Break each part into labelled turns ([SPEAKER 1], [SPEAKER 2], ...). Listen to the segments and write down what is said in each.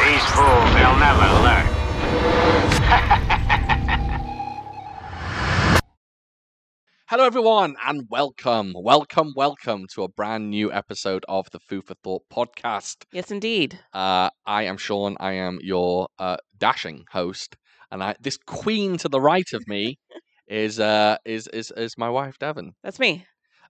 [SPEAKER 1] These fools, they'll never learn.
[SPEAKER 2] Hello, everyone, and welcome, welcome, welcome to a brand new episode of the Food for Thought podcast.
[SPEAKER 3] Yes, indeed.
[SPEAKER 2] Uh, I am Sean. I am your uh, dashing host, and I, this queen to the right of me is uh, is is is my wife, Devon.
[SPEAKER 3] That's me.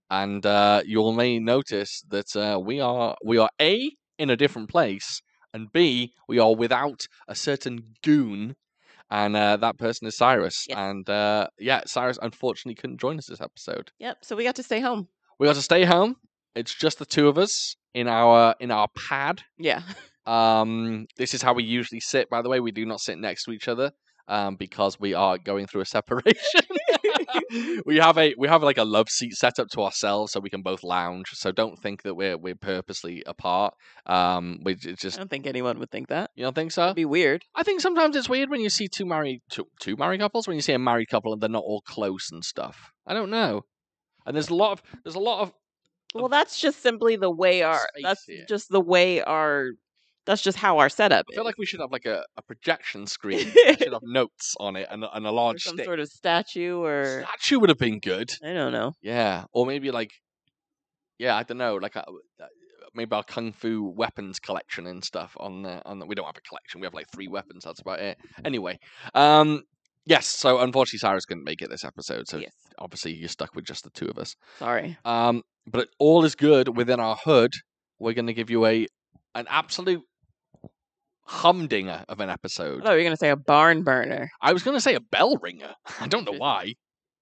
[SPEAKER 2] And uh, you all may notice that uh, we are we are a in a different place, and b we are without a certain goon. And uh, that person is Cyrus.
[SPEAKER 3] Yes.
[SPEAKER 2] And uh, yeah, Cyrus unfortunately couldn't join us this episode.
[SPEAKER 3] Yep. So we got to stay home.
[SPEAKER 2] We got to stay home. It's just the two of us in our in our pad.
[SPEAKER 3] Yeah.
[SPEAKER 2] Um, this is how we usually sit. By the way, we do not sit next to each other um, because we are going through a separation. we have a we have like a love seat set up to ourselves so we can both lounge. So don't think that we're we're purposely apart. Um, we j- it's
[SPEAKER 3] I
[SPEAKER 2] just
[SPEAKER 3] don't think anyone would think that.
[SPEAKER 2] you don't think so.
[SPEAKER 3] That'd be weird.
[SPEAKER 2] I think sometimes it's weird when you see two married two, two married couples when you see a married couple and they're not all close and stuff. I don't know. And there's a lot of there's a lot of
[SPEAKER 3] Well, that's just simply the way our.
[SPEAKER 2] space
[SPEAKER 3] That's
[SPEAKER 2] here.
[SPEAKER 3] just the way our. That's just how our setup
[SPEAKER 2] I
[SPEAKER 3] is.
[SPEAKER 2] feel like we should have like a, a projection screen. that should have notes on it and, a- and a
[SPEAKER 3] Or
[SPEAKER 2] large
[SPEAKER 3] some
[SPEAKER 2] stick.
[SPEAKER 3] sort of statue, or
[SPEAKER 2] Statue would have been good.
[SPEAKER 3] I don't know.
[SPEAKER 2] Yeah, or maybe like, yeah, I don't know, like uh, uh, maybe our kung fu weapons collection and stuff. On the, on the, we don't have a collection. We have like three weapons. That's about it. Anyway, um, yes. So unfortunately, Cyrus couldn't make it this episode. So
[SPEAKER 3] Yes.
[SPEAKER 2] obviously, you're stuck with just the two of us.
[SPEAKER 3] Sorry.
[SPEAKER 2] Um, but all is good within our hood. We're going to give you a an absolute humdinger of an
[SPEAKER 3] I
[SPEAKER 2] episode.
[SPEAKER 3] thought you were gonna say a barn burner.
[SPEAKER 2] I was going to say a bell ringer. I don't know
[SPEAKER 3] Interesting.
[SPEAKER 2] why.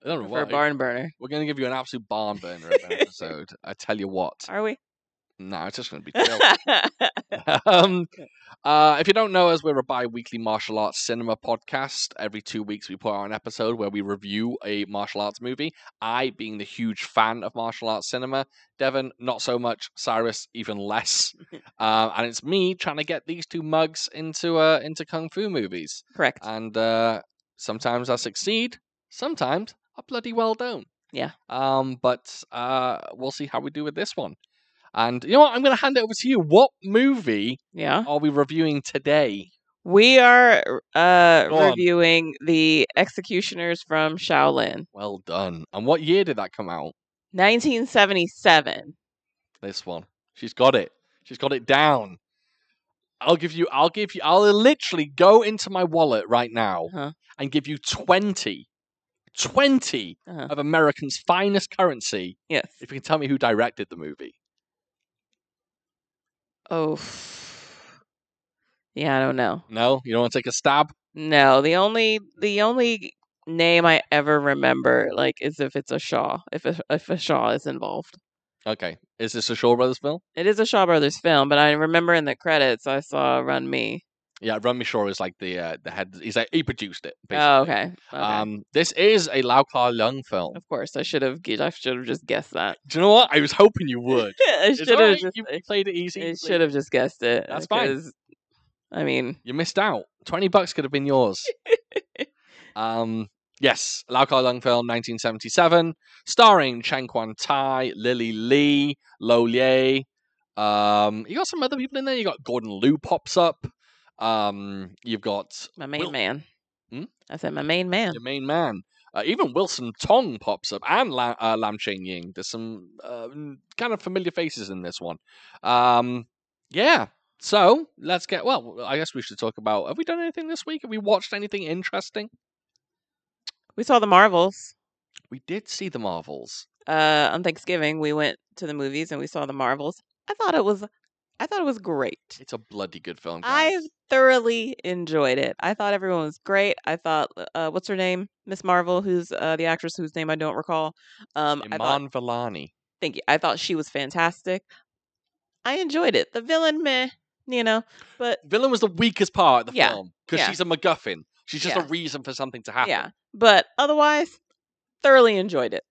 [SPEAKER 2] I don't know
[SPEAKER 3] For
[SPEAKER 2] why.
[SPEAKER 3] a barn burner,
[SPEAKER 2] We're going to give you an absolute barn burner of an episode. I tell you what.
[SPEAKER 3] are we?
[SPEAKER 2] No, it's just going to be chill.
[SPEAKER 3] That's
[SPEAKER 2] um, uh, if you don't know us, we're a bi weekly martial arts cinema podcast. Every two weeks, we put out an episode where we review a martial arts movie. I, being the huge fan of martial arts cinema, Devon, not so much, Cyrus, even less. um, and it's me trying to get these two mugs into, uh, into kung fu movies.
[SPEAKER 3] correct.
[SPEAKER 2] And uh, sometimes I succeed, sometimes I bloody well don't.
[SPEAKER 3] Yeah.
[SPEAKER 2] Um, but uh, we'll see how we do with this one. And you know what? I'm going to hand it over to you. What movie
[SPEAKER 3] yeah.
[SPEAKER 2] are we reviewing today?
[SPEAKER 3] We are uh,
[SPEAKER 2] Go on.
[SPEAKER 3] reviewing the executioners from Shaolin,
[SPEAKER 2] Well done. And what year did that come out?
[SPEAKER 3] 1977.
[SPEAKER 2] This one. She's got it. She's got it down. I'll give you. I'll give you. I'll literally go into my wallet right now
[SPEAKER 3] Uh-huh.
[SPEAKER 2] and give you 20, 20
[SPEAKER 3] Uh-huh.
[SPEAKER 2] of America's finest currency
[SPEAKER 3] Yes.
[SPEAKER 2] if you can tell me who directed the movie.
[SPEAKER 3] Oh. Yeah, I don't know.
[SPEAKER 2] No, you don't want to take a stab.
[SPEAKER 3] No, the only the only name I ever remember like is if it's a Shaw, if a, if a Shaw is involved.
[SPEAKER 2] Okay, is this a Shaw Brothers film?
[SPEAKER 3] It is a Shaw Brothers film, but I remember in the credits I saw Run Me.
[SPEAKER 2] Yeah, Remy Shaw is like the uh, the head. He's like he produced it. Basically.
[SPEAKER 3] Oh, okay. okay.
[SPEAKER 2] Um, this is a Lau Kar Lung film.
[SPEAKER 3] of course, I should have gu- I should have just guessed that.
[SPEAKER 2] Do you know what? I was hoping you would.
[SPEAKER 3] I
[SPEAKER 2] It's
[SPEAKER 3] should
[SPEAKER 2] all
[SPEAKER 3] have
[SPEAKER 2] right,
[SPEAKER 3] just
[SPEAKER 2] you played it easy.
[SPEAKER 3] I
[SPEAKER 2] you played
[SPEAKER 3] should have just guessed it.
[SPEAKER 2] That's fine.
[SPEAKER 3] because, I mean,
[SPEAKER 2] You missed out. Twenty bucks could have been yours. um, yes, Lau Kar Lung film, 1977, starring Chen Quan Tai, Lily Lee, Lo Ye. Um, you got some other people in there. You got Gordon Liu pops up. Um, you've got
[SPEAKER 3] my main
[SPEAKER 2] Will-
[SPEAKER 3] man.
[SPEAKER 2] Hmm?
[SPEAKER 3] I said my main man.
[SPEAKER 2] your main man. Uh, even Wilson Tong pops up, and La- uh, Lam Ching Ying. There's some uh, mm, kind of familiar faces in this one. Um, yeah. So let's get. Well, I guess we should talk about. Have we done anything this week? Have we watched anything interesting?
[SPEAKER 3] We saw the Marvels.
[SPEAKER 2] We did see the Marvels.
[SPEAKER 3] uh, on Thanksgiving, we went to the movies and we saw the Marvels. I thought it was, I thought it was great.
[SPEAKER 2] It's a bloody good film. guys.
[SPEAKER 3] I thoroughly enjoyed it. I thought everyone was great. I thought, uh, what's her name, Miss Marvel, who's uh, the actress whose name I don't recall. Um, I thought,
[SPEAKER 2] Iman Vellani.
[SPEAKER 3] thank you. I thought she was fantastic. I enjoyed it. The villain, meh, you know, but
[SPEAKER 2] Villain was the weakest part of the
[SPEAKER 3] Yeah,
[SPEAKER 2] film because
[SPEAKER 3] yeah.
[SPEAKER 2] she's a MacGuffin. She's just a
[SPEAKER 3] Yeah.
[SPEAKER 2] reason for something to happen.
[SPEAKER 3] yeah. But otherwise, thoroughly enjoyed it.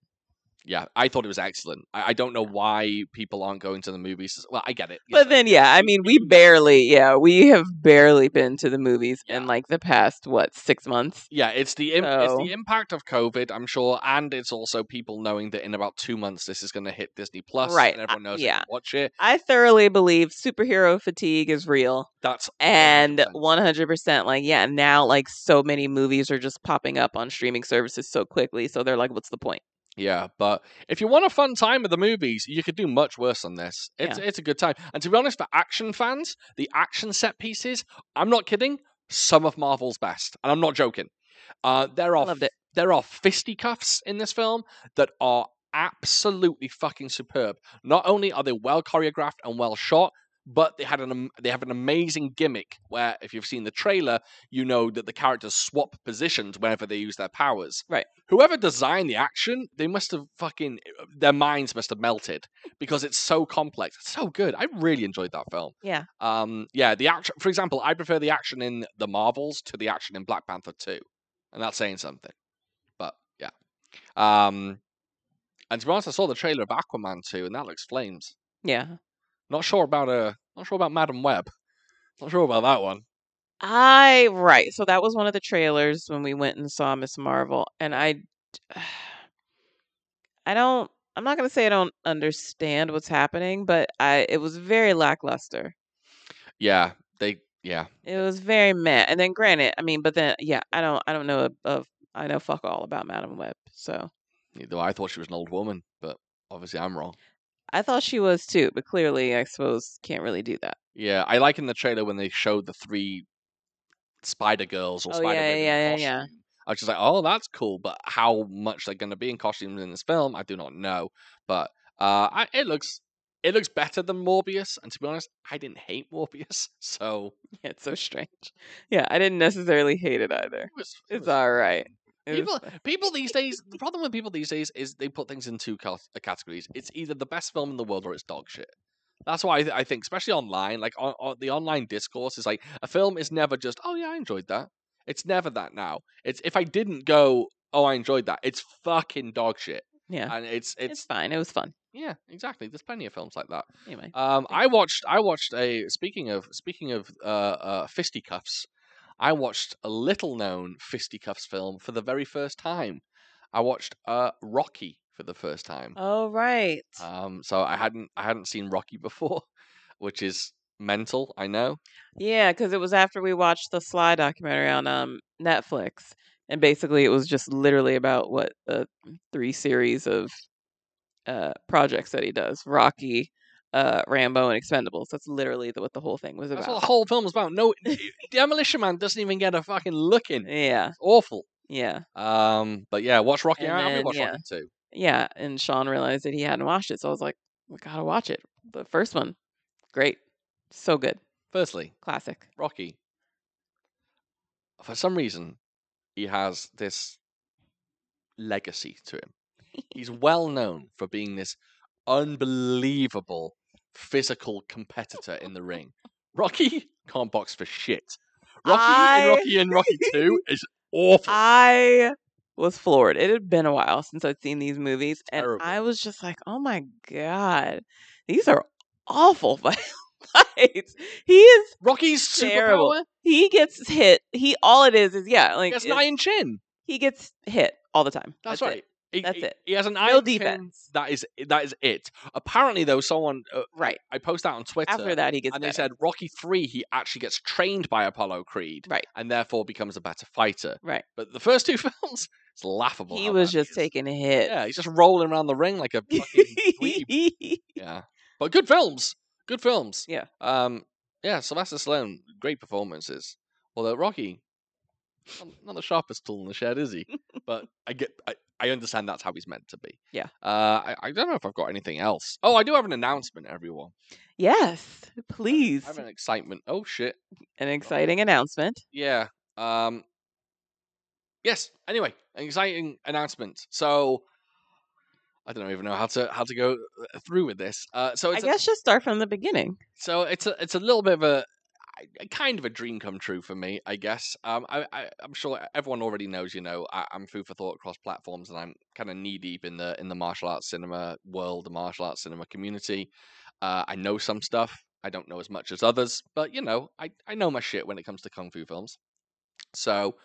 [SPEAKER 2] Yeah, I thought it was excellent. I, I don't know why people aren't going to the movies. Well, I get it. you
[SPEAKER 3] But
[SPEAKER 2] know,
[SPEAKER 3] then, yeah, I mean, we barely, yeah, we have barely been to the movies in
[SPEAKER 2] Yeah.
[SPEAKER 3] like the past what six months.
[SPEAKER 2] yeah, it's the im- it's
[SPEAKER 3] So-
[SPEAKER 2] the impact of COVID, I'm sure, and it's also people knowing that in about two months this is going to hit Disney Plus,
[SPEAKER 3] Right,
[SPEAKER 2] And
[SPEAKER 3] uh,
[SPEAKER 2] everyone knows they
[SPEAKER 3] yeah.
[SPEAKER 2] can watch it.
[SPEAKER 3] I thoroughly believe superhero fatigue is real.
[SPEAKER 2] That's
[SPEAKER 3] and
[SPEAKER 2] 100%.
[SPEAKER 3] 100% like yeah now like so many movies are just popping up on streaming services so quickly so they're like what's the point
[SPEAKER 2] Yeah, but if you want a fun time at the movies, you could do much worse than this. It's it's a good time. And to be honest, for action fans, the action set pieces, I'm not kidding, some of Marvel's best. And I'm not joking. Uh there are
[SPEAKER 3] loved it.
[SPEAKER 2] there are fisticuffs in this film that are absolutely fucking superb. Not only are they well choreographed and well shot, but they had an am- they have an amazing gimmick where if you've seen the trailer, you know that the characters swap positions whenever they use their powers.
[SPEAKER 3] Right.
[SPEAKER 2] Whoever designed the action, they must have fucking their minds must have melted because it's so complex. It's so good. I really enjoyed that film.
[SPEAKER 3] Yeah.
[SPEAKER 2] Um yeah, the action for example, I prefer the action in The Marvels to the action in Black Panther 2. And that's saying something. But yeah. Um and to be honest, I saw the trailer of Aquaman 2 and that looks flames.
[SPEAKER 3] yeah
[SPEAKER 2] Not sure about uh not sure about Madam Web. Not sure about that one.
[SPEAKER 3] i right so that was one of the trailers when we went and saw miss marvel and i i don't i'm not going to say i don't understand what's happening but i it was very lackluster
[SPEAKER 2] Yeah. They yeah.
[SPEAKER 3] it was very meh and then granted i mean but then yeah i don't i don't know of, of i know fuck all about madam web so
[SPEAKER 2] Though I thought she was an old woman, but obviously I'm wrong.
[SPEAKER 3] i thought she was too but clearly i suppose can't really do that
[SPEAKER 2] Yeah, I like in the trailer when they showed the three Spider Girls or
[SPEAKER 3] Oh,
[SPEAKER 2] Spider
[SPEAKER 3] yeah,
[SPEAKER 2] Women
[SPEAKER 3] yeah,
[SPEAKER 2] in
[SPEAKER 3] yeah, yeah.
[SPEAKER 2] costume. I was just like, oh, that's cool, but how much they're going to be in costumes in this film, I do not know. But uh, I, it looks it looks better than Morbius, and to be honest, I didn't hate Morbius, so
[SPEAKER 3] It's so strange. Yeah, I didn't necessarily hate it either.
[SPEAKER 2] it was, it
[SPEAKER 3] It's
[SPEAKER 2] was
[SPEAKER 3] all right. It was
[SPEAKER 2] People,
[SPEAKER 3] fi-
[SPEAKER 2] people these days, the problem with people these days is they put things in two cal- uh, categories. It's either the best film in the world or it's dog shit. That's why I, th- I think, especially online, like on, on the online discourse is like a film is never just, oh yeah, I enjoyed that. It's never that now. It's if I didn't go, oh I enjoyed that. It's fucking dog shit,
[SPEAKER 3] yeah,
[SPEAKER 2] and it's
[SPEAKER 3] it's,
[SPEAKER 2] it's
[SPEAKER 3] fine. It was fun.
[SPEAKER 2] yeah, exactly. There's plenty of films like that.
[SPEAKER 3] Anyway,
[SPEAKER 2] Um, I watched. I watched a. Speaking of speaking of uh, uh, fisticuffs, I watched a little known fisticuffs film for the very first time. I watched uh, Rocky for the first time.
[SPEAKER 3] all right.
[SPEAKER 2] Um, so I hadn't I hadn't seen Rocky before, which is mental. I know.
[SPEAKER 3] Yeah, because it was after we watched the Sly documentary on um Netflix, and basically it was just literally about what the three series of uh projects that he does: Rocky, uh, Rambo, and Expendables. That's literally the, what the whole thing was
[SPEAKER 2] That's what
[SPEAKER 3] about.
[SPEAKER 2] the whole film was about. No, Demolition Man doesn't even get a fucking look in.
[SPEAKER 3] Yeah,
[SPEAKER 2] It's awful.
[SPEAKER 3] yeah.
[SPEAKER 2] Um, but yeah, watch Rocky.
[SPEAKER 3] And
[SPEAKER 2] I, I
[SPEAKER 3] then,
[SPEAKER 2] watched
[SPEAKER 3] yeah.
[SPEAKER 2] Rocky too.
[SPEAKER 3] yeah and sean realized that he hadn't watched it so i was like we gotta watch it the first one great so good
[SPEAKER 2] Firstly,
[SPEAKER 3] classic
[SPEAKER 2] Rocky, for some reason, he has this legacy to him. He's well known for being this unbelievable physical competitor in the ring. Rocky can't box for shit. Rocky in
[SPEAKER 3] I-
[SPEAKER 2] Rocky and Rocky 2 is awful.
[SPEAKER 3] i was floored it had been a while since i'd seen these movies and
[SPEAKER 2] Terrible.
[SPEAKER 3] i was just like oh my god these are awful fights he is
[SPEAKER 2] Rocky's
[SPEAKER 3] terrible.
[SPEAKER 2] superpower?
[SPEAKER 3] he gets hit he all it is is yeah
[SPEAKER 2] He
[SPEAKER 3] like
[SPEAKER 2] has an
[SPEAKER 3] it-
[SPEAKER 2] iron chin.
[SPEAKER 3] he gets hit all the time
[SPEAKER 2] That's,
[SPEAKER 3] it.
[SPEAKER 2] right. He-
[SPEAKER 3] That's
[SPEAKER 2] he-
[SPEAKER 3] it.
[SPEAKER 2] He has an
[SPEAKER 3] no
[SPEAKER 2] iron chin.
[SPEAKER 3] defense
[SPEAKER 2] That is that is it. Apparently, though, someone uh,
[SPEAKER 3] right
[SPEAKER 2] I post that on Twitter.
[SPEAKER 3] after that he gets
[SPEAKER 2] and they
[SPEAKER 3] better.
[SPEAKER 2] said Rocky three, he actually gets trained by Apollo Creed,
[SPEAKER 3] Right.
[SPEAKER 2] and therefore becomes a better fighter.
[SPEAKER 3] Right.
[SPEAKER 2] But the first two films, it's laughable.
[SPEAKER 3] he
[SPEAKER 2] how
[SPEAKER 3] was
[SPEAKER 2] bad
[SPEAKER 3] just
[SPEAKER 2] is.
[SPEAKER 3] taking a hit
[SPEAKER 2] Yeah, he's just rolling around the ring like a fucking dweeb. Yeah, but good films, good films.
[SPEAKER 3] Yeah.
[SPEAKER 2] Um. Yeah, Sylvester Stallone, great performances. Although Rocky, not- not the sharpest tool in the shed, is he? but I get, I, I understand that's how he's meant to be.
[SPEAKER 3] Yeah.
[SPEAKER 2] Uh, I, I don't know if I've got anything else. Oh, I do have an announcement, everyone.
[SPEAKER 3] yes, please.
[SPEAKER 2] I have an excitement. Oh shit.
[SPEAKER 3] An exciting announcement.
[SPEAKER 2] Yeah. Um. Yes. Anyway, an exciting announcement. So, I don't even know how to how to go uh, through with this. Uh, so
[SPEAKER 3] I
[SPEAKER 2] it's a,
[SPEAKER 3] guess just start from the beginning.
[SPEAKER 2] so it's a it's a little bit of a I- kind of a dream come true for me, I guess. Um, I, I, I'm sure everyone already knows. You know, I, I'm food for thought across platforms, and I'm kind of knee deep in the in the martial arts cinema world, the martial arts cinema community. Uh, I know some stuff. I don't know as much as others, but you know, I, I know my shit when it comes to kung fu films. So,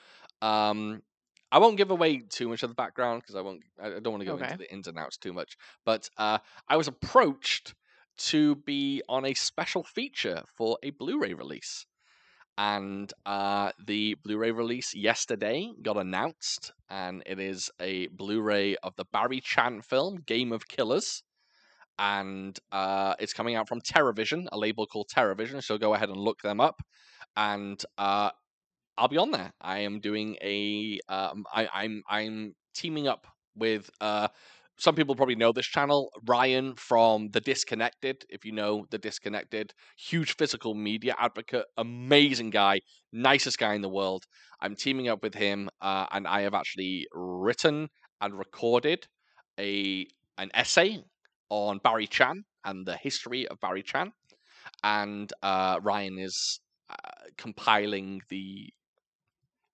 [SPEAKER 2] um, I won't give away too much of the background because I won't. I I don't want to go
[SPEAKER 3] Okay.
[SPEAKER 2] into the ins and outs too much. But uh, I was approached to be on a special feature for a Blu-ray release and uh, the Blu-ray release yesterday got announced, and it is a Blu-ray of the Barry Chan film Game of Killers, and uh, it's coming out from TerraVision, a label called TerraVision. So go ahead and look them up, and uh, I'll be on there. I am doing a. Um, I, I'm I'm teaming up with. Uh, some people probably know this channel, Ryan from The Disconnected. If you know The Disconnected, huge physical media advocate, amazing guy, nicest guy in the world. I'm teaming up with him, uh, and I have actually written and recorded a an essay on Barry Chan and the history of Barry Chan, and uh, Ryan is uh, compiling the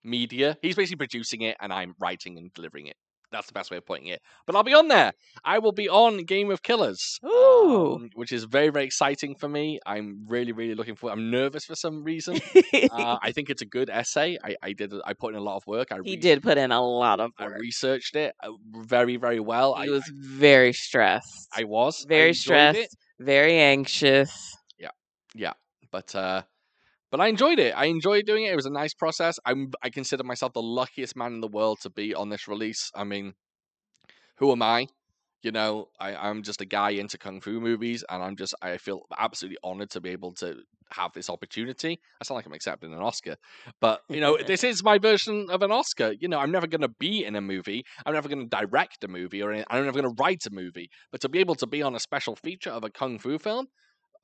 [SPEAKER 2] media. He's basically producing it, and I'm writing and delivering it. That's the best way of putting it. But I'll be on there. I will be on Game of Killers,
[SPEAKER 3] Ooh.
[SPEAKER 2] um, which is very, very exciting for me. I'm really, really looking forward. I'm nervous for some reason. uh, I think it's a good essay. I, I did. I put in a lot of work. I
[SPEAKER 3] he
[SPEAKER 2] re-
[SPEAKER 3] did put in a lot of
[SPEAKER 2] I
[SPEAKER 3] work.
[SPEAKER 2] researched it uh, very, very well. I
[SPEAKER 3] He was very stressed.
[SPEAKER 2] I was I
[SPEAKER 3] very
[SPEAKER 2] enjoyed
[SPEAKER 3] stressed,
[SPEAKER 2] it,
[SPEAKER 3] very anxious.
[SPEAKER 2] but uh, but I enjoyed it. I enjoyed doing it. It was a nice process. I'm I consider myself the luckiest man in the world to be on this release. I mean, who am I? You know, I, I'm just a guy into kung fu movies, and I'm just I feel absolutely honored to be able to have this opportunity. I sound like I'm accepting an Oscar, but you know, this is my version of an Oscar. You know, I'm never going to be in a movie. I'm never going to direct a movie, or any- I'm never going to write a movie. But to be able to be on a special feature of a kung fu film,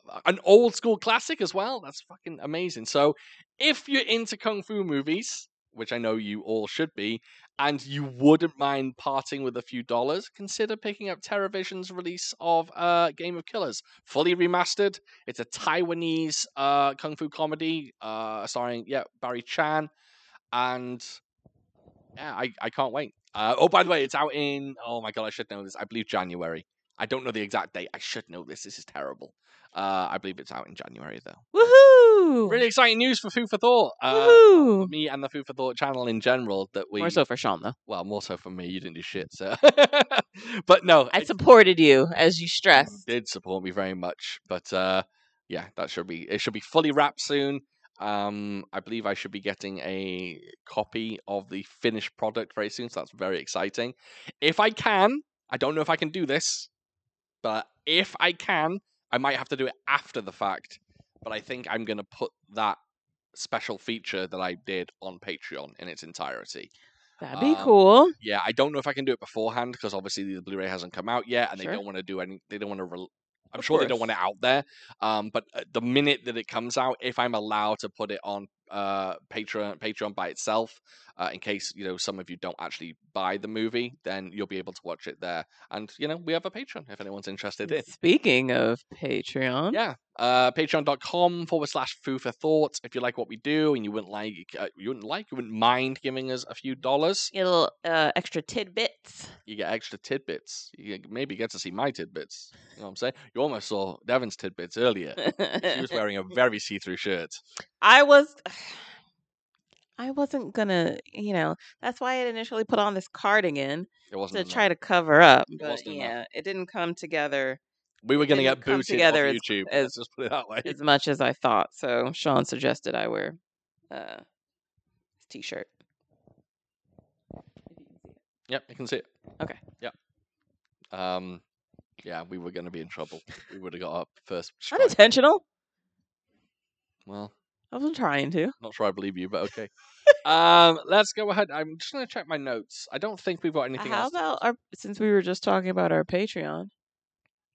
[SPEAKER 2] uh, an old school classic as well. That's fucking amazing. So, if you're into kung fu movies, which I know you all should be, and you wouldn't mind parting with a few dollars, consider picking up TerraVision's release of uh, Game of Killers, fully remastered. It's a Taiwanese uh, kung fu comedy uh, starring yeah Barry Chan, and yeah, I, I can't wait. Uh, oh, by the way, it's out in oh my god, I should know this. I believe January. I don't know the exact date. I should know this. This is terrible. Uh, I believe it's out in January though.
[SPEAKER 3] Woohoo!
[SPEAKER 2] Really exciting news for Food for Thought. Uh, for
[SPEAKER 3] Woohoo!
[SPEAKER 2] me and the Food for Thought channel in general that we
[SPEAKER 3] More so for Sean though.
[SPEAKER 2] well more so for me. You didn't do shit, so but no,
[SPEAKER 3] I
[SPEAKER 2] it's-
[SPEAKER 3] supported you as you
[SPEAKER 2] you
[SPEAKER 3] stressed.
[SPEAKER 2] did support me very much. But uh, yeah, that should be it. Should be fully wrapped soon. Um, I believe I should be getting a copy of the finished product very soon, so that's very exciting. If I can, I don't know if I can do this, but if I can, I might have to do it after the fact. But I think I'm going to put that special feature that I did on Patreon in its entirety.
[SPEAKER 3] Mm, That'd be
[SPEAKER 2] Um,
[SPEAKER 3] cool.
[SPEAKER 2] Yeah, I don't know if I can do it beforehand because obviously the Blu-ray hasn't come out yet, and
[SPEAKER 3] Sure.
[SPEAKER 2] they don't want to do any. They don't want to. Re- I'm
[SPEAKER 3] Of
[SPEAKER 2] sure they don't want it
[SPEAKER 3] course.
[SPEAKER 2] out there. Um, but uh, the minute that it comes out, if I'm allowed to put it on uh Patreon, Patreon by itself, uh, in case you know some of you don't actually buy the movie, then you'll be able to watch it there. And you know we have a Patreon if anyone's interested in.
[SPEAKER 3] Speaking of Patreon,
[SPEAKER 2] Yeah. Uh, patreon.com forward slash foo for thought. If you like what we do and you wouldn't like, uh, you wouldn't like, you wouldn't mind giving us a few dollars,
[SPEAKER 3] get a little uh, extra tidbits.
[SPEAKER 2] you get extra tidbits. You get, maybe get to see my tidbits. You know what I'm saying? You almost saw Devin's tidbits earlier. She was wearing a very see-through shirt.
[SPEAKER 3] I was I wasn't gonna, you know, that's why I initially put on this cardigan
[SPEAKER 2] It wasn't.
[SPEAKER 3] to
[SPEAKER 2] enough.
[SPEAKER 3] try to cover up.
[SPEAKER 2] It
[SPEAKER 3] But
[SPEAKER 2] wasn't enough.
[SPEAKER 3] yeah, it didn't come together
[SPEAKER 2] we were going to
[SPEAKER 3] didn't
[SPEAKER 2] get
[SPEAKER 3] come
[SPEAKER 2] booted off
[SPEAKER 3] together as-
[SPEAKER 2] YouTube.
[SPEAKER 3] as-
[SPEAKER 2] Let's just put it that way.
[SPEAKER 3] as much as I thought. So Sean suggested I wear uh his t shirt.
[SPEAKER 2] Yep, you can see it.
[SPEAKER 3] Okay.
[SPEAKER 2] Yep. Um, yeah, we were going to be in trouble. We would have got up first. strike.
[SPEAKER 3] Unintentional.
[SPEAKER 2] Well,
[SPEAKER 3] I wasn't trying to.
[SPEAKER 2] not sure I believe you, but okay. um, let's go ahead. I'm just going to check my notes. I don't think we've got anything
[SPEAKER 3] How
[SPEAKER 2] else. to-
[SPEAKER 3] about our since we were just talking about our Patreon,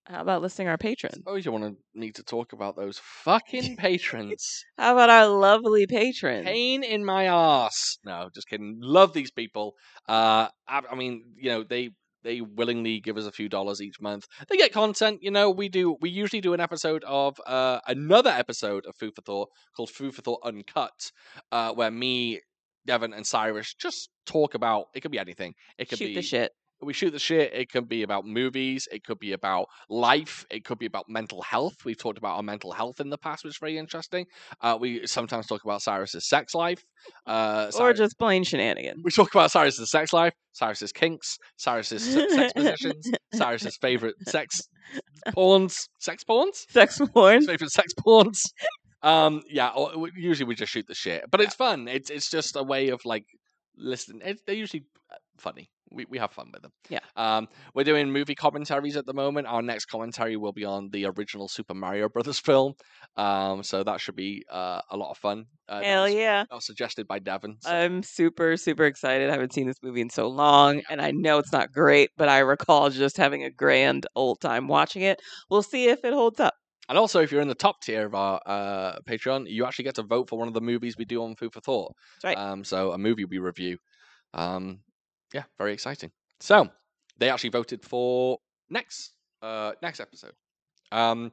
[SPEAKER 3] how about listing our patrons?
[SPEAKER 2] Suppose you want to need to talk about those fucking patrons.
[SPEAKER 3] How about our lovely patrons?
[SPEAKER 2] pain in my ass. No, just kidding. Love these people. Uh, I, I mean, you know, they they willingly give us a few dollars each month. They get content, you know. We do. We usually do an episode of uh, another episode of Food for Thought called Food for Thought Uncut, uh, where me, Devon, and Cyrus just talk about. It could be anything. It could
[SPEAKER 3] Shoot
[SPEAKER 2] be
[SPEAKER 3] the shit.
[SPEAKER 2] we shoot the shit. It could be about movies. It could be about life. It could be about mental health. We've talked about our mental health in the past, which is very interesting. Uh, we sometimes talk about Cyrus's sex life. Uh,
[SPEAKER 3] Or
[SPEAKER 2] Cyrus-
[SPEAKER 3] just plain shenanigans.
[SPEAKER 2] we talk about Cyrus's sex life, Cyrus's kinks, Cyrus's se- sex positions, Cyrus's favorite sex pawns, sex pawns,
[SPEAKER 3] Sex porn.
[SPEAKER 2] his favorite sex pawns. Um, yeah. Or, w- usually we just shoot the shit, but it's fun. It's it's just a way of like listening. It, they're usually uh, funny. We we have fun with them.
[SPEAKER 3] Yeah.
[SPEAKER 2] Um, we're doing movie commentaries at the moment. Our next commentary will be on the original Super Mario Brothers film. Um, so that should be uh, a lot of fun. Uh, that
[SPEAKER 3] Hell
[SPEAKER 2] was-
[SPEAKER 3] yeah.
[SPEAKER 2] That was suggested by Devon. so-
[SPEAKER 3] I'm super, super excited. I haven't seen this movie in so long, and I know it's not great, but I recall just having a grand old time watching it. We'll see if it holds up.
[SPEAKER 2] And also, if you're in the top tier of our uh, Patreon, you actually get to vote for one of the movies we do on Food for Thought.
[SPEAKER 3] That's right.
[SPEAKER 2] Um, so a movie we review. Um, yeah, very exciting. So they actually voted for next uh, next episode. Um,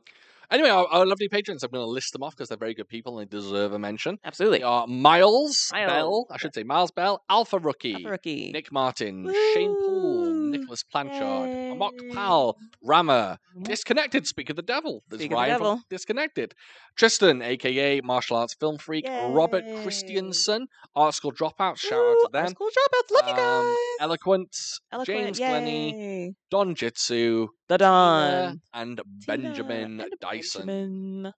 [SPEAKER 2] anyway, our, our lovely patrons, I'm going to list them off because they're very good people and they deserve a mention. They
[SPEAKER 3] Absolutely.
[SPEAKER 2] are Miles,
[SPEAKER 3] Miles.
[SPEAKER 2] Bell, I should say Miles Bell, Alpha Rookie,
[SPEAKER 3] Upper Rookie.
[SPEAKER 2] Nick Martin, Shane Poole,
[SPEAKER 3] Woo.
[SPEAKER 2] Nicholas Planchard, Amok
[SPEAKER 3] Yay.
[SPEAKER 2] Pal, Rama,
[SPEAKER 3] Yep.
[SPEAKER 2] Disconnected, Speak of the Devil. There's
[SPEAKER 3] Speak of the
[SPEAKER 2] Ryan from
[SPEAKER 3] Devil.
[SPEAKER 2] Disconnected. Tristan, aka Martial Arts Film Freak, Robert
[SPEAKER 3] Yay.
[SPEAKER 2] Christiansen, Art School Dropouts, shout
[SPEAKER 3] Woo,
[SPEAKER 2] out to
[SPEAKER 3] our
[SPEAKER 2] them.
[SPEAKER 3] School dropouts. Love you
[SPEAKER 2] Um,
[SPEAKER 3] guys.
[SPEAKER 2] Eloquent,
[SPEAKER 3] Eloquent,
[SPEAKER 2] James Glenny,
[SPEAKER 3] yay.
[SPEAKER 2] Don Jitsu,
[SPEAKER 3] The
[SPEAKER 2] Tina,
[SPEAKER 3] Don.
[SPEAKER 2] and
[SPEAKER 3] Tina
[SPEAKER 2] Benjamin
[SPEAKER 3] and
[SPEAKER 2] Dyson.
[SPEAKER 3] Benjamin.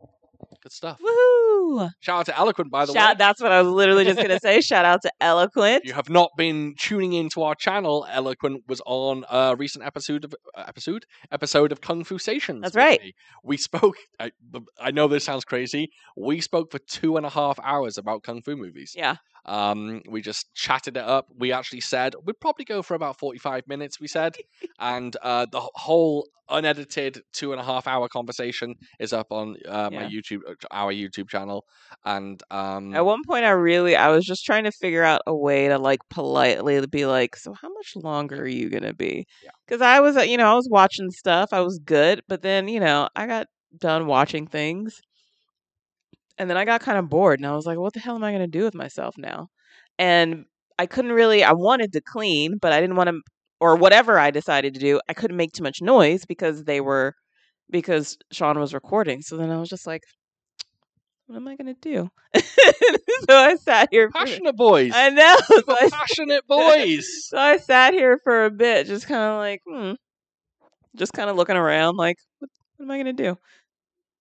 [SPEAKER 2] Good stuff.
[SPEAKER 3] Woohoo.
[SPEAKER 2] Shout out to Eloquent, by the
[SPEAKER 3] Shout,
[SPEAKER 2] way.
[SPEAKER 3] that's what I was literally just going to say. Shout out to Eloquent.
[SPEAKER 2] If you have not been tuning into our channel, Eloquent was on a recent episode of uh, episode episode of Kung Fu Stations.
[SPEAKER 3] That's
[SPEAKER 2] with
[SPEAKER 3] right.
[SPEAKER 2] me. We spoke. I, I know this sounds crazy. We spoke for two and a half hours about kung fu movies.
[SPEAKER 3] Yeah.
[SPEAKER 2] Um, we just chatted it up. We actually said we'd probably go for about forty-five minutes. We said, and uh, the whole unedited two and a half hour conversation is up on uh, my
[SPEAKER 3] Yeah.
[SPEAKER 2] YouTube, our YouTube channel, and um,
[SPEAKER 3] At one point, I really, I was just trying to figure out a way to like politely be like, so how much longer are you going to be?
[SPEAKER 2] Yeah.
[SPEAKER 3] Because I was, uh, you know, I was watching stuff. I was good. But then, you know, I got done watching things. And then I got kind of bored and I was like, what the hell am I going to do with myself now? And I couldn't really, I wanted to clean, but I didn't want to, or whatever I decided to do, I couldn't make too much noise because they were, because Sean was recording. So then I was just like, what am I going to do? so I sat here. For,
[SPEAKER 2] passionate boys.
[SPEAKER 3] I know. So
[SPEAKER 2] We're
[SPEAKER 3] I,
[SPEAKER 2] passionate boys.
[SPEAKER 3] so I sat here for a bit, just kind of like, hmm, just kind of looking around, like, what, what am I going to do?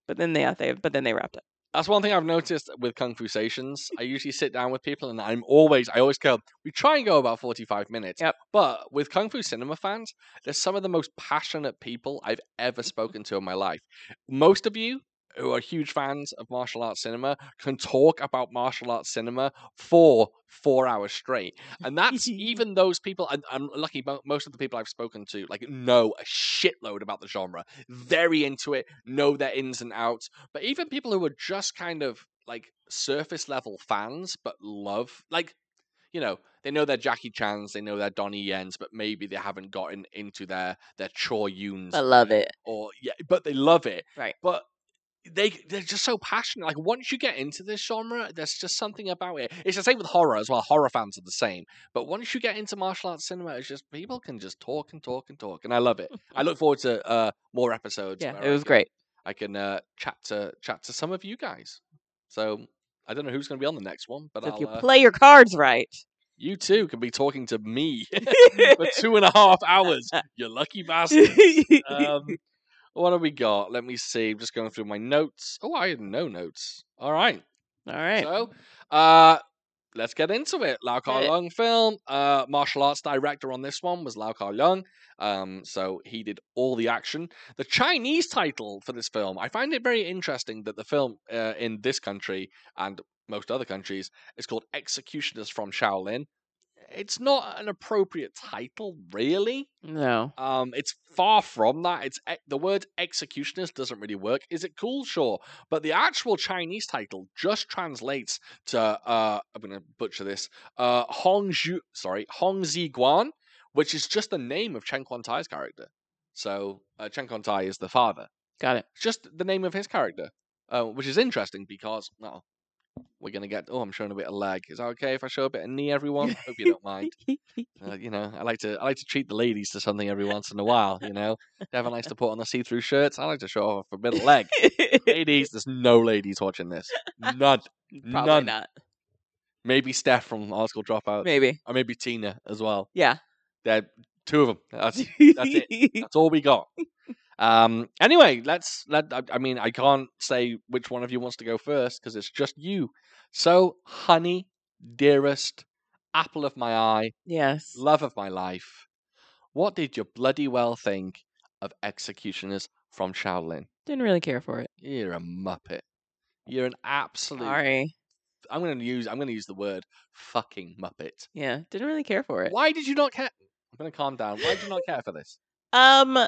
[SPEAKER 3] But then they, yeah, they, but then they wrapped up.
[SPEAKER 2] That's one thing I've noticed with Kung Fu Stations. I usually sit down with people and I'm always, I always go, we try and go about 45 minutes.
[SPEAKER 3] Yep.
[SPEAKER 2] But with Kung Fu Cinema fans, they're some of the most passionate people I've ever spoken to in my life. Most of you who are huge fans of martial arts cinema can talk about martial arts cinema for four hours straight. And that's even those people, and I'm lucky mo- most of the people I've spoken to, like, know a shitload about the genre, very into it, know their ins and outs but even people who are just kind of like surface level fans but love like you know they know their jackie chans they know their donnie yens but maybe they haven't gotten into their their chor yuns
[SPEAKER 3] love it.
[SPEAKER 2] or yeah but they love it
[SPEAKER 3] Right.
[SPEAKER 2] but they they're just so passionate like once you get into this genre there's just something about it it's the same with horror as well horror fans are the same but once you get into martial arts cinema it's just people can just talk and talk and talk and i love it i look forward to uh more episodes
[SPEAKER 3] Yeah,
[SPEAKER 2] where
[SPEAKER 3] it
[SPEAKER 2] I
[SPEAKER 3] was
[SPEAKER 2] can-
[SPEAKER 3] great.
[SPEAKER 2] I can uh, chat to chat to some of you guys. So I don't know who's going to be on the next one, but
[SPEAKER 3] So if
[SPEAKER 2] I'll, uh,
[SPEAKER 3] you
[SPEAKER 2] you,
[SPEAKER 3] play your cards right,
[SPEAKER 2] you too can be talking to me for two and a half hours. You lucky bastard. Um, what have we got? Let me see. I'm just going through my notes. Oh, I had no notes. All right.
[SPEAKER 3] All right.
[SPEAKER 2] So, uh, let's get into it. Lau Kar
[SPEAKER 3] it.
[SPEAKER 2] Lung film. Uh, martial arts director on this one was Lau Kar Lung. Um, so he did all the action. The Chinese title for this film, I find it very interesting that the film uh, in this country and most other countries is called Executioners from Shaolin. It's not an appropriate title, really.
[SPEAKER 3] no,
[SPEAKER 2] Um, it's far from that. It's e- the word executioners doesn't really work. Is it cool? Sure, but the actual Chinese title just translates to uh, I'm going to butcher this. Uh, Hong Zhu, sorry, Hong Ziguan, which is just the name of Chen Quan Tai's character. So uh, Chen Quan Tai is the father.
[SPEAKER 3] Got it.
[SPEAKER 2] It's just the name of his character, uh, which is interesting because well, we're gonna get. Oh, I'm showing a bit of leg. Is that okay if I show a bit of knee? Everyone, hope you don't mind. Uh, you know, I like to I like to treat the ladies to something every once in a while. You know, Devon likes to put on the see-through shirts. I like to show off a bit of leg. ladies, there's no ladies watching this. None.
[SPEAKER 3] Probably
[SPEAKER 2] None.
[SPEAKER 3] not.
[SPEAKER 2] Maybe Steph from High School Dropout,
[SPEAKER 3] Maybe.
[SPEAKER 2] or maybe Tina as well.
[SPEAKER 3] Yeah.
[SPEAKER 2] They're two of them. That's That's all we got. Um. Anyway, let's let. I, I mean, I can't say which one of you wants to go first because it's just you. So, honey, dearest, apple of my eye,
[SPEAKER 3] yes.
[SPEAKER 2] love of my life, what did you bloody well think of executioners from Shaolin?
[SPEAKER 3] Didn't really care for it.
[SPEAKER 2] You're a muppet. You're an absolute.
[SPEAKER 3] Sorry.
[SPEAKER 2] I'm going to use. I'm going to use the word fucking muppet.
[SPEAKER 3] Yeah. Didn't really care for it.
[SPEAKER 2] Why did you not care? I'm going to calm down. Why did you not care for this?
[SPEAKER 3] Um.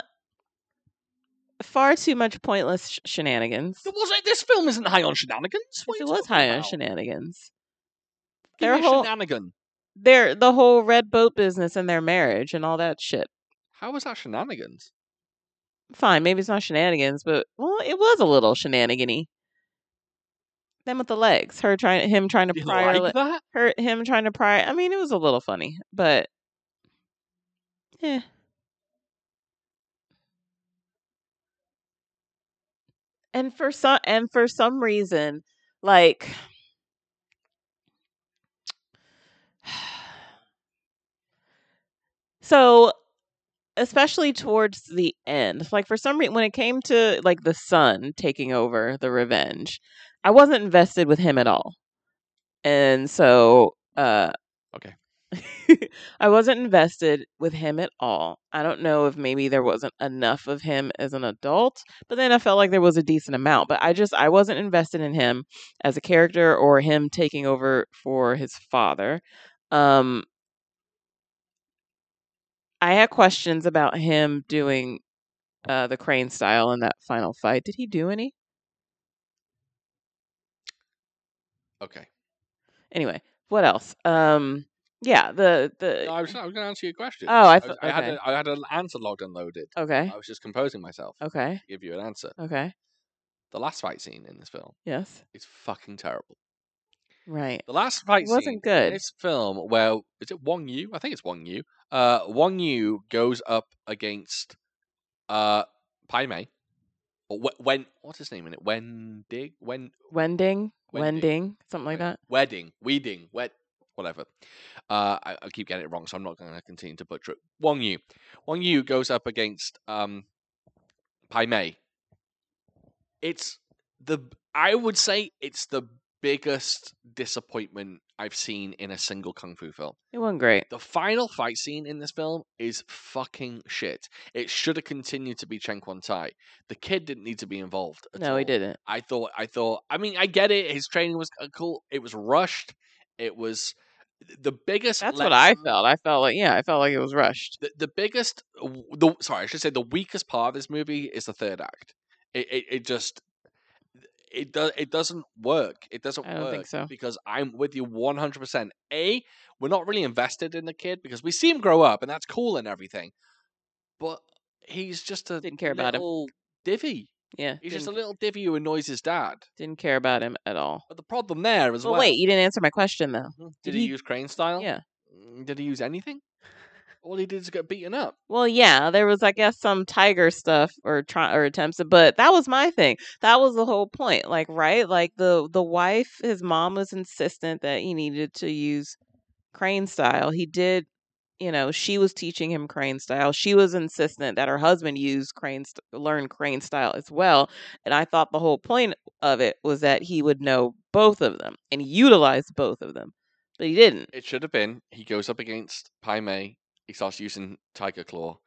[SPEAKER 3] Far too much pointless sh- shenanigans.
[SPEAKER 2] It wasn't- this film isn't high on shenanigans. What
[SPEAKER 3] Yes,
[SPEAKER 2] are
[SPEAKER 3] It
[SPEAKER 2] you
[SPEAKER 3] was
[SPEAKER 2] talking
[SPEAKER 3] high on
[SPEAKER 2] about?
[SPEAKER 3] shenanigans.
[SPEAKER 2] Give
[SPEAKER 3] Their
[SPEAKER 2] me a
[SPEAKER 3] whole-
[SPEAKER 2] shenanigan.
[SPEAKER 3] Their the whole red boat business and their marriage and all that shit.
[SPEAKER 2] How was that shenanigans?
[SPEAKER 3] Fine, maybe it's not shenanigans, but well, it was a little shenanigany. Them with the legs, her trying, him trying to
[SPEAKER 2] Did you
[SPEAKER 3] pry her,
[SPEAKER 2] like
[SPEAKER 3] le-
[SPEAKER 2] that?
[SPEAKER 3] her, him trying to pry. I mean, it was a little funny, but eh. And for some, and for some reason, like so especially towards the end like for some reason when it came to like the son taking over the revenge i wasn't invested with him at all and so uh
[SPEAKER 2] Okay.
[SPEAKER 3] i wasn't invested with him at all i don't know if maybe there wasn't enough of him as an adult but then i felt like there was a decent amount but i just i wasn't invested in him as a character or him taking over for his father. Um, I had questions about him doing uh, the crane style in that final fight. Did he do any?
[SPEAKER 2] Okay.
[SPEAKER 3] Anyway, what else? Um, yeah, the the
[SPEAKER 2] No, I was, I was going to answer your question.
[SPEAKER 3] Oh, I
[SPEAKER 2] was-
[SPEAKER 3] thought-
[SPEAKER 2] Uh, I had
[SPEAKER 3] okay.
[SPEAKER 2] a, I had an answer logged and loaded.
[SPEAKER 3] okay,
[SPEAKER 2] I was just composing myself
[SPEAKER 3] okay,
[SPEAKER 2] to give you an answer.
[SPEAKER 3] okay,
[SPEAKER 2] The last fight scene in this film
[SPEAKER 3] yes,
[SPEAKER 2] is fucking terrible.
[SPEAKER 3] right,
[SPEAKER 2] The last fight
[SPEAKER 3] It wasn't
[SPEAKER 2] scene in
[SPEAKER 3] good.
[SPEAKER 2] this film, where is it Wong Yu? I think it's Wong Yu. Uh, Wong Yu goes up against uh Pai Mei. Or Wen- Wen, what's his name in it? Wen Dig? Wen
[SPEAKER 3] Wending,
[SPEAKER 2] Wending.
[SPEAKER 3] Wending, something like that.
[SPEAKER 2] Wedding, weeding, wed, whatever. Uh, I, I keep getting it wrong, so I'm not going to continue to butcher it. Wang Yu, Wang Yu goes up against um, Pai Mei. It's the I would say it's the biggest disappointment I've seen in a single kung fu film.
[SPEAKER 3] It wasn't great.
[SPEAKER 2] The final fight scene in this film is fucking shit. It should have continued to be Chen Quan Tai. The kid didn't need to be involved. At
[SPEAKER 3] No,
[SPEAKER 2] all.
[SPEAKER 3] he didn't.
[SPEAKER 2] I thought, I thought, I mean, I get it. His training was c- cool. It was rushed. It was the biggest.
[SPEAKER 3] That's what I
[SPEAKER 2] letdown-
[SPEAKER 3] felt. I felt like yeah, I felt like it was rushed.
[SPEAKER 2] The, the biggest, w- the sorry, I should say the weakest part of this movie is the third act. It it, it just it does it doesn't work. It doesn't
[SPEAKER 3] I don't
[SPEAKER 2] work
[SPEAKER 3] think so.
[SPEAKER 2] because I'm with you 100%. A, we're not really invested in the kid because we see him grow up and that's cool and everything, but he's just a
[SPEAKER 3] Didn't care about him.
[SPEAKER 2] little divvy.
[SPEAKER 3] Yeah,
[SPEAKER 2] He's just a
[SPEAKER 3] didn't-
[SPEAKER 2] little divvy who annoys his dad.
[SPEAKER 3] didn't care about him at all.
[SPEAKER 2] But the problem there as
[SPEAKER 3] Well,
[SPEAKER 2] well.
[SPEAKER 3] wait, you didn't answer my question though.
[SPEAKER 2] Mhm.
[SPEAKER 3] Did
[SPEAKER 2] Did he,
[SPEAKER 3] he-
[SPEAKER 2] use crane style?
[SPEAKER 3] Yeah.
[SPEAKER 2] Mm, Did he use anything? All he did is get beaten up.
[SPEAKER 3] Well, yeah, there was, I guess, some tiger stuff or try or attempts, but that was my thing. That was the whole point. Like, right? Like the the wife, his mom was insistent that he needed to use crane style. He did, you know, she was teaching him crane style. She was insistent that her husband use crane st- learn crane style as well. And I thought the whole point of it was that he would know both of them and utilize both of them, but he didn't.
[SPEAKER 2] It should have been he goes up against Pai Mei. He starts using Tiger Claw,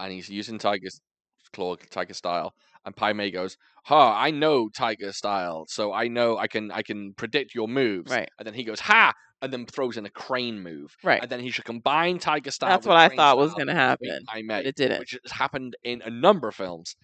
[SPEAKER 2] and he's using Tiger s- Claw, Tiger Style. And Pai Mei goes, "Ha! I know Tiger Style, so I know I can I can predict your moves."
[SPEAKER 3] Right.
[SPEAKER 2] And then he goes, "Ha!" And then throws in a crane move.
[SPEAKER 3] Right.
[SPEAKER 2] And then he should combine Tiger Style.
[SPEAKER 3] That's
[SPEAKER 2] with
[SPEAKER 3] what I
[SPEAKER 2] crane
[SPEAKER 3] thought was
[SPEAKER 2] style
[SPEAKER 3] going to
[SPEAKER 2] to beat
[SPEAKER 3] happen,
[SPEAKER 2] Pai Mei.
[SPEAKER 3] but it didn't.
[SPEAKER 2] which has happened in a number of films,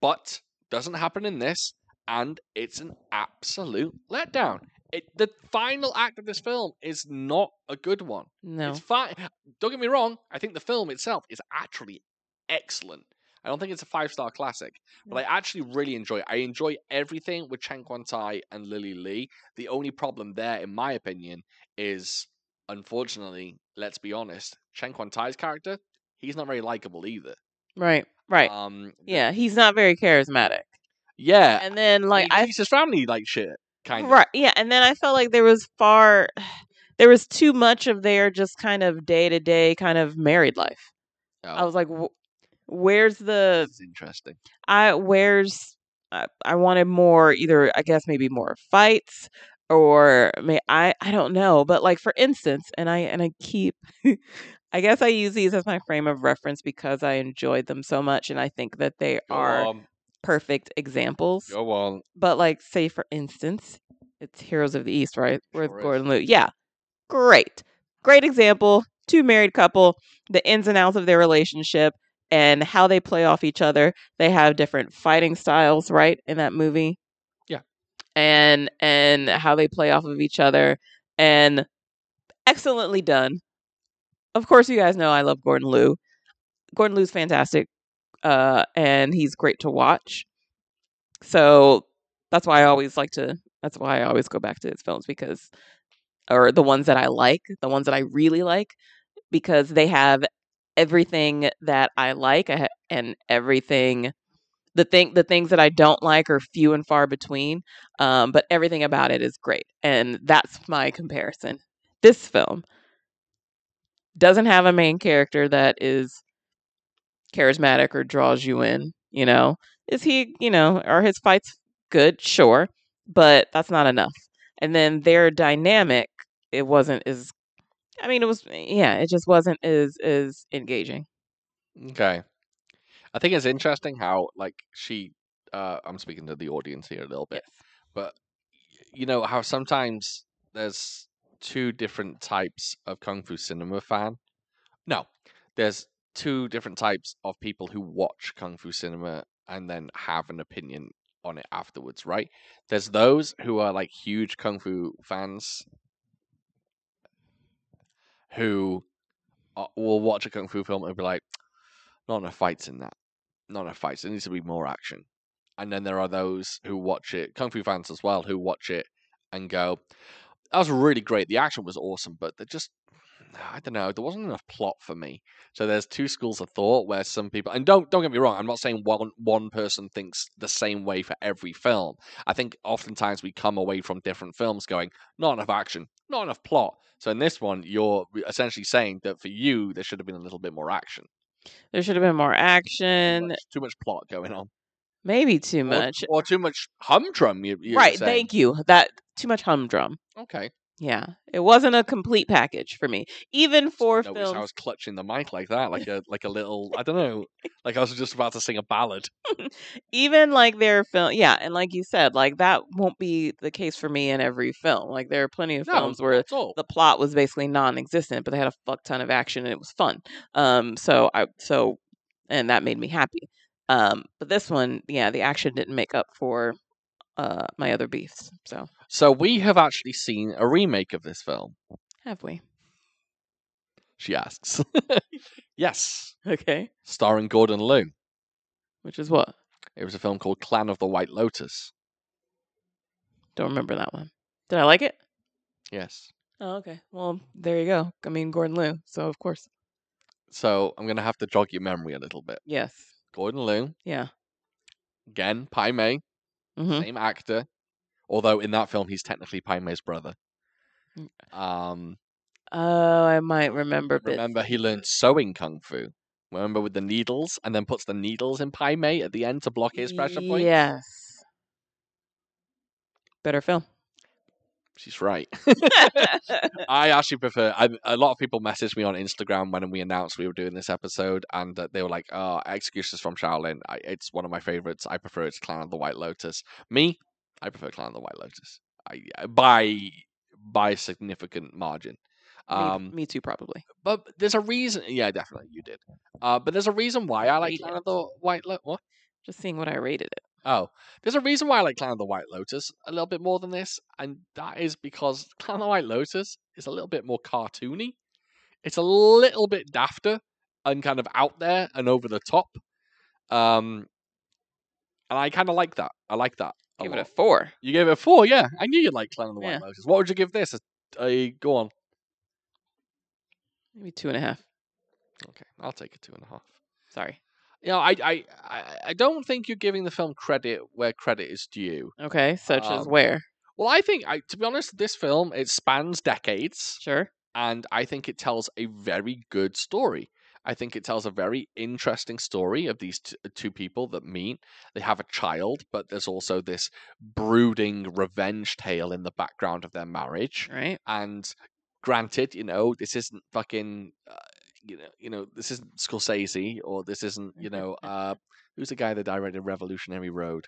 [SPEAKER 2] but doesn't happen in this, and it's an absolute letdown. It, the final act of this film is not a good one.
[SPEAKER 3] No.
[SPEAKER 2] It's fine. Don't get me wrong. I think the film itself is actually excellent. I don't think it's a five star classic, but I actually really enjoy it. I enjoy everything with Chen Quan Tai and Lily Lee. The only problem there, in my opinion, is unfortunately, let's be honest, Chen Quan Tai's character, he's not very likable either.
[SPEAKER 3] Right. Right.
[SPEAKER 2] Um,
[SPEAKER 3] yeah, he's not very charismatic.
[SPEAKER 2] yeah.
[SPEAKER 3] And then like
[SPEAKER 2] he
[SPEAKER 3] I
[SPEAKER 2] treats his family like shit, kind of.
[SPEAKER 3] Right. Yeah, and then I felt like there was far there was too much of their just kind of day-to-day kind of married life. I
[SPEAKER 2] Oh,
[SPEAKER 3] was like "Wh- where's the
[SPEAKER 2] this is interesting.
[SPEAKER 3] I where's I, I wanted more either I guess maybe more fights or may I I don't know, but like for instance, and I and I keep I guess I use these as my frame of reference because I enjoyed them so much and I think that they
[SPEAKER 2] Go
[SPEAKER 3] are
[SPEAKER 2] on.
[SPEAKER 3] perfect examples
[SPEAKER 2] Go on.
[SPEAKER 3] but like say for instance, it's Heroes of the East, right? With
[SPEAKER 2] Sure is.
[SPEAKER 3] Gordon Liu. Yeah. Great. Great example. Two married couple, the ins and outs of their relationship and how they play off each other. They have different fighting styles, right? In that movie.
[SPEAKER 2] Yeah.
[SPEAKER 3] And and how they play off of each other and excellently done. Of course you guys know I love Gordon Liu. Gordon Liu's fantastic. Uh and he's great to watch. So that's why I always like to that's why I always go back to his films because or the ones that I like, the ones that I really like because they have everything that I like I ha- and everything the thing the things that I don't like are few and far between um but everything about it is great and that's my comparison. This film doesn't have a main character that is charismatic or draws you in, you know. Is he, you know, are his fights good, sure, but that's not enough. And then their dynamic, it wasn't as I mean, it was yeah, it just wasn't as as engaging.
[SPEAKER 2] Okay. I think it's interesting how like she uh I'm speaking to the audience here a little bit. But y- you know how sometimes there's two different types of kung fu cinema fan. No. There's two different types of people who watch kung fu cinema and then have an opinion on it afterwards, right? There's those who are like huge kung fu fans who uh, will watch a kung fu film and be like, not enough fights in that. Not enough fights. There needs to be more action. And then there are those who watch it, kung fu fans as well, who watch it and go, that was really great. The action was awesome, but they just, I don't know, there wasn't enough plot for me. So there's two schools of thought where some people, and don't don't get me wrong, I'm not saying one one person thinks the same way for every film. I think oftentimes we come away from different films going, not enough action, not enough plot. So in this one, you're essentially saying that for you, there should have been a little bit more action
[SPEAKER 3] There should have been more
[SPEAKER 2] too
[SPEAKER 3] action,
[SPEAKER 2] much, too much plot going on,
[SPEAKER 3] maybe too
[SPEAKER 2] Or-
[SPEAKER 3] much.
[SPEAKER 2] or, too much humdrum. You, you
[SPEAKER 3] right,
[SPEAKER 2] Saying.
[SPEAKER 3] thank you. That too much humdrum.
[SPEAKER 2] Okay.
[SPEAKER 3] Yeah. It wasn't a complete package for me. Even for
[SPEAKER 2] Notice I
[SPEAKER 3] films
[SPEAKER 2] was clutching the mic like that, like a like a little. I don't know. Like I was just about to sing a ballad.
[SPEAKER 3] even like their film yeah, and like you said, like that won't be the case for me in every film. Like there are plenty of
[SPEAKER 2] No,
[SPEAKER 3] films where
[SPEAKER 2] That's all.
[SPEAKER 3] the plot was basically non-existent, but they had a fuck ton of action and it was fun. Um, so I so and that made me happy. Um, but this one, yeah, the action didn't make up for uh my other beefs. So
[SPEAKER 2] So we have actually seen a remake of this film.
[SPEAKER 3] have we?
[SPEAKER 2] She asks. yes,
[SPEAKER 3] Okay,
[SPEAKER 2] starring Gordon Liu.
[SPEAKER 3] which is what
[SPEAKER 2] It was a film called Clan of the White Lotus.
[SPEAKER 3] don't remember that one. Did I like it?
[SPEAKER 2] Yes.
[SPEAKER 3] Oh, okay. Well, there you go. I mean, Gordon Liu. So of course,
[SPEAKER 2] So I'm gonna have to jog your memory a little bit.
[SPEAKER 3] yes,
[SPEAKER 2] Gordon Liu
[SPEAKER 3] yeah.
[SPEAKER 2] again, Pai Mei,
[SPEAKER 3] hmm
[SPEAKER 2] same actor, although in that film he's technically Pai Mei's brother.
[SPEAKER 3] Mm.
[SPEAKER 2] Um,
[SPEAKER 3] Oh, I might remember. Bits.
[SPEAKER 2] remember he learned sewing kung fu. Remember with the needles, and then puts the needles in Pai Mei at the end to block his pressure point.
[SPEAKER 3] Yes. Better film.
[SPEAKER 2] She's right. I actually prefer. I, a lot of people messaged me on Instagram when we announced we were doing this episode, and uh, they were like, "Oh, Executioners from Shaolin. I, it's one of my favorites. I prefer it to Clan of the White Lotus. Me, I prefer Clan of the White Lotus. I, I- by by a significant margin.
[SPEAKER 3] Me-
[SPEAKER 2] Um,
[SPEAKER 3] me, too, probably.
[SPEAKER 2] but there's a reason. Yeah, definitely you did. Uh, but there's a reason why I like Clan of the White Lotus. What?
[SPEAKER 3] Just seeing what I rated it.
[SPEAKER 2] Oh, there's a reason why I like Clan of the White Lotus a little bit more than this, and that is because Clan of the White Lotus is a little bit more cartoony. It's a little bit dafter and kind of out there and over the top. Um, and I kind of like that. I like that. a
[SPEAKER 3] Give it
[SPEAKER 2] lot.
[SPEAKER 3] a four.
[SPEAKER 2] You gave it a four, yeah. I knew you'd like Clan of the White
[SPEAKER 3] Yeah.
[SPEAKER 2] Lotus. What would you give this? A, a go on.
[SPEAKER 3] Maybe two and a half.
[SPEAKER 2] Okay, I'll take a two and a half.
[SPEAKER 3] Sorry.
[SPEAKER 2] You know, I, I, I, I don't think you're giving the film credit where credit is due.
[SPEAKER 3] Okay, such as
[SPEAKER 2] Um,
[SPEAKER 3] where?
[SPEAKER 2] Well, I think, I, to be honest, this film it spans decades,
[SPEAKER 3] Sure.
[SPEAKER 2] and I think it tells a very good story. I think it tells a very interesting story of these t- two people that meet. They have a child, but there's also this brooding revenge tale in the background of their marriage.
[SPEAKER 3] Right.
[SPEAKER 2] And granted, you know, this isn't fucking, uh, you know, you know, this isn't Scorsese or this isn't, you know, uh, who's the guy that directed Revolutionary Road?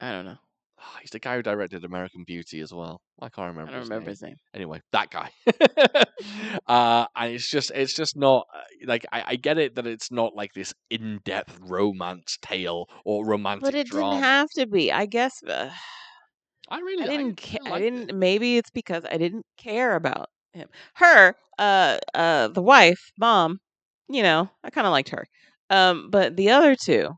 [SPEAKER 3] I don't know.
[SPEAKER 2] Ah, he's the guy who directed American Beauty as well. I can't
[SPEAKER 3] I
[SPEAKER 2] remember.
[SPEAKER 3] don't
[SPEAKER 2] his
[SPEAKER 3] remember
[SPEAKER 2] name.
[SPEAKER 3] his name.
[SPEAKER 2] Anyway, that guy. uh, and it's just, it's just not uh, like I, I get it that it's not like this in-depth romance tale or romantic
[SPEAKER 3] But it
[SPEAKER 2] drama.
[SPEAKER 3] didn't have to be. I guess uh,
[SPEAKER 2] I really,
[SPEAKER 3] I didn't. Ca- I
[SPEAKER 2] liked it.
[SPEAKER 3] didn't. Maybe it's because I didn't care about him. Her, uh, uh, the wife, mom. You know, I kind of liked her. Um, but the other two,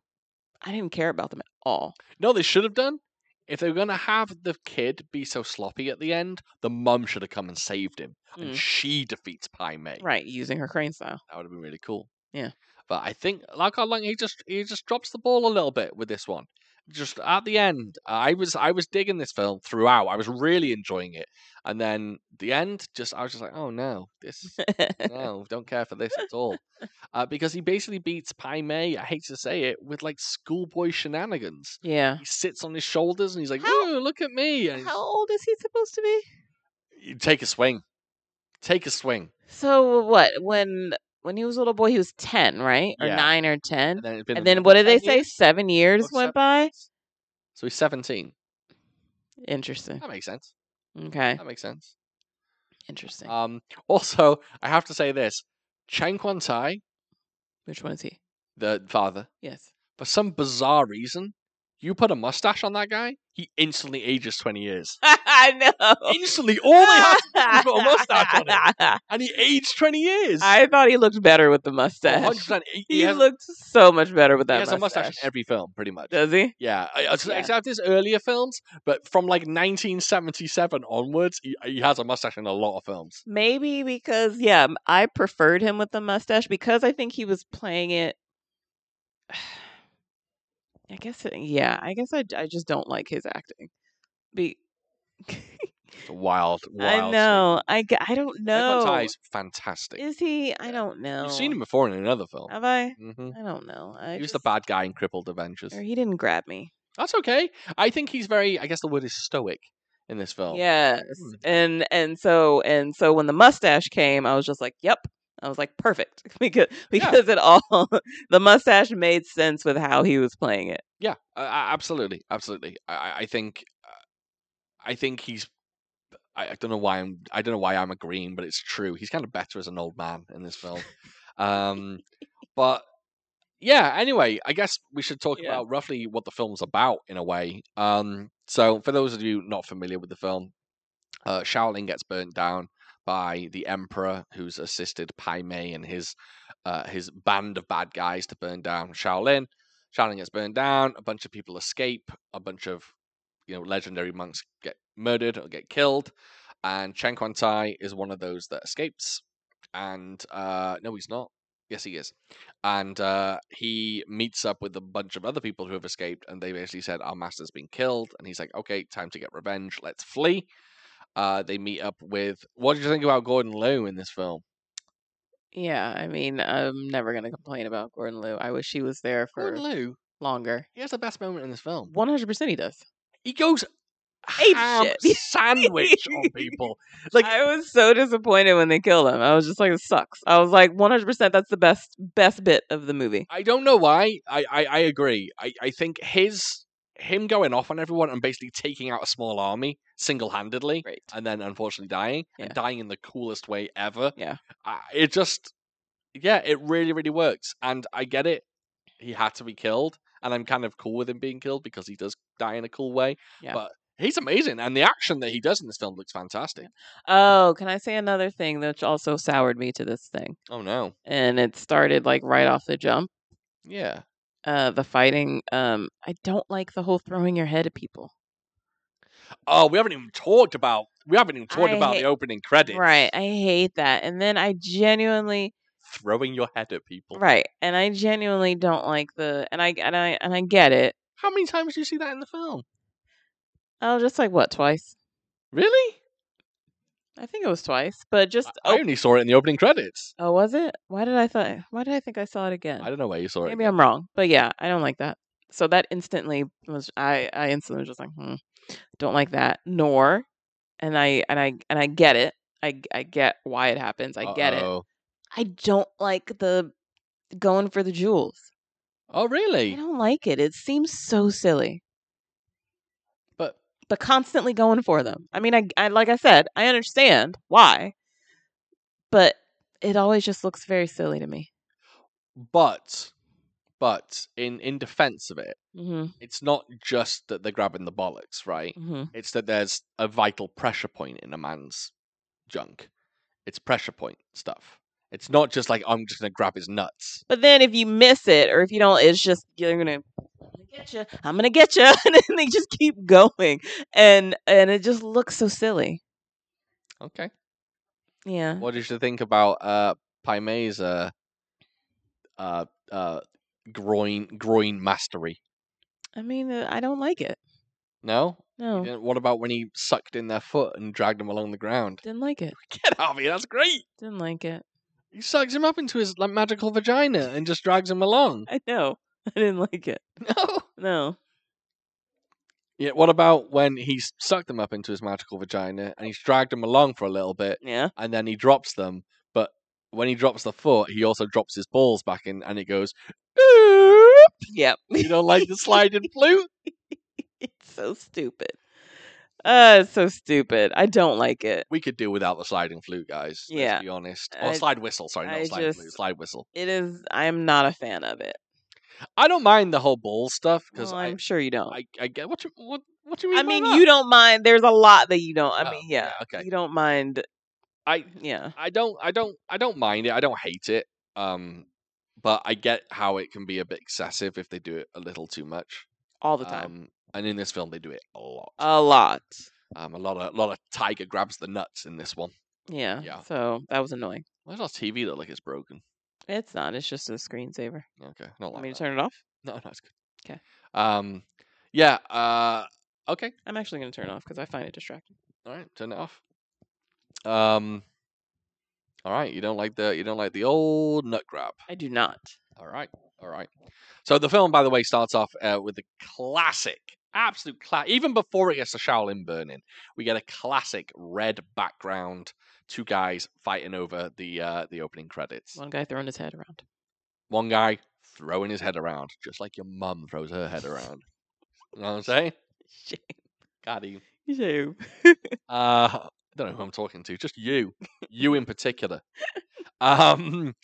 [SPEAKER 3] I didn't care about them at all.
[SPEAKER 2] No, they should have done. If they were going to have the kid be so sloppy at the end, the mum should have come and saved him,
[SPEAKER 3] Mm.
[SPEAKER 2] and she defeats Pai Mei.
[SPEAKER 3] Right, using her crane style.
[SPEAKER 2] That would have been really cool.
[SPEAKER 3] Yeah.
[SPEAKER 2] But I think like how long he just he just drops the ball a little bit with this one. Just at the end, I was I was digging this film throughout. I was really enjoying it, and then the end, just I was just like, oh no, this no, don't care for this at all, uh, because he basically beats Pai Mei. I hate to say it, with like schoolboy shenanigans
[SPEAKER 3] yeah.
[SPEAKER 2] he sits on his shoulders and he's like,
[SPEAKER 3] How-
[SPEAKER 2] "Ooh, look at me!" And he's-
[SPEAKER 3] How old is he supposed to be?
[SPEAKER 2] you take a swing, take a swing,
[SPEAKER 3] So what? When when he was a little boy, he was ten, right? Or
[SPEAKER 2] Yeah.
[SPEAKER 3] nine or ten.
[SPEAKER 2] and then it's been
[SPEAKER 3] Hmm? And
[SPEAKER 2] another
[SPEAKER 3] then what did they
[SPEAKER 2] 10
[SPEAKER 3] say?
[SPEAKER 2] years?
[SPEAKER 3] Seven years
[SPEAKER 2] Or
[SPEAKER 3] went
[SPEAKER 2] seven
[SPEAKER 3] by.
[SPEAKER 2] years. So he's seventeen.
[SPEAKER 3] Interesting.
[SPEAKER 2] That makes sense.
[SPEAKER 3] Okay.
[SPEAKER 2] That makes sense.
[SPEAKER 3] Interesting.
[SPEAKER 2] Um, also, I have to say this: Chen Quan Tai,
[SPEAKER 3] Which one is he?
[SPEAKER 2] the father,
[SPEAKER 3] Yes.
[SPEAKER 2] for some bizarre reason, you put a mustache on that guy, he instantly ages twenty years.
[SPEAKER 3] I know.
[SPEAKER 2] instantly, all they have, is put a mustache on and he aged twenty years.
[SPEAKER 3] I thought he looked better with the mustache.
[SPEAKER 2] 100%. He, Oh, he
[SPEAKER 3] He
[SPEAKER 2] has,
[SPEAKER 3] looked so much better with
[SPEAKER 2] he
[SPEAKER 3] that
[SPEAKER 2] has a
[SPEAKER 3] mustache.
[SPEAKER 2] mustache in every film, pretty much.
[SPEAKER 3] Does he?
[SPEAKER 2] Yeah, I- I- ex-
[SPEAKER 3] Yeah.
[SPEAKER 2] except his earlier films, but from like 1977 onwards, he, he has a mustache in a lot of films.
[SPEAKER 3] Maybe because yeah, m- I preferred him with the mustache because I think he was playing it. I guess it- yeah, I guess I, d- I just don't like his acting. Be
[SPEAKER 2] It's a wild, wild.
[SPEAKER 3] I know I g- I don't know.
[SPEAKER 2] is fantastic.
[SPEAKER 3] Is he? I
[SPEAKER 2] Yeah.
[SPEAKER 3] don't know.
[SPEAKER 2] You've seen him before in another film.
[SPEAKER 3] Have I?
[SPEAKER 2] hmm
[SPEAKER 3] I don't know. I
[SPEAKER 2] He was
[SPEAKER 3] just,
[SPEAKER 2] the bad guy in Crippled Adventures.
[SPEAKER 3] Or he didn't grab me.
[SPEAKER 2] That's okay. I think he's very. I guess the word is stoic in this film.
[SPEAKER 3] Yes.
[SPEAKER 2] Hmm.
[SPEAKER 3] And and so and so when the mustache came, I was just like, "Yep." I was like, "Perfect." because
[SPEAKER 2] Yeah.
[SPEAKER 3] because it all the mustache made sense with how he was playing it.
[SPEAKER 2] Yeah, uh, absolutely, absolutely. I- I, I think, uh, I think he's. I, I don't know why I'm. I don't know why I'm agreeing, but it's true. He's kind of better as an old man in this film. um, but yeah. Anyway, I guess we should talk
[SPEAKER 3] Yeah.
[SPEAKER 2] about roughly what the film's about in a way. Um, so for those of you not familiar with the film, uh, Shaolin gets burnt down by the Emperor, who's assisted Pai Mei and his uh, his band of bad guys to burn down Shaolin. Shaolin gets burned down. A bunch of people escape. A bunch of you know legendary monks get murdered or get killed, and Chen Quan Tai is one of those that escapes. And uh, no, he's not. Yes, he is. And uh, he meets up with a bunch of other people who have escaped, and they basically said, "Our master's been killed." And he's like, "Okay, time to get revenge. Let's flee." Uh, they meet up with. What did you think about Gordon Liu in this film?
[SPEAKER 3] Yeah, I mean, I'm never going to complain about Gordon Liu. I wish he was there for
[SPEAKER 2] Gordon Liu,
[SPEAKER 3] longer.
[SPEAKER 2] he has the best moment in this film.
[SPEAKER 3] 100% he does.
[SPEAKER 2] He goes
[SPEAKER 3] Ape
[SPEAKER 2] ham
[SPEAKER 3] shit.
[SPEAKER 2] sandwich on people. Like
[SPEAKER 3] I was so disappointed when they killed him. I was just like, it sucks. I was like, 100% that's the best best bit of the movie.
[SPEAKER 2] I don't know why. I I, I agree. I I think his him going off on everyone and basically taking out a small army single handedly,
[SPEAKER 3] Great.
[SPEAKER 2] and then unfortunately dying
[SPEAKER 3] Yeah.
[SPEAKER 2] and dying in the coolest way ever.
[SPEAKER 3] Yeah.
[SPEAKER 2] I, it just yeah, it really really works, and I get it. He had to be killed, and I'm kind of cool with him being killed because he does die in a cool way.
[SPEAKER 3] Yeah.
[SPEAKER 2] But he's amazing, and the action that he does in this film looks fantastic.
[SPEAKER 3] Oh, can I say another thing that also soured me to this thing?
[SPEAKER 2] Oh no,
[SPEAKER 3] And it started like right off the jump.
[SPEAKER 2] yeah,
[SPEAKER 3] Uh, the fighting. Um, I don't like the whole throwing your head at people.
[SPEAKER 2] Oh, we haven't even talked about we haven't even talked
[SPEAKER 3] I
[SPEAKER 2] about
[SPEAKER 3] hate-
[SPEAKER 2] the opening credits.
[SPEAKER 3] Right. I hate that. And then I genuinely
[SPEAKER 2] Throwing your head at people.
[SPEAKER 3] right. And I genuinely don't like the. And I and I and I get it.
[SPEAKER 2] How many times do you see that in the film?
[SPEAKER 3] Oh, just like what twice?
[SPEAKER 2] Really?
[SPEAKER 3] I think it was twice. But just
[SPEAKER 2] I
[SPEAKER 3] oh,
[SPEAKER 2] only saw it in the opening credits.
[SPEAKER 3] oh, was it? Why did I thought? Why did I think I saw it again?
[SPEAKER 2] I don't know where you saw it.
[SPEAKER 3] Maybe I'm wrong, but yeah, I don't like that. So that instantly was I. I instantly was just like, hmm, don't like that. Nor, and I and I and I get it. I g- I get why it happens.
[SPEAKER 2] Uh,
[SPEAKER 3] I get it.
[SPEAKER 2] Uh-oh.
[SPEAKER 3] I don't like the going for the jewels.
[SPEAKER 2] Oh,
[SPEAKER 3] I
[SPEAKER 2] really?
[SPEAKER 3] don't like it. It seems so silly.
[SPEAKER 2] But
[SPEAKER 3] But constantly going for them. I mean, I, I like I said, I understand why, but it always just looks very silly to me.
[SPEAKER 2] but but in in defense of it,
[SPEAKER 3] hmm
[SPEAKER 2] it's not just that they're grabbing the bollocks, right?
[SPEAKER 3] hmm
[SPEAKER 2] It's that there's a vital pressure point in a man's junk. It's pressure point stuff. It's not just like I'm just gonna grab his nuts.
[SPEAKER 3] But then if you miss it or if you don't, it's just you're gonna I'm gonna get you. I'm gonna get you, and then they just keep going, and and it just looks so silly.
[SPEAKER 2] Okay.
[SPEAKER 3] Yeah.
[SPEAKER 2] What did you think about uh Paime's uh uh uh groin groin mastery?
[SPEAKER 3] I mean, uh, I don't like it.
[SPEAKER 2] No? You
[SPEAKER 3] No,
[SPEAKER 2] didn't- What about when he sucked in their foot and dragged him along the ground?
[SPEAKER 3] didn't like it.
[SPEAKER 2] Get out of here, that's great.
[SPEAKER 3] Didn't like it.
[SPEAKER 2] He sucks him up into his like magical vagina and just drags him along.
[SPEAKER 3] I know. I didn't like it.
[SPEAKER 2] No.
[SPEAKER 3] No.
[SPEAKER 2] Yeah, what about when he's sucked them up into his magical vagina and he's dragged them along for a little bit
[SPEAKER 3] Yeah.
[SPEAKER 2] and then he drops them, but when he drops the foot, he also drops his balls back in and it goes, "Oop."
[SPEAKER 3] Yep.
[SPEAKER 2] you know, like the sliding flute?
[SPEAKER 3] it's so stupid. Uh, it's so stupid. I don't like it.
[SPEAKER 2] we could do without the sliding flute, guys.
[SPEAKER 3] Yeah.
[SPEAKER 2] Let's be honest. Or
[SPEAKER 3] I-
[SPEAKER 2] slide whistle, sorry, not
[SPEAKER 3] I
[SPEAKER 2] sliding flute,
[SPEAKER 3] just-
[SPEAKER 2] slide whistle.
[SPEAKER 3] It is. I am not a fan of it.
[SPEAKER 2] I don't mind the whole ball stuff because
[SPEAKER 3] Well,
[SPEAKER 2] I,
[SPEAKER 3] Oh, I'm sure you don't.
[SPEAKER 2] I, I get what you what what do you
[SPEAKER 3] I
[SPEAKER 2] mean. by
[SPEAKER 3] mean,
[SPEAKER 2] that?
[SPEAKER 3] you don't mind. There's a lot that you don't. I
[SPEAKER 2] Oh,
[SPEAKER 3] mean, yeah.
[SPEAKER 2] yeah, okay.
[SPEAKER 3] You don't mind.
[SPEAKER 2] I
[SPEAKER 3] Yeah.
[SPEAKER 2] I don't I don't I don't mind it. I don't hate it. Um, but I get how it can be a bit excessive if they do it a little too much.
[SPEAKER 3] All the time.
[SPEAKER 2] Um, and in this film, they do it a lot.
[SPEAKER 3] a lot.
[SPEAKER 2] um, a lot of a lot of tiger grabs the nuts in this one.
[SPEAKER 3] Yeah.
[SPEAKER 2] Yeah.
[SPEAKER 3] So that was annoying.
[SPEAKER 2] Why does our TV look like it's broken?
[SPEAKER 3] It's not. It's just a screensaver.
[SPEAKER 2] Okay, not
[SPEAKER 3] Want
[SPEAKER 2] like
[SPEAKER 3] me to
[SPEAKER 2] that.
[SPEAKER 3] turn it off?
[SPEAKER 2] No, no, it's good.
[SPEAKER 3] 'Kay.
[SPEAKER 2] Um, yeah. Uh, okay.
[SPEAKER 3] I'm actually going to turn it off because I find it distracting.
[SPEAKER 2] All right, turn it off. Um. All right, you don't like the you don't like the old nut grab.
[SPEAKER 3] I do not.
[SPEAKER 2] All right, all right. So the film, by the way, starts off uh, with the classic, absolute classic. Even before it gets to Shaolin burning, we get a classic red background. Two guys fighting over the uh, the opening credits.
[SPEAKER 3] One guy throwing his head around.
[SPEAKER 2] One guy throwing his head around, just like your mum throws her head around. You know what I'm saying?
[SPEAKER 3] Shame.
[SPEAKER 2] God, he
[SPEAKER 3] Shame.
[SPEAKER 2] Uh, I don't know who I'm talking to. Just you, you in particular. Um,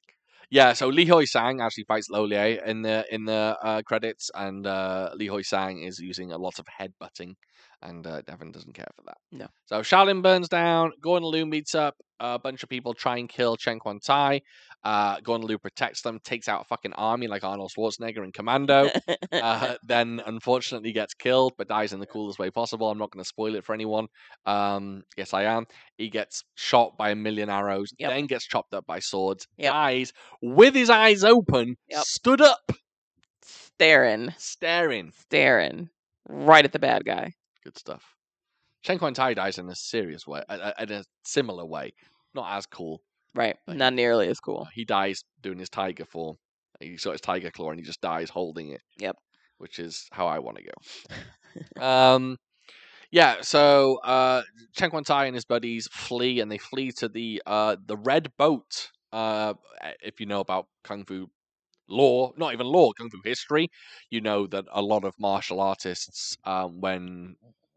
[SPEAKER 2] yeah. So Lee Hoi Sang actually fights Lolier in the in the uh, credits, and uh, Lee Hoi Sang is using a lot of headbutting, and uh, Devin doesn't care for that.
[SPEAKER 3] No.
[SPEAKER 2] So Shaolin burns down. Gordon Liu meets up a bunch of people, try and kill Chen Quan Tai. Uh, Gordon Liu protects them, takes out a fucking army like Arnold Schwarzenegger in Commando uh, then unfortunately gets killed, but dies in the coolest way possible. I'm not going to spoil it for anyone. Um, yes, I am. He gets shot by a million arrows,
[SPEAKER 3] Yep.
[SPEAKER 2] then gets chopped up by swords,
[SPEAKER 3] Yep.
[SPEAKER 2] dies with his eyes open,
[SPEAKER 3] Yep.
[SPEAKER 2] stood up,
[SPEAKER 3] staring.
[SPEAKER 2] staring.
[SPEAKER 3] Staring. Right at the bad guy.
[SPEAKER 2] Good stuff. Chen Quan Tai dies in a serious way, uh, uh, in a similar way, not as cool.
[SPEAKER 3] Right.
[SPEAKER 2] Like-
[SPEAKER 3] Not nearly as cool.
[SPEAKER 2] He dies doing his tiger form. He saw his tiger claw and he just dies holding it.
[SPEAKER 3] Yep.
[SPEAKER 2] Which is how I want to go. um, yeah. So uh, Chen Quan Tai and his buddies flee, and they flee to the uh, the Red Boat. Uh, a- if you know about kung fu law, not even law, kung fu history, you know that a lot of martial artists, um, when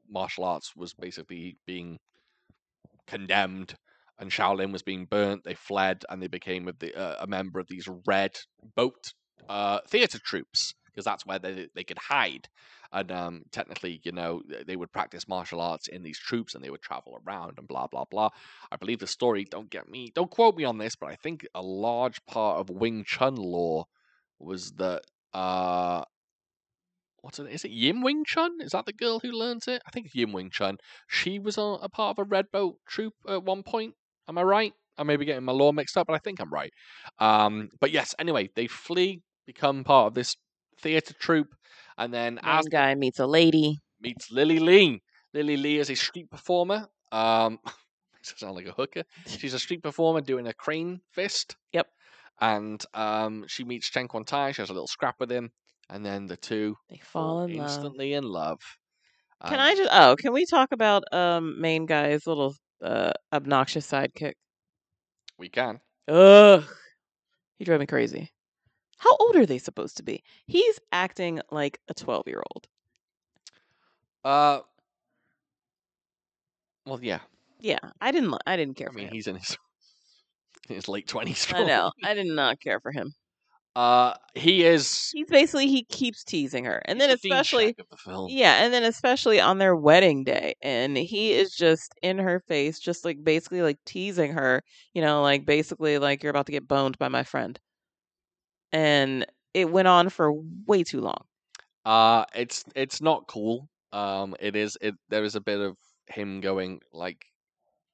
[SPEAKER 2] martial arts was basically being condemned and Shaolin was being burnt, they fled and they became of the, uh, a member of these red boat uh, theater troops. because that's where they, they could hide. And um, technically, you know, th- they would practice martial arts in these troops and they would travel around and blah, blah, blah. I believe the story, don't get me, don't quote me on this, but I think a large part of Wing Chun lore was that, uh, what's it, is it Yin Wing Chun? Is that the girl who learns it? I think it's Yin Wing Chun. She was a, a part of a Red Boat troop at one point. Am I right? I may be getting my lore mixed up, but I think I'm right. Um, but yes, anyway, they flee, become part of this theatre troupe, and then as
[SPEAKER 4] One guy meets a lady.
[SPEAKER 2] meets Lily Lee. Lily Lee is a street performer. Um, makes her sound like a hooker. She's a street performer doing a crane fist.
[SPEAKER 3] Yep.
[SPEAKER 2] And um, she meets Chen Quan Tai. She has a little scrap with him, and then the two
[SPEAKER 4] They fall
[SPEAKER 2] fall
[SPEAKER 4] in love.
[SPEAKER 2] instantly in love.
[SPEAKER 3] Can
[SPEAKER 2] Um,
[SPEAKER 3] I just? Oh, can we talk about um main guy's little uh obnoxious sidekick?
[SPEAKER 2] We can.
[SPEAKER 3] Ugh, he drove me crazy. How old are they supposed to be? He's acting like a twelve-year-old.
[SPEAKER 2] Uh. Well, yeah.
[SPEAKER 3] Yeah, I didn't. li- I didn't care
[SPEAKER 2] I
[SPEAKER 3] for
[SPEAKER 2] mean,
[SPEAKER 3] him.
[SPEAKER 2] he's in his in his late twenties.
[SPEAKER 3] I know. I did not care for him.
[SPEAKER 2] Uh, he is.
[SPEAKER 3] He's basically he keeps teasing her, and
[SPEAKER 2] he's
[SPEAKER 3] then
[SPEAKER 2] the Dean
[SPEAKER 3] especially
[SPEAKER 2] Shack of the film.
[SPEAKER 3] yeah, and then especially on their wedding day, and he is just in her face, just like basically like teasing her, you know, like basically like you're about to get boned by my friend, and it went on for way too long.
[SPEAKER 2] Uh it's it's not cool. Um it is it there is a bit of him going like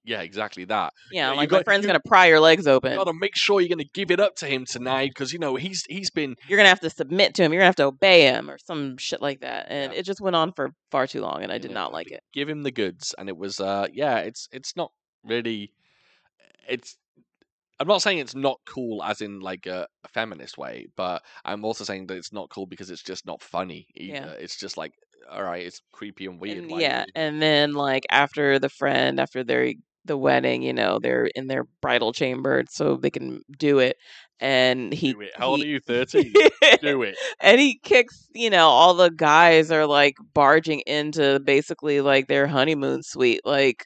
[SPEAKER 2] yeah, exactly that.
[SPEAKER 3] Yeah,
[SPEAKER 2] Yeah, you
[SPEAKER 3] like my
[SPEAKER 2] got-
[SPEAKER 3] friend's
[SPEAKER 2] you-
[SPEAKER 3] gonna pry your legs
[SPEAKER 2] You
[SPEAKER 3] open.
[SPEAKER 2] gotta make sure you're gonna give it up to him tonight because you know he's he's been
[SPEAKER 3] You're gonna have to submit to him. You're gonna have to obey him or some shit like that. And
[SPEAKER 2] Yeah.
[SPEAKER 3] it just went on for far too long, and I
[SPEAKER 2] you
[SPEAKER 3] did
[SPEAKER 2] know,
[SPEAKER 3] not like it.
[SPEAKER 2] give him the goods and it was uh yeah, it's it's not really it's I'm not saying it's not cool as in like a, a feminist way, but I'm also saying that it's not cool because it's just not funny either.
[SPEAKER 3] Yeah.
[SPEAKER 2] It's just like all right, it's creepy and weird.
[SPEAKER 3] and
[SPEAKER 2] why would
[SPEAKER 3] yeah
[SPEAKER 2] you-
[SPEAKER 3] and then like after the friend after their the wedding you know they're in their bridal chamber so they can do it and he
[SPEAKER 2] do it. How old are
[SPEAKER 3] he-
[SPEAKER 2] you? Thirteen. do it.
[SPEAKER 3] and he kicks you know all the guys are like barging into basically like their honeymoon suite like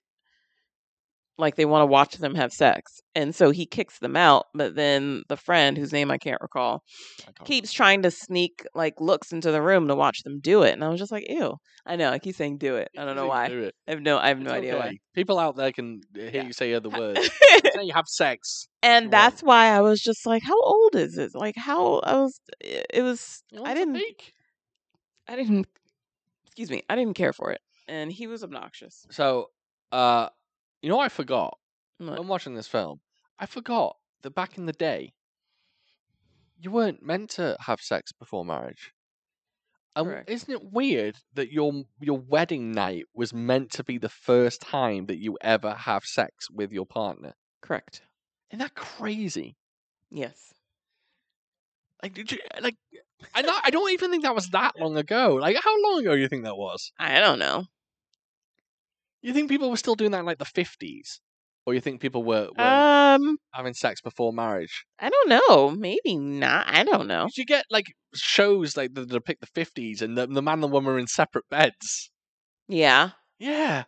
[SPEAKER 3] like they want to watch them have sex and so he kicks them out but then the friend whose name i can't recall
[SPEAKER 2] I can't remember.
[SPEAKER 3] keeps trying to sneak like looks into the room to watch them do it and i was just like ew i know i keep saying do it i don't know
[SPEAKER 2] Think
[SPEAKER 3] why
[SPEAKER 2] do it.
[SPEAKER 3] I have no, I have no
[SPEAKER 2] It's
[SPEAKER 3] idea
[SPEAKER 2] okay. People out there can uh, hear
[SPEAKER 3] Yeah.
[SPEAKER 2] you say other words.
[SPEAKER 3] why.
[SPEAKER 2] say you have sex. You're
[SPEAKER 3] and
[SPEAKER 2] right.
[SPEAKER 3] that's why I was just like, "How old is this? Like, how I was? It it was. I didn't. I didn't. Excuse me. I didn't care for it. And he was obnoxious.
[SPEAKER 2] So, uh, you know, what I forgot.
[SPEAKER 3] I'm like,
[SPEAKER 2] when watching this film. I forgot that back in the day, you weren't meant to have sex before marriage. And
[SPEAKER 3] Correct.
[SPEAKER 2] isn't it weird that your your wedding night was meant to be the first time that you ever have sex with your partner?
[SPEAKER 3] Correct.
[SPEAKER 2] Isn't that crazy?
[SPEAKER 3] Yes.
[SPEAKER 2] Like, did you, like, I not, I don't even think that was that long ago. Like, how long ago do you think that was?
[SPEAKER 3] I don't know.
[SPEAKER 2] You think people were still doing that in like the fifties, or you think people were, were
[SPEAKER 3] Um,
[SPEAKER 2] having sex before marriage?
[SPEAKER 3] I don't know. Maybe not. I don't know.
[SPEAKER 2] Did you get like shows like that depict the fifties and the, the man and the woman are in separate beds?
[SPEAKER 3] Yeah.
[SPEAKER 2] Yeah,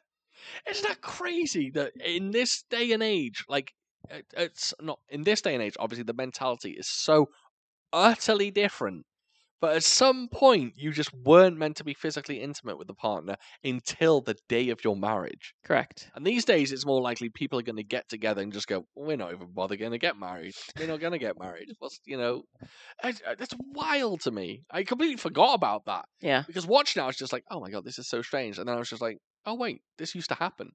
[SPEAKER 2] isn't that crazy that in this day and age, like, it, it's not in this day and age. Obviously, the mentality is so utterly different. But at some point, you just weren't meant to be physically intimate with the partner until the day of your marriage.
[SPEAKER 3] Correct.
[SPEAKER 2] And these days, it's more likely people are going to get together and just go, "We're not even bother going to get married. We're not going to get married." What's you know, that's that's wild to me. I completely forgot about that
[SPEAKER 3] Yeah.
[SPEAKER 2] because watching now, it's just like, "Oh my god, this is so strange." And then I was just like, "Oh wait, this used to happen."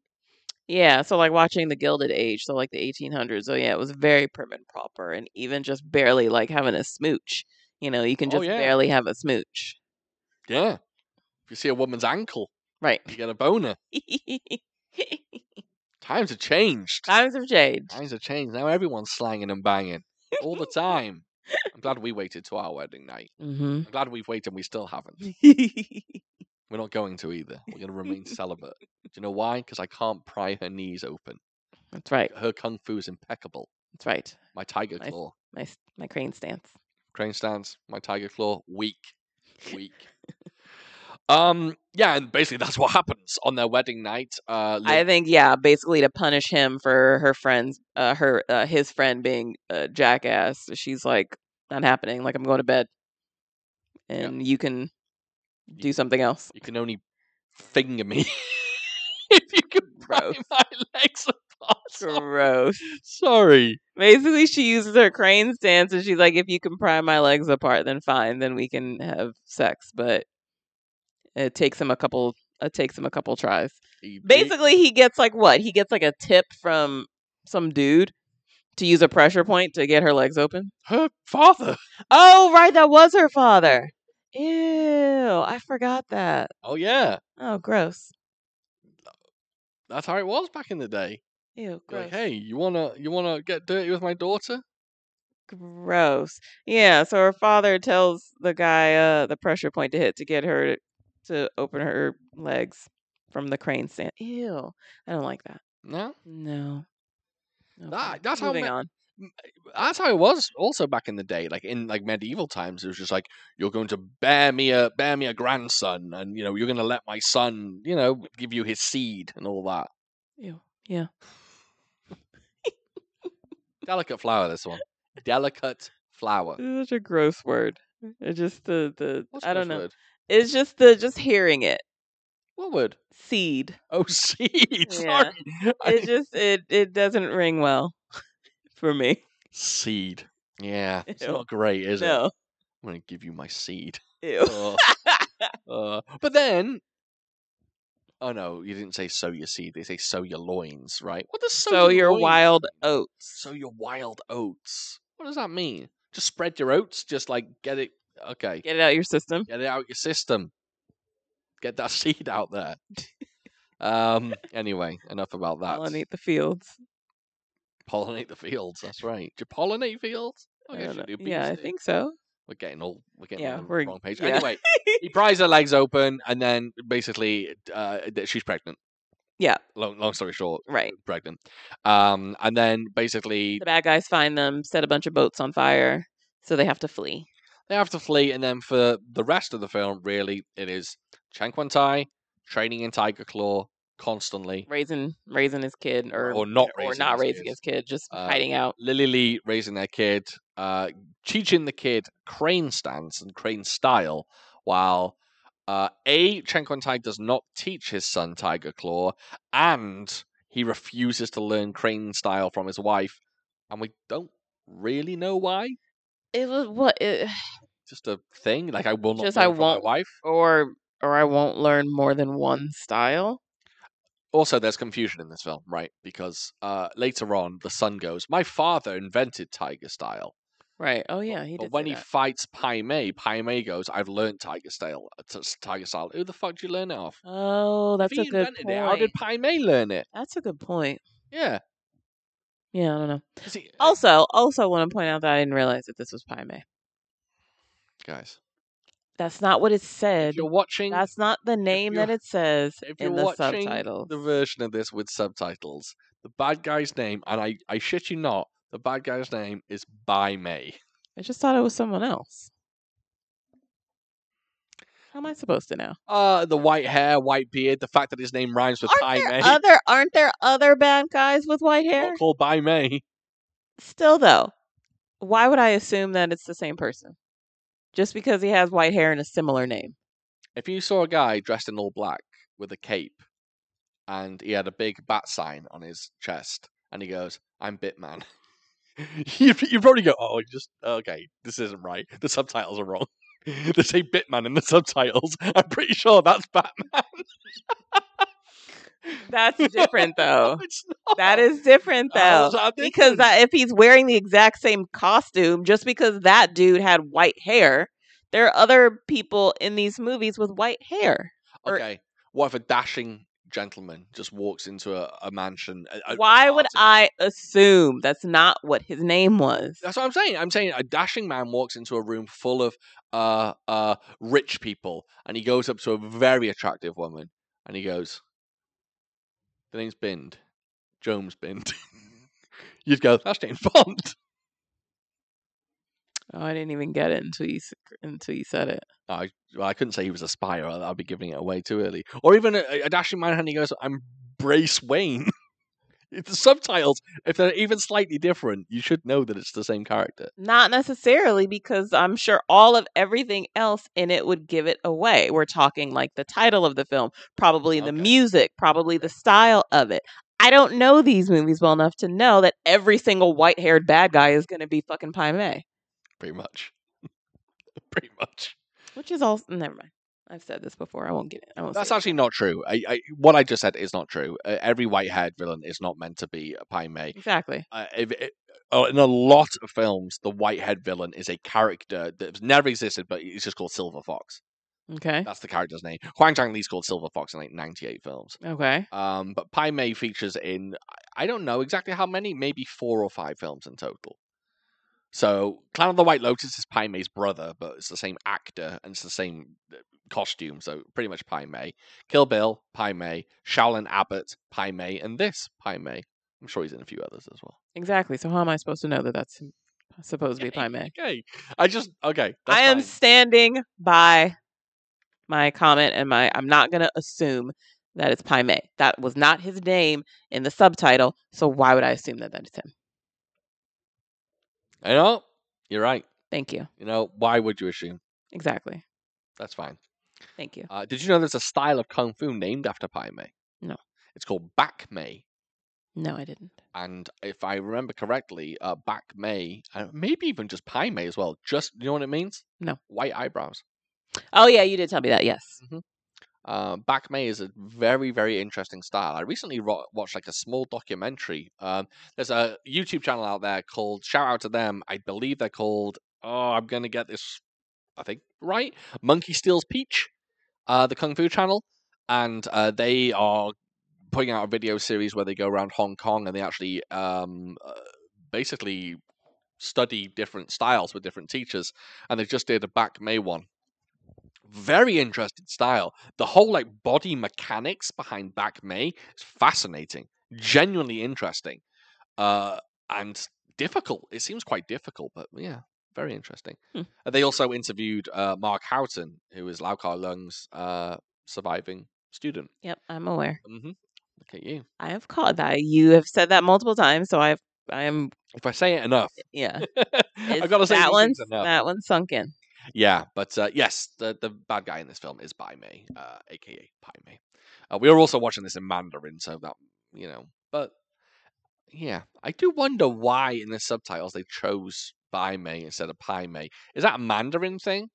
[SPEAKER 3] Yeah. So like watching the Gilded Age. So like the 1800s. So yeah, it was very prim and proper, and even just barely like having a smooch. You know, you can
[SPEAKER 2] Oh,
[SPEAKER 3] just
[SPEAKER 2] yeah.
[SPEAKER 3] barely have a smooch.
[SPEAKER 2] Yeah, if you see a woman's ankle,
[SPEAKER 3] Right.
[SPEAKER 2] you get a boner. Times have changed.
[SPEAKER 3] Times have changed.
[SPEAKER 2] Times have changed. Now everyone's slanging and banging all the time. I'm glad we waited to our wedding night.
[SPEAKER 3] Mm-hmm.
[SPEAKER 2] I'm glad we've waited and we still haven't. We're not going to either. We're going to remain celibate. Do you know why? Because I can't pry her knees open.
[SPEAKER 3] That's right.
[SPEAKER 2] Her kung fu is impeccable.
[SPEAKER 3] That's right.
[SPEAKER 2] My tiger
[SPEAKER 3] Nice.
[SPEAKER 2] claw,
[SPEAKER 3] My s- my crane stance.
[SPEAKER 2] crane stance. My tiger claw, weak, weak. um, yeah, and basically that's what happens on their wedding night. Uh, Lil-
[SPEAKER 3] I think yeah, basically to punish him for her friends, uh, her uh, his friend being a jackass. She's like, not happening. Like I'm going to bed. and you can do something else.
[SPEAKER 2] You can only finger me if you can pry
[SPEAKER 3] Gross.
[SPEAKER 2] my legs apart. So-
[SPEAKER 3] Gross.
[SPEAKER 2] Sorry.
[SPEAKER 3] Basically, she uses her crane stance, and she's like, "If you can pry my legs apart, then fine, then we can have sex." But it takes him a couple. It takes him a couple tries.
[SPEAKER 2] He- he-
[SPEAKER 3] Basically, he gets like what? He gets like a tip from some dude to use a pressure point to get her legs open.
[SPEAKER 2] her father.
[SPEAKER 3] Oh, right, that was her father. Ew, I forgot that.
[SPEAKER 2] Oh yeah,
[SPEAKER 3] Oh, gross.
[SPEAKER 2] that's how it was back in the day.
[SPEAKER 3] Ew,
[SPEAKER 2] You're
[SPEAKER 3] gross.
[SPEAKER 2] Like, hey, you wanna you wanna get dirty with my daughter?
[SPEAKER 3] Gross. Yeah, so her father tells the guy uh the pressure point to hit to get her to, to open her legs from the crane stand. Ew. I don't like that.
[SPEAKER 2] No,
[SPEAKER 3] No.
[SPEAKER 2] That- that's how
[SPEAKER 3] Moving
[SPEAKER 2] ma-
[SPEAKER 3] on.
[SPEAKER 2] that's how it was also back in the day. Like in like medieval times, it was just like you're going to bear me a bear me a grandson, and you know you're going to let my son, you know, give you his seed and all that.
[SPEAKER 3] Ew. Yeah.
[SPEAKER 2] Delicate flower, this one. Delicate flower.
[SPEAKER 3] This is such a gross word. It's just the the
[SPEAKER 2] What's
[SPEAKER 3] I
[SPEAKER 2] the
[SPEAKER 3] don't
[SPEAKER 2] first
[SPEAKER 3] know.
[SPEAKER 2] Word?
[SPEAKER 3] It's just the just hearing it.
[SPEAKER 2] What word?
[SPEAKER 3] Seed.
[SPEAKER 2] Oh, seed.
[SPEAKER 3] Yeah.
[SPEAKER 2] Sorry.
[SPEAKER 3] It just it it doesn't ring well for me.
[SPEAKER 2] Seed. Yeah, it's
[SPEAKER 3] Ew.
[SPEAKER 2] not great, is it?
[SPEAKER 3] No.
[SPEAKER 2] I'm going to give you my seed.
[SPEAKER 3] Ew.
[SPEAKER 2] Ugh. Uh, but then, oh no, you didn't say sow your seed. They say sow your loins, right? What does sow,
[SPEAKER 3] So your
[SPEAKER 2] loins
[SPEAKER 3] wild
[SPEAKER 2] mean?
[SPEAKER 3] oats.
[SPEAKER 2] Sow your wild oats. What does that mean? Just spread your oats. Just like get it. Okay,
[SPEAKER 3] Get it out of your system.
[SPEAKER 2] get it out your system. Get that seed out there. um. Anyway, enough about that.
[SPEAKER 3] Pollinate the fields.
[SPEAKER 2] Pollinate the fields. That's right. Do you pollinate fields?
[SPEAKER 3] I
[SPEAKER 2] I guess
[SPEAKER 3] don't
[SPEAKER 2] Oh, you do.
[SPEAKER 3] know.
[SPEAKER 2] bees
[SPEAKER 3] uh, yeah, I
[SPEAKER 2] do.
[SPEAKER 3] think so.
[SPEAKER 2] we're getting all we're getting
[SPEAKER 3] Yeah,
[SPEAKER 2] on the
[SPEAKER 3] we're-
[SPEAKER 2] wrong page.
[SPEAKER 3] yeah.
[SPEAKER 2] Anyway, he pries her legs open, and then basically uh, th- she's pregnant.
[SPEAKER 3] Yeah.
[SPEAKER 2] Long, long story short,
[SPEAKER 3] Right.
[SPEAKER 2] pregnant. Um, and then basically
[SPEAKER 3] The bad guys find them, set a bunch of boats on fire, so they have to flee.
[SPEAKER 2] they have to flee, and then for the rest of the film, really, it is Chen Quan Tai training in Tiger Claw constantly.
[SPEAKER 3] Raising raising his kid or
[SPEAKER 2] Or not
[SPEAKER 3] or
[SPEAKER 2] raising
[SPEAKER 3] not
[SPEAKER 2] his
[SPEAKER 3] raising
[SPEAKER 2] kid.
[SPEAKER 3] his kid, just
[SPEAKER 2] Uh,
[SPEAKER 3] hiding out.
[SPEAKER 2] Lily Lee raising their kid, uh, teaching the kid crane stance and crane style, while uh, A. Chen Quan Tai does not teach his son Tiger Claw, and he refuses to learn crane style from his wife, and we don't really know why.
[SPEAKER 3] It was what it,
[SPEAKER 2] Just a thing, like I will not
[SPEAKER 3] Just,
[SPEAKER 2] learn
[SPEAKER 3] "I
[SPEAKER 2] from
[SPEAKER 3] won't."
[SPEAKER 2] my wife.
[SPEAKER 3] or or I won't learn more than one style.
[SPEAKER 2] Also, there's confusion in this film, right? Because uh, later on, the son goes, "My father invented Tiger Style."
[SPEAKER 3] Right. Oh yeah, he
[SPEAKER 2] But
[SPEAKER 3] did.
[SPEAKER 2] when
[SPEAKER 3] say
[SPEAKER 2] he
[SPEAKER 3] that.
[SPEAKER 2] fights Pai Mei, Pai Mei goes, I've learned Tiger Style. uh, t- Tiger Style. Who the fuck did you learn it off?
[SPEAKER 3] oh, that's
[SPEAKER 2] If
[SPEAKER 3] a
[SPEAKER 2] he
[SPEAKER 3] good
[SPEAKER 2] invented
[SPEAKER 3] point.
[SPEAKER 2] It, how did Pai Mei learn it?
[SPEAKER 3] That's a good point.
[SPEAKER 2] Yeah.
[SPEAKER 3] Yeah, I don't know.
[SPEAKER 2] 'Cause he- uh,
[SPEAKER 3] Also, also want to point out that I didn't realize that this was Pai Mei.
[SPEAKER 2] guys,
[SPEAKER 3] That's not what it said.
[SPEAKER 2] if you're watching,
[SPEAKER 3] That's not the name that
[SPEAKER 2] you're-
[SPEAKER 3] it says
[SPEAKER 2] if you're
[SPEAKER 3] in the
[SPEAKER 2] watching
[SPEAKER 3] subtitle.
[SPEAKER 2] the version of this with subtitles, the bad guy's name, and I, I shit you not, the bad guy's name is Pai Mei.
[SPEAKER 3] I just thought it was someone else. How am I supposed to know?
[SPEAKER 2] Uh, the white hair, white beard, the fact that his name rhymes with Pai Mei,
[SPEAKER 3] other aren't there other bad guys with white
[SPEAKER 2] not
[SPEAKER 3] hair?
[SPEAKER 2] called Pai Mei.
[SPEAKER 3] Still though, why would I assume that it's the same person? Just because he has white hair and a similar name.
[SPEAKER 2] If you saw a guy dressed in all black with a cape and he had a big bat sign on his chest and he goes, I'm Bitman, you, you probably go, oh, you just, okay, this isn't right. The subtitles are wrong. they say Bitman in the subtitles. I'm pretty sure that's Batman.
[SPEAKER 3] That's different though.
[SPEAKER 2] it's not.
[SPEAKER 3] That is different
[SPEAKER 2] How
[SPEAKER 3] though.
[SPEAKER 2] is that
[SPEAKER 3] Because
[SPEAKER 2] different?
[SPEAKER 3] that, if he's wearing the exact same costume, just because that dude had white hair, there are other people in these movies with white hair. or-
[SPEAKER 2] Okay, what if a dashing gentleman just walks into a, a mansion? a- a- a
[SPEAKER 3] Why would
[SPEAKER 2] party?
[SPEAKER 3] I assume that's not what his name was?
[SPEAKER 2] That's what I'm saying. I'm saying a dashing man walks into a room full of uh uh rich people and he goes up to a very attractive woman and he goes, The name's Bind. Jones Bind. You'd go, That's James Bond.
[SPEAKER 3] Oh, I didn't even get it until you s- until you said it.
[SPEAKER 2] I well, I couldn't say he was a spy or I'd be giving it away too early. Or even a, a dashing man and he goes, I'm Brace Wayne. the subtitles, if they're even slightly different, you should know that it's the same character.
[SPEAKER 3] Not necessarily, because I'm sure all of everything else in it would give it away. We're talking like the title of the film, probably the
[SPEAKER 2] Okay.
[SPEAKER 3] music, probably the style of it. I don't know these movies well enough to know that every single white haired bad guy is going to be fucking Pai Mei,
[SPEAKER 2] Pretty much. pretty much.
[SPEAKER 3] which is all. Never mind. I've said this before. I won't get it. I won't
[SPEAKER 2] That's
[SPEAKER 3] say it.
[SPEAKER 2] actually not true. I, I, what I just said is not true. Uh, every white-haired villain is not meant to be a Pai
[SPEAKER 3] Mm.
[SPEAKER 2] Mei.
[SPEAKER 3] Exactly.
[SPEAKER 2] uh, if it, uh, in a lot of films, the whitehead villain is a character that's never existed, but it's just called Silver Fox.
[SPEAKER 3] Okay.
[SPEAKER 2] That's the character's name. Huang Chang Lee's called Silver Fox in like 98 films.
[SPEAKER 3] Okay.
[SPEAKER 2] Um, but Pai Mei features in, I- I don't know exactly how many, maybe four or five films in total. So, Clan of the White Lotus is Pai Mei's brother, but it's the same actor and it's the same uh, costume, so pretty much Pai Mei. Kill Bill, Pai Mei. Shaolin Abbott, Pai Mei. And this, Pai Mei. I'm sure he's in a few others as well.
[SPEAKER 3] Exactly. So how am I supposed to know that that's supposed to be Pai Mei?
[SPEAKER 2] Okay. I just okay. That's
[SPEAKER 3] I am
[SPEAKER 2] fine.
[SPEAKER 3] standing by my comment and my I'm not going to assume that it's Pai Mei. That was not his name in the subtitle, so why would I assume that that's him?
[SPEAKER 2] You know, you're right.
[SPEAKER 3] Thank you.
[SPEAKER 2] You know, why would you assume?
[SPEAKER 3] Exactly.
[SPEAKER 2] That's fine.
[SPEAKER 3] Thank you.
[SPEAKER 2] Uh, did you know there's a style of kung fu named after Pai Mei?
[SPEAKER 3] No.
[SPEAKER 2] It's called Back Mei,
[SPEAKER 3] No, I didn't.
[SPEAKER 2] and if I remember correctly, uh, Back Mei, uh, maybe even just Pai Mei as well. Just you know what it means?
[SPEAKER 3] No.
[SPEAKER 2] White eyebrows.
[SPEAKER 3] Oh yeah, you did tell me that. Yes.
[SPEAKER 2] Uh, Back May is a very, very interesting style. I recently ro- watched like a small documentary. Um, there's a YouTube channel out there called shout out to them. I believe they're called. Oh, I'm gonna get this. I think right. Monkey Steals Peach, uh, the Kung Fu channel, and uh, they are putting out a video series where they go around Hong Kong and they actually um, uh, basically study different styles with different teachers. And they just did a Back May one. Very interesting style the whole like body mechanics behind back may is fascinating genuinely interesting uh and difficult it seems quite difficult but yeah very interesting
[SPEAKER 3] Hmm.
[SPEAKER 2] Uh, they also interviewed uh mark houghton who is lao kar lung's uh surviving student
[SPEAKER 3] Yep, I'm aware.
[SPEAKER 2] mm-hmm. look at you
[SPEAKER 3] I have caught that. You have said that multiple times, so I've I am
[SPEAKER 2] if i say it enough
[SPEAKER 3] yeah.
[SPEAKER 2] i've
[SPEAKER 3] It's-
[SPEAKER 2] got to say
[SPEAKER 3] that
[SPEAKER 2] these
[SPEAKER 3] one's
[SPEAKER 2] things enough
[SPEAKER 3] that one's sunk in.
[SPEAKER 2] Yeah, but uh, yes, the the bad guy in this film is Pai Mei, uh, aka Pai Mei. Uh, we are also watching this in Mandarin, so that you know. But yeah, I do wonder why in the subtitles they chose Bai Mei instead of Pai Mei. Is that a Mandarin thing?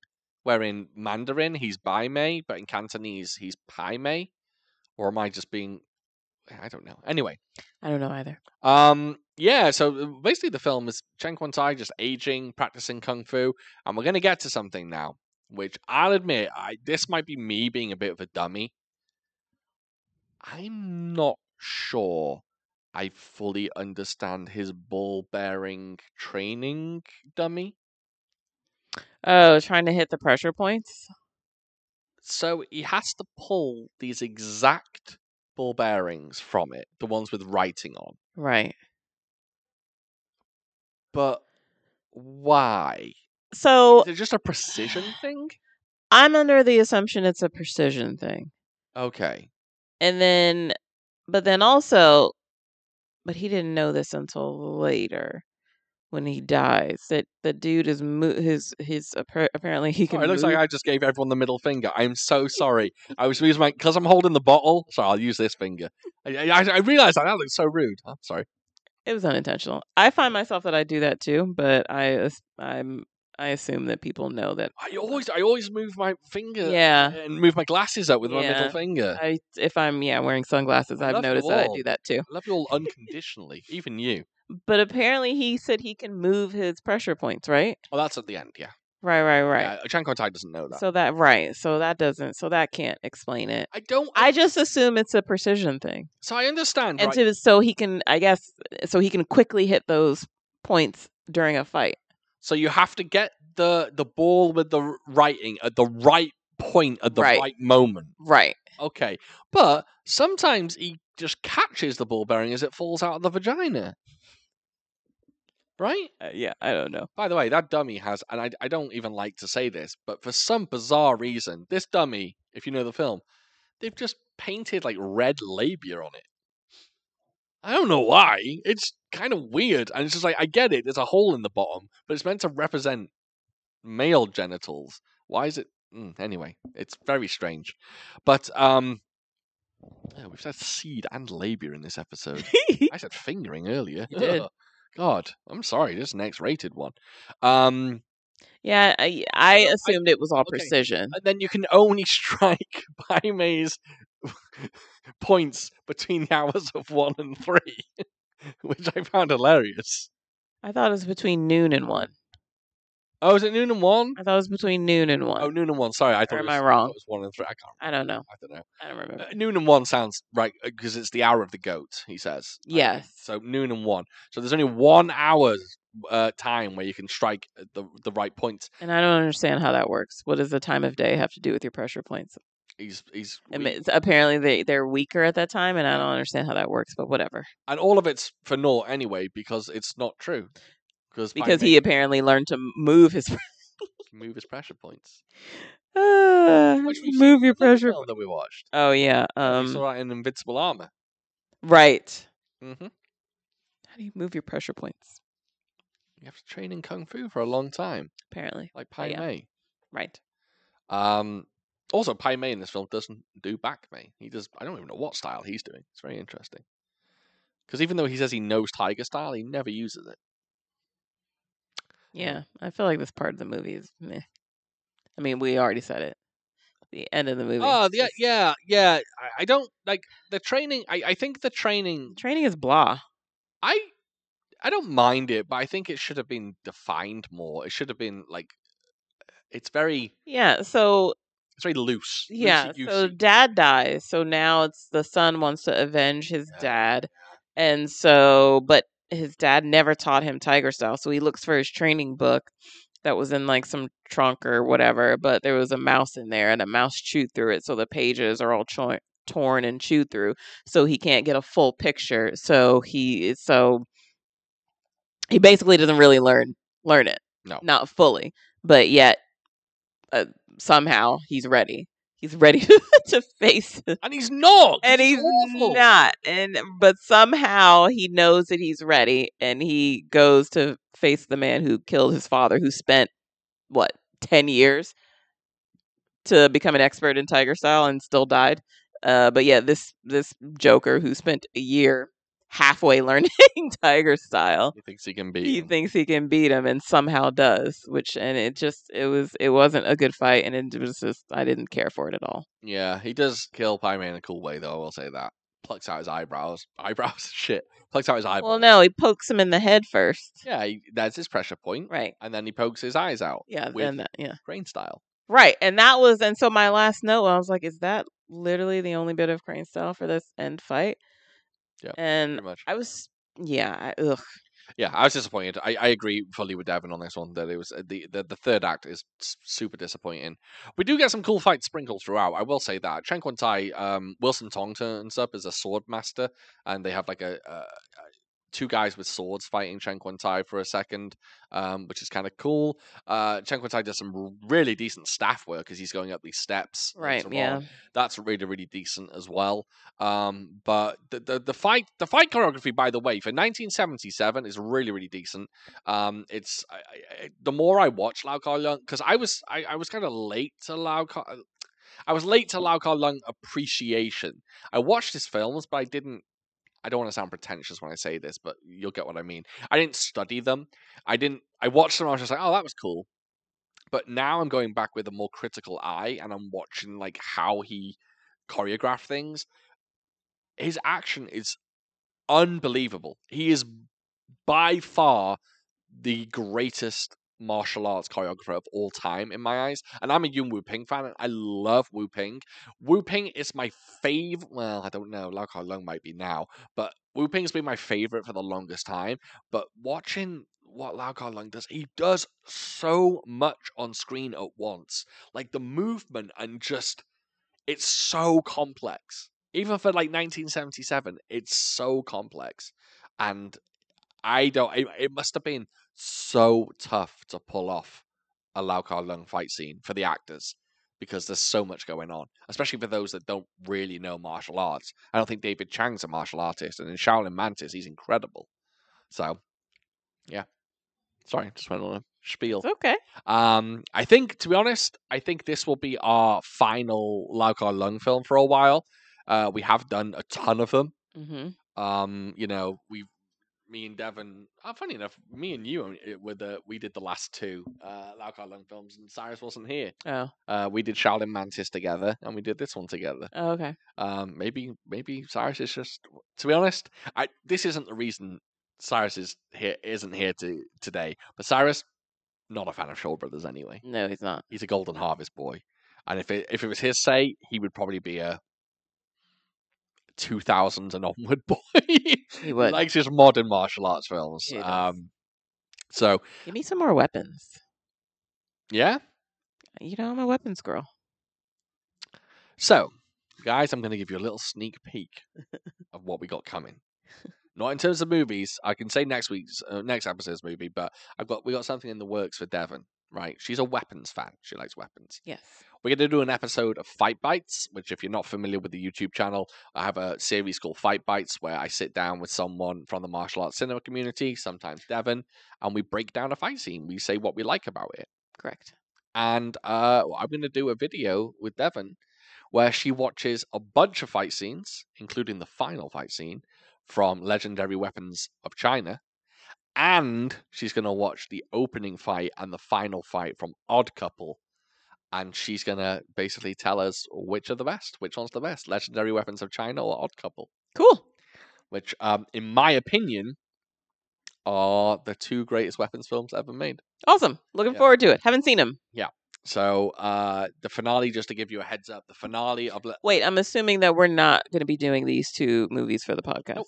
[SPEAKER 2] Where in Mandarin he's Bai Mei, but in Cantonese he's Pai Mei, or am I just being? I don't know. Anyway,
[SPEAKER 3] I don't know either.
[SPEAKER 2] um, yeah, so uh, basically the film is Chen Quan Tai just aging, practicing kung fu, and we're gonna get to something now, which I'll admit, I this might be me being a bit of a dummy. I'm not sure I fully understand his ball bearing training dummy.
[SPEAKER 3] Oh, trying to hit the pressure points.
[SPEAKER 2] So he has to pull these exact ball bearings from it, the ones with writing on.
[SPEAKER 3] Right.
[SPEAKER 2] But why?
[SPEAKER 3] So
[SPEAKER 2] Is it just a precision thing?
[SPEAKER 3] I'm under the assumption it's a precision thing.
[SPEAKER 2] Okay.
[SPEAKER 3] And then, but then also, but he didn't know this until later when he dies. That the dude is mo- his his appar- apparently he can.
[SPEAKER 2] Sorry, Oh, it looks
[SPEAKER 3] move-
[SPEAKER 2] like I just gave everyone the middle finger. I'm so sorry. I was using my because I'm holding the bottle. Sorry, I'll use this finger. I, I, I realized that that looks so rude. I'm sorry.
[SPEAKER 3] it was unintentional. I find myself that I do that too, but I as- I'm I assume that people know that.
[SPEAKER 2] I always I always move my finger
[SPEAKER 3] Yeah,
[SPEAKER 2] and move my glasses up with my middle
[SPEAKER 3] Yeah.
[SPEAKER 2] finger. I
[SPEAKER 3] I if I'm yeah wearing sunglasses,
[SPEAKER 2] I
[SPEAKER 3] I've
[SPEAKER 2] love you
[SPEAKER 3] noticed that I
[SPEAKER 2] all.
[SPEAKER 3] do that too.
[SPEAKER 2] love you all unconditionally, even you.
[SPEAKER 3] But apparently, he said he can move his pressure points. Right,
[SPEAKER 2] Oh, that's at the end. Yeah,
[SPEAKER 3] right, right,
[SPEAKER 2] yeah.
[SPEAKER 3] right.
[SPEAKER 2] Chan Kwan Tai doesn't know that.
[SPEAKER 3] so that right, so that doesn't, so that can't explain it.
[SPEAKER 2] I don't.
[SPEAKER 3] I just assume it's a precision thing.
[SPEAKER 2] so I understand.
[SPEAKER 3] and
[SPEAKER 2] right?
[SPEAKER 3] to so he can i guess so he can quickly hit those points during a fight
[SPEAKER 2] So you have to get the the ball with the writing at the right point at the
[SPEAKER 3] Right.
[SPEAKER 2] right moment.
[SPEAKER 3] right
[SPEAKER 2] Okay. But sometimes he just catches the ball bearing as it falls out of the vagina. Right?
[SPEAKER 3] uh, yeah i don't know
[SPEAKER 2] By the way, that dummy has, and I, I don't even like to say this, but for some bizarre reason, this dummy, if you know the film, they've just painted like red labia on it. I don't know why. It's kind of weird. And it's just like, I get it. There's a hole in the bottom, but it's meant to represent male genitals. Why is it? Mm, anyway, it's very strange. But, um, yeah, we've said seed and labia in this episode. I said fingering earlier.
[SPEAKER 4] You did.
[SPEAKER 2] Ugh. God, I'm sorry. This is an X rated one. Um,
[SPEAKER 3] yeah, I, I assumed it was all
[SPEAKER 2] okay.
[SPEAKER 3] precision.
[SPEAKER 2] and then you can only strike by maze points between the hours of one and three, which I found hilarious.
[SPEAKER 3] I thought it was between noon and one.
[SPEAKER 2] Oh, is it noon and one?
[SPEAKER 3] I thought it was between noon and one.
[SPEAKER 2] Oh, noon and one. Sorry, I thought
[SPEAKER 3] Or
[SPEAKER 2] it
[SPEAKER 3] am
[SPEAKER 2] was,
[SPEAKER 3] I
[SPEAKER 2] thought
[SPEAKER 3] wrong?
[SPEAKER 2] It was one and three. I can't.
[SPEAKER 3] I don't know.
[SPEAKER 2] I don't know.
[SPEAKER 3] I don't remember.
[SPEAKER 2] Uh, noon and one sounds right because it's the hour of the goat. He says. I think.
[SPEAKER 3] Yes.
[SPEAKER 2] So noon and one. So there's only one hour's uh, time where you can strike at the the right points.
[SPEAKER 3] And I don't understand how that works. What does the time of day have to do with your pressure points?
[SPEAKER 2] He's he's
[SPEAKER 3] I
[SPEAKER 2] we-
[SPEAKER 3] mean, it's- apparently they they're weaker at that time, and I don't understand how that works. But whatever,
[SPEAKER 2] and all of it's for naught anyway because it's not true. Because by
[SPEAKER 3] because he
[SPEAKER 2] making
[SPEAKER 3] apparently leared to move his
[SPEAKER 2] him move his pressure points.
[SPEAKER 3] Ah,
[SPEAKER 2] Which we've seen
[SPEAKER 3] move
[SPEAKER 2] in
[SPEAKER 3] your
[SPEAKER 2] the other
[SPEAKER 3] pressure.
[SPEAKER 2] film that we watched.
[SPEAKER 3] Oh yeah,
[SPEAKER 2] Um, we
[SPEAKER 3] um,
[SPEAKER 2] saw that in Invincible Armor.
[SPEAKER 3] right.
[SPEAKER 2] Mm-hmm.
[SPEAKER 3] How do you move your pressure points?
[SPEAKER 2] You have to train in kung fu for a long time,
[SPEAKER 3] Apparently,
[SPEAKER 2] like Pai
[SPEAKER 3] yeah.
[SPEAKER 2] Mei.
[SPEAKER 3] right.
[SPEAKER 2] Um, also, Pai Mei in this film doesn't do back Mei. He does. I don't even know what style he's doing. It's very interesting. Because even though he says he knows Tiger style, he never uses it.
[SPEAKER 3] Yeah, I feel like this part of the movie is. Meh. I mean, we already said it. The end of the movie.
[SPEAKER 2] Oh,
[SPEAKER 3] it's
[SPEAKER 2] yeah,
[SPEAKER 3] just-
[SPEAKER 2] yeah, yeah. I, I don't like the training. I, I think the training
[SPEAKER 3] Training is blah.
[SPEAKER 2] I I don't mind it, but I think it should have been defined more. It should have been like it's very
[SPEAKER 3] Yeah. So
[SPEAKER 2] it's very loose.
[SPEAKER 3] yeah. So
[SPEAKER 2] loosey-goosey.
[SPEAKER 3] dad dies. So now it's the son wants to avenge his
[SPEAKER 2] Yeah.
[SPEAKER 3] dad, and so but his dad never taught him tiger style. So he looks for his training book that was in like some trunk or whatever. But there was a mouse in there, and a mouse chewed through it. So the pages are all cho- torn and chewed through. So he can't get a full picture. So he so he basically doesn't really learn learn it
[SPEAKER 2] No.
[SPEAKER 3] not fully but yet uh, somehow he's ready he's ready to face it
[SPEAKER 2] and he's not. 'cause
[SPEAKER 3] and
[SPEAKER 2] he's
[SPEAKER 3] he's
[SPEAKER 2] awful.
[SPEAKER 3] not and but somehow he knows that he's ready and he goes to face the man who killed his father who spent what 10 years to become an expert in tiger style and still died uh, but yeah this this joker who spent a year halfway learning tiger style
[SPEAKER 2] He thinks he can beat.
[SPEAKER 3] he
[SPEAKER 2] him.
[SPEAKER 3] thinks he can beat him and somehow does which and it just it was it wasn't a good fight and it was just i didn't care for it at all
[SPEAKER 2] yeah, he does kill Pyman in a cool way though, I will say that. Plucks out his eyebrows. Eyebrows shit. Plucks out his eyebrows.
[SPEAKER 3] well no he pokes him in the head first
[SPEAKER 2] Yeah, he, that's his pressure point.
[SPEAKER 3] right
[SPEAKER 2] And then he pokes his eyes out.
[SPEAKER 3] yeah
[SPEAKER 2] with
[SPEAKER 3] then that yeah
[SPEAKER 2] crane style.
[SPEAKER 3] right and that was and so my last note i was like is that literally the only bit of crane style for this end fight
[SPEAKER 2] Yeah,
[SPEAKER 3] and
[SPEAKER 2] Pretty much.
[SPEAKER 3] i was yeah I, ugh.
[SPEAKER 2] Yeah, I was disappointed. I, I agree fully with Devin on this one that it was uh, the, the the third act is s- super disappointing. We do get some cool fights sprinkled throughout. I will say that Chen Quan Tai, um, Wilson Tongta and stuff is a sword master, and they have like a, a, a two guys with swords fighting Chen Quan Tai for a second, um, which is kind of cool. Uh, Chen Quan Tai does some r- really decent staff work as he's going up these steps. and
[SPEAKER 3] right
[SPEAKER 2] so on
[SPEAKER 3] yeah
[SPEAKER 2] that's really really decent as well. Um, but the, the the fight the fight choreography, by the way, for 1977 is really really decent. Um, it's I, I, I- the more I watch Lao Kar Lung because I was I, I was kind of late to Lao Kar. I was late to Lao Kar Lung appreciation. I watched his films, but I didn't. I don't want to sound pretentious when I say this, but you'll get what I mean. I didn't study them. I didn't. I watched them. I was just like, oh, that was cool. But now I'm going back with a more critical eye, and I'm watching like how he choreograph things. His action is unbelievable. He is by far the greatest martial arts choreographer of all time in my eyes. And I'm a Yun Wu Ping fan and I love Wu Ping. Wu Ping is my fave well, I don't know, Lao Kar Lung might be now, but Wu Ping's been my favorite for the longest time. But watching what Lao Kar Lung does, he does so much on screen at once. Like the movement and just it's so complex. Even for like 1977, it's so complex. And I don't. It, it must have been so tough to pull off a Lao Kar Lung fight scene for the actors because there's so much going on, especially for those that don't really know martial arts. I don't think David Chang's a martial artist, and in Shaolin Mantis, he's incredible. So, yeah. Sorry, just went on a spiel.
[SPEAKER 3] It's okay.
[SPEAKER 2] Um, I think, to be honest, I think this will be our final Laukar Lung film for a while. Uh, we have done a ton of them.
[SPEAKER 3] hmm
[SPEAKER 2] Um, you know, we, me and Devon. Oh, funny enough, me and you uh, were the we did the last two uh, Laukar Lung films, and Cyrus wasn't here.
[SPEAKER 3] Oh.
[SPEAKER 2] Uh, we did Shaolin Mantis together, and we did this one together.
[SPEAKER 3] oh, okay.
[SPEAKER 2] Um, maybe maybe Cyrus is just to be honest, I this isn't the reason Cyrus is here isn't here to, today. But Cyrus, not a fan of Shaw Brothers anyway.
[SPEAKER 3] No, he's not.
[SPEAKER 2] He's a Golden Harvest boy, and if it if it was his say, he would probably be a two thousands and
[SPEAKER 3] Mm.
[SPEAKER 2] onward boy.
[SPEAKER 3] He would.
[SPEAKER 2] likes his modern martial arts films.
[SPEAKER 3] He does.
[SPEAKER 2] Um, so
[SPEAKER 3] Give me some more weapons.
[SPEAKER 2] yeah,
[SPEAKER 3] You know, I'm a weapons girl.
[SPEAKER 2] So, guys, I'm going to give you a little sneak peek of what we got coming. Not in terms of movies. I can say next week's uh, next episode's movie, but I've got we got something in the works for Devon. Right, she's a weapons fan. She likes weapons.
[SPEAKER 3] Yes.
[SPEAKER 2] We're going to do an episode of Fight Bites, which, if you're not familiar with the YouTube channel, I have a series called Fight Bites where I sit down with someone from the martial arts cinema community, sometimes Devon, and we break down a fight scene. We say what we like about it
[SPEAKER 3] Correct.
[SPEAKER 2] and uh, I'm going to do a video with Devon where she watches a bunch of fight scenes, including the final fight scene from Legendary Weapons of China, and she's going to watch the opening fight and the final fight from Odd Couple, and she's going to basically tell us which are the best, which one's the best, Legendary Weapons of China or Odd Couple
[SPEAKER 3] Cool.
[SPEAKER 2] which, um, in my opinion, are the two greatest weapons films ever made.
[SPEAKER 3] Awesome. Looking
[SPEAKER 2] Yeah.
[SPEAKER 3] forward to it. Haven't seen him.
[SPEAKER 2] So uh, the finale, just to give you a heads up, the finale of Le-
[SPEAKER 3] Wait, I'm assuming that we're not going to be doing these two movies for the podcast.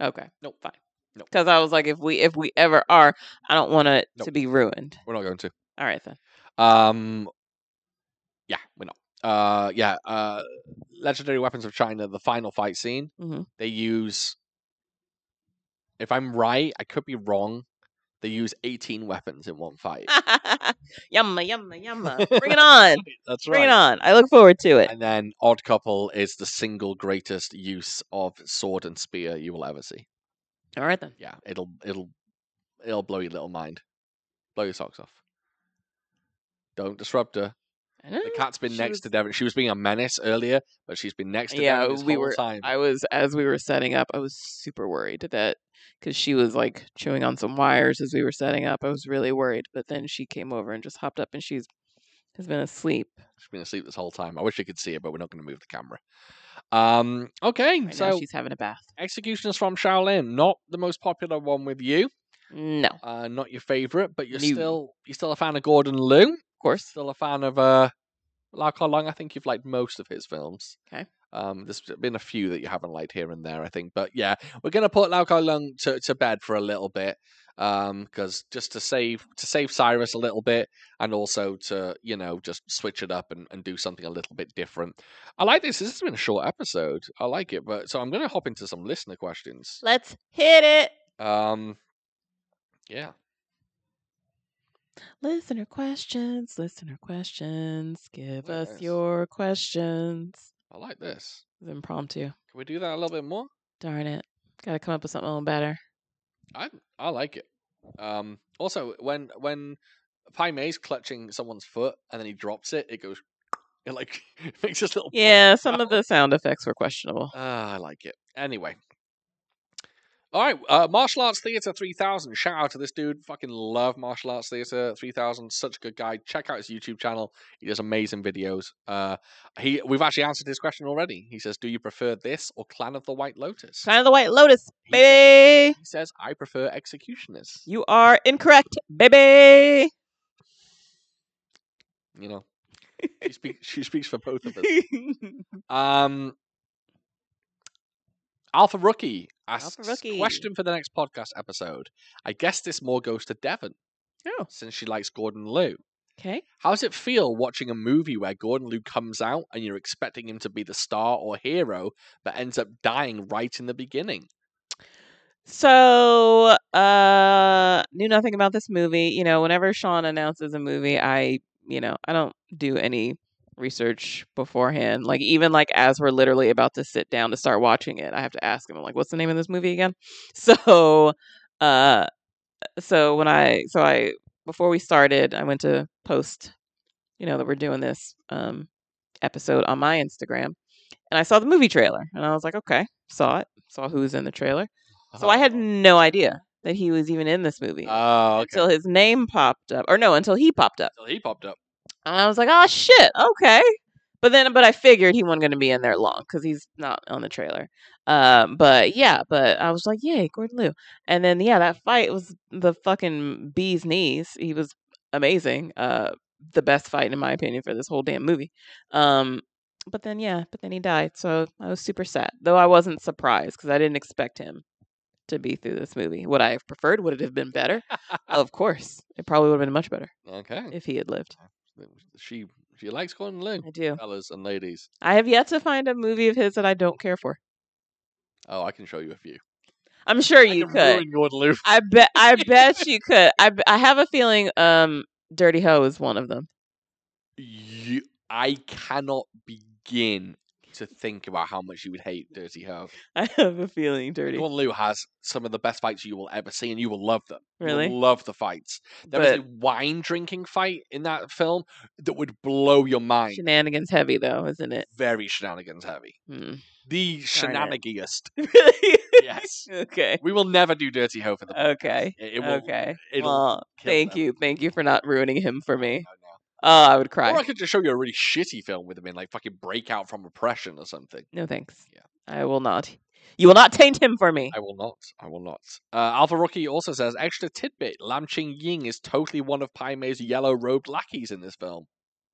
[SPEAKER 3] Okay.
[SPEAKER 2] Nope.
[SPEAKER 3] Fine.
[SPEAKER 2] Nope.
[SPEAKER 3] Because I was like, if we if we ever are, I don't want it to
[SPEAKER 2] Nope.
[SPEAKER 3] be ruined.
[SPEAKER 2] we're not going to.
[SPEAKER 3] All right then.
[SPEAKER 2] Um, yeah, we're not. Uh, yeah, uh, Legendary Weapons of China, the final fight scene,
[SPEAKER 3] Mhm.
[SPEAKER 2] they use. If I'm right, I could be wrong. They use 18 weapons in one fight.
[SPEAKER 3] Ah, yumma yumma yumma. Bring it on.
[SPEAKER 2] That's
[SPEAKER 3] Bring
[SPEAKER 2] right.
[SPEAKER 3] it on. I look forward to it.
[SPEAKER 2] And then Odd Couple is the single greatest use of sword and spear you will ever see.
[SPEAKER 3] All right then.
[SPEAKER 2] Yeah, it'll it'll it'll blow your little mind. Blow your socks off. Don't disrupt her.
[SPEAKER 3] I know.
[SPEAKER 2] The cat's been
[SPEAKER 3] Eh, she
[SPEAKER 2] next
[SPEAKER 3] was-
[SPEAKER 2] to Devon. She was being a menace earlier, but she's been next to
[SPEAKER 3] Yeah,
[SPEAKER 2] Devon this
[SPEAKER 3] we
[SPEAKER 2] whole
[SPEAKER 3] were-
[SPEAKER 2] time.
[SPEAKER 3] I was as we were setting up, I was super worried that because she was like chewing on some wires as we were setting up. I was really worried, but then she came over and just hopped up, and she's has been asleep.
[SPEAKER 2] She's been asleep this whole time. I wish you could see her, but we're not going to move the camera. Um. Okay.
[SPEAKER 3] Right now
[SPEAKER 2] so
[SPEAKER 3] she's having a bath.
[SPEAKER 2] executioners from Shaolin, not the most popular one with you,
[SPEAKER 3] No, of
[SPEAKER 2] uh, not your favorite, but you're
[SPEAKER 3] No.
[SPEAKER 2] still you're still a fan of Gordon Liu.
[SPEAKER 3] course.
[SPEAKER 2] still a fan of uh Lao Kar Lung. I think you've liked most of his films.
[SPEAKER 3] Okay.
[SPEAKER 2] Um, there's been a few that you haven't liked here and there, I think. But yeah, we're gonna put Lao Kar Lung to, to bed for a little bit. Um, because just to save to save Cyrus a little bit and also to, you know, just switch it up and, and do something a little bit different. I like this. This has been a short episode. I like it, but so I'm gonna hop into some listener questions.
[SPEAKER 3] Let's hit it.
[SPEAKER 2] Um yeah.
[SPEAKER 3] Listener questions. Listener questions. Give
[SPEAKER 2] Look at
[SPEAKER 3] us
[SPEAKER 2] this.
[SPEAKER 3] your questions.
[SPEAKER 2] I like this.
[SPEAKER 3] It's impromptu.
[SPEAKER 2] Can we do that a little bit more?
[SPEAKER 3] Darn it. Got to come up with something a little better.
[SPEAKER 2] I I like it. Um, also, when when Pai Mei's clutching someone's foot and then he drops it, it goes. It like makes this little.
[SPEAKER 3] Yeah, some of the sound effects were questionable.
[SPEAKER 2] Ah, I like it. Anyway. All right, uh, Martial Arts Theater 3000. Shout out to this dude. Fucking love Martial Arts Theater 3000. Such a good guy. Check out his YouTube channel. He does amazing videos. Uh, he we've actually answered his question already. He says, "Do you prefer this or Clan of the White Lotus?"
[SPEAKER 3] Sign of the White Lotus,
[SPEAKER 2] He says-
[SPEAKER 3] baby.
[SPEAKER 2] He says, "I prefer Executioners."
[SPEAKER 3] You are incorrect, baby.
[SPEAKER 2] you know she speaks she speaks for both of us um alpha rookie asks
[SPEAKER 3] Rookie.
[SPEAKER 2] question for the next podcast episode i guess this more goes to devon
[SPEAKER 3] Oh.
[SPEAKER 2] since she likes gordon liu
[SPEAKER 3] okay.
[SPEAKER 2] how does it feel watching a movie where gordon liu comes out and you're expecting him to be the star or hero but ends up dying right in the beginning
[SPEAKER 3] So, uh, knew nothing about this movie. You know, whenever Sean announces a movie, I, you know, I don't do any research beforehand. Like even like as we're literally about to sit down to start watching it, I have to ask him I'm like, "What's the name of this movie again?" So, uh, so when I so I before we started, I went to post, you know, that we're doing this um episode on my Instagram, and I saw the movie trailer, and I was like, "Okay, saw it, saw who's in the trailer." So I had no idea that he was even in this movie
[SPEAKER 2] Uh-huh. Oh, okay.
[SPEAKER 3] until his name popped up, or no, until he popped up.
[SPEAKER 2] Till he popped up.
[SPEAKER 3] And I was like, oh shit, okay. But then, but I figured he wasn't going to be in there long because he's not on the trailer. Um, but yeah, but I was like, yay, Gordon Liu. And then yeah, that fight was the fucking bee's knees. He was amazing. Uh, the best fight in my opinion for this whole damn movie. Um, but then yeah, but then he died, so I was super sad. Though I wasn't surprised because I didn't expect him to be through this movie. Would I have preferred? Would it have been better? of course, it probably would have been much better
[SPEAKER 2] Okay.
[SPEAKER 3] if he had lived.
[SPEAKER 2] She she likes Gordon Liu,
[SPEAKER 3] I do.
[SPEAKER 2] fellas and ladies.
[SPEAKER 3] I have yet to find a movie of his that I don't care for.
[SPEAKER 2] Oh, I can show you a few.
[SPEAKER 3] I'm sure
[SPEAKER 2] I
[SPEAKER 3] you
[SPEAKER 2] can
[SPEAKER 3] could.
[SPEAKER 2] ruin Gordon Liu.
[SPEAKER 3] I bet. I bet you could. I. b- I have a feeling. Um, Dirty Ho is one of them.
[SPEAKER 2] You, I cannot begin to think about how much you would hate Dirty Ho.
[SPEAKER 3] I have a feeling Dirty.
[SPEAKER 2] Gordon Liu has some of the best fights you will ever see, and you will love them. You will
[SPEAKER 3] Really?
[SPEAKER 2] love the fights. There was
[SPEAKER 3] but
[SPEAKER 2] a wine drinking fight in that film that would blow your mind.
[SPEAKER 3] shenanigans heavy though, isn't it?
[SPEAKER 2] Very shenanigans heavy.
[SPEAKER 3] Mm.
[SPEAKER 2] The
[SPEAKER 3] Darn it.
[SPEAKER 2] shenanigiest.
[SPEAKER 3] Really?
[SPEAKER 2] yes.
[SPEAKER 3] okay.
[SPEAKER 2] We will never do Dirty Ho for the podcast.
[SPEAKER 3] Okay.
[SPEAKER 2] It, it will,
[SPEAKER 3] Uh, okay.
[SPEAKER 2] it'll
[SPEAKER 3] Well,
[SPEAKER 2] kill
[SPEAKER 3] thank
[SPEAKER 2] them.
[SPEAKER 3] you. Thank you for not ruining him for
[SPEAKER 2] I
[SPEAKER 3] me.
[SPEAKER 2] know.
[SPEAKER 3] Oh, I would cry.
[SPEAKER 2] Or I could just show you a really shitty film with him in, like fucking Breakout from Oppression or something.
[SPEAKER 3] No thanks.
[SPEAKER 2] Yeah.
[SPEAKER 3] I will not. You will not taint him for me.
[SPEAKER 2] I will not. I will not. Uh, Alpha Rookie also says extra tidbit: Lam Ching Ying is totally one of Pai Mei's yellow-robed lackeys in this film.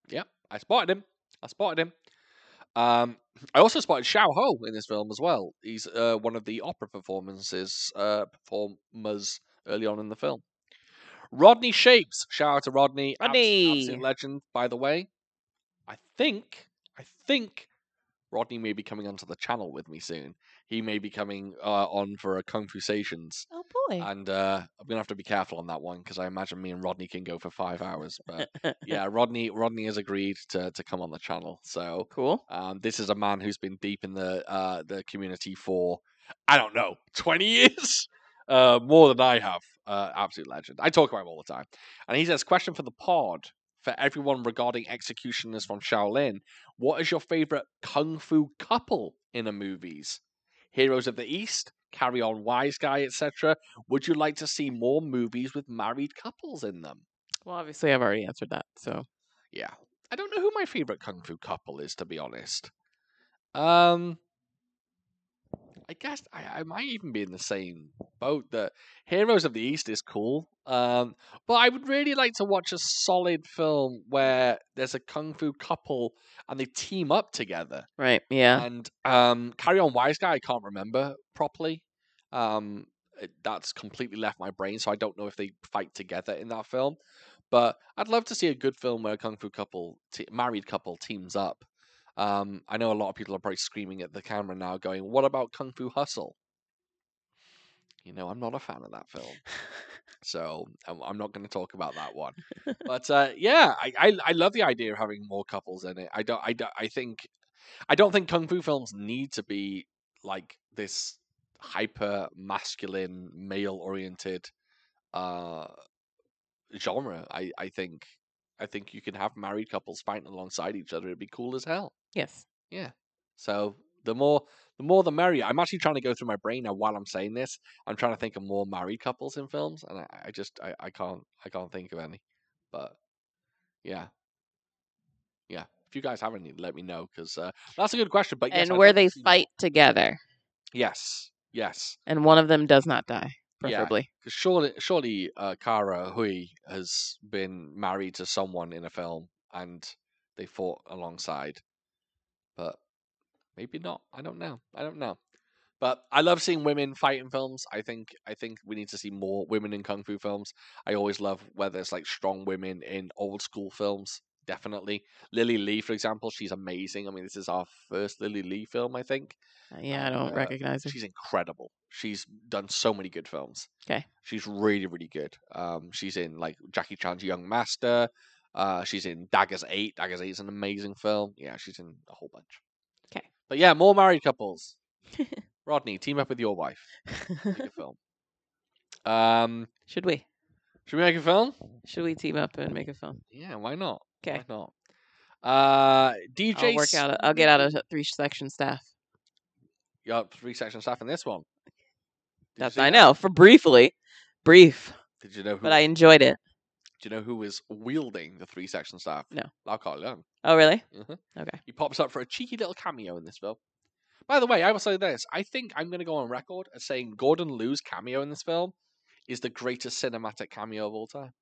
[SPEAKER 2] Yep, I spotted him. I spotted him. Um, I also spotted Xiao Ho in this film as well. He's uh, one of the opera performances uh, performers early on in the film. Rodney Shapes. Shout out to Rodney. abs-
[SPEAKER 3] Rodney!
[SPEAKER 2] absolute legend, by the way. I think, I think Rodney may be coming onto the channel with me soon. He may be coming uh, on for a Kung Fu Sations.
[SPEAKER 3] Oh boy.
[SPEAKER 2] And uh, I'm gonna have to be careful on that one because I imagine me and Rodney can go for five hours. But yeah, Rodney Rodney has agreed to to come on the channel. So
[SPEAKER 3] cool.
[SPEAKER 2] um, this is a man who's been deep in the uh, the community for I don't know twenty years, uh, more than I have. Uh, absolute legend. I talk about him all the time. And he says, question for the pod for everyone regarding executioners from Shaolin: What is your favorite kung fu couple in a movies? Heroes of the East, Carry On, Wise Guy, etc. Would you like to see more movies with married couples in them?
[SPEAKER 3] Well, obviously, I've already answered that. So
[SPEAKER 2] Yeah. I don't know who my favorite kung fu couple is to be honest. Um I guess I, I might even be in the same boat that Heroes of the East is cool. Um but I would really like to watch a solid film where there's a kung fu couple and they team up together.
[SPEAKER 3] right, yeah.
[SPEAKER 2] And um, Carry On Wise Guy, I can't remember properly. Um, it- that's completely left my brain, so I don't know if they fight together in that film. But I'd love to see a good film where a kung fu couple, te- married couple, teams up. Um, I know a lot of people are probably screaming at the camera now, going, "What about Kung Fu Hustle?" You know, I'm not a fan of that film so I'm, I'm not going to talk about that one. but uh, yeah, I, I I love the idea of having more couples in it. I don't I don't, I think I don't think kung fu films need to be like this hyper masculine male oriented uh genre. I I think I think you can have married couples fighting alongside each other. It'd be cool as hell.
[SPEAKER 3] yes.
[SPEAKER 2] So the more the more the merrier. I'm actually trying to go through my brain now while I'm saying this. I'm trying to think of more married couples in films, and I, I just I, I can't I can't think of any. But yeah, yeah. If you guys have any, let me know because uh, that's a good question. But yes,
[SPEAKER 3] and
[SPEAKER 2] I'd
[SPEAKER 3] where
[SPEAKER 2] love to
[SPEAKER 3] they
[SPEAKER 2] see more.
[SPEAKER 3] fight together,
[SPEAKER 2] Yes, yes.
[SPEAKER 3] and one of them does not die,
[SPEAKER 2] Yeah.
[SPEAKER 3] preferably.
[SPEAKER 2] 'Cause surely surely uh, Kara Hui has been married to someone in a film, and they fought alongside. But maybe not. I don't know. I don't know. But I love seeing women fight in films. I think I think we need to see more women in kung fu films. I always love where there's like strong women in old school films. Definitely, Lily Lee, for example, she's amazing. I mean, this is our first Lily Lee film, I think.
[SPEAKER 3] Uh, Yeah, I
[SPEAKER 2] and,
[SPEAKER 3] don't
[SPEAKER 2] uh,
[SPEAKER 3] recognize her.
[SPEAKER 2] She's incredible. She's done so many good films.
[SPEAKER 3] 'Kay.
[SPEAKER 2] she's really really good. Um, she's in like Jackie Chan's Young Master. Uh, she's in Daggers Eight. Daggers Eight is an amazing film. Yeah, she's in a whole bunch.
[SPEAKER 3] 'Kay.
[SPEAKER 2] But yeah, more married couples. Rodney, team up with your wife. Make a film. Um,
[SPEAKER 3] Should we?
[SPEAKER 2] should we make a film?
[SPEAKER 3] Should we team up and make a film?
[SPEAKER 2] Yeah, why not?
[SPEAKER 3] 'Kay.
[SPEAKER 2] Why not? Uh, DJ.
[SPEAKER 3] I'll work out. A, I'll get out a three section staff.
[SPEAKER 2] Yeah, three section staff in this one. Did you
[SPEAKER 3] That's
[SPEAKER 2] see
[SPEAKER 3] I
[SPEAKER 2] that? Uh-huh.
[SPEAKER 3] know for briefly, brief,
[SPEAKER 2] Did you know? Who,
[SPEAKER 3] but I enjoyed it.
[SPEAKER 2] Do you know who is wielding the three section staff?
[SPEAKER 3] No.
[SPEAKER 2] Lao Carl Leung.
[SPEAKER 3] Oh really? Okay.
[SPEAKER 2] He pops up for a cheeky little cameo in this film. By the way, I will say this. I think I'm going to go on record as saying Gordon Liu's cameo in this film is the greatest cinematic cameo of all time.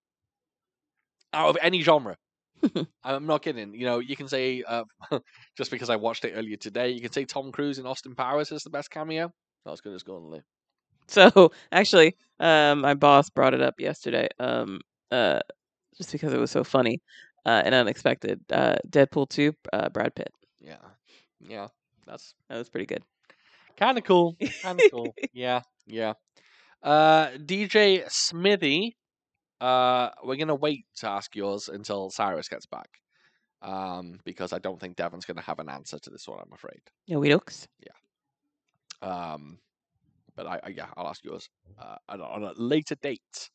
[SPEAKER 2] Out of any genre. I'm not kidding. You know, you can say, uh, just because I watched it earlier today, you can say Tom Cruise in Austin Powers is the best cameo. Not as good as Gordon Liu.
[SPEAKER 3] So actually, um, my boss brought it up yesterday, um, uh, just because it was so funny uh, and unexpected. Uh, Deadpool two, uh, Brad Pitt.
[SPEAKER 2] Yeah. Yeah. That's
[SPEAKER 3] That was pretty good.
[SPEAKER 2] Kind of cool. Kind of cool. Yeah, yeah. Uh, DJ Smithy, uh, we're gonna wait to ask yours until Cyrus gets back, um, because I don't think Devon's gonna have an answer to this one. I'm afraid.
[SPEAKER 3] No we dokes.
[SPEAKER 2] Um, but I, I yeah, I'll ask yours uh, on, a- on a later date.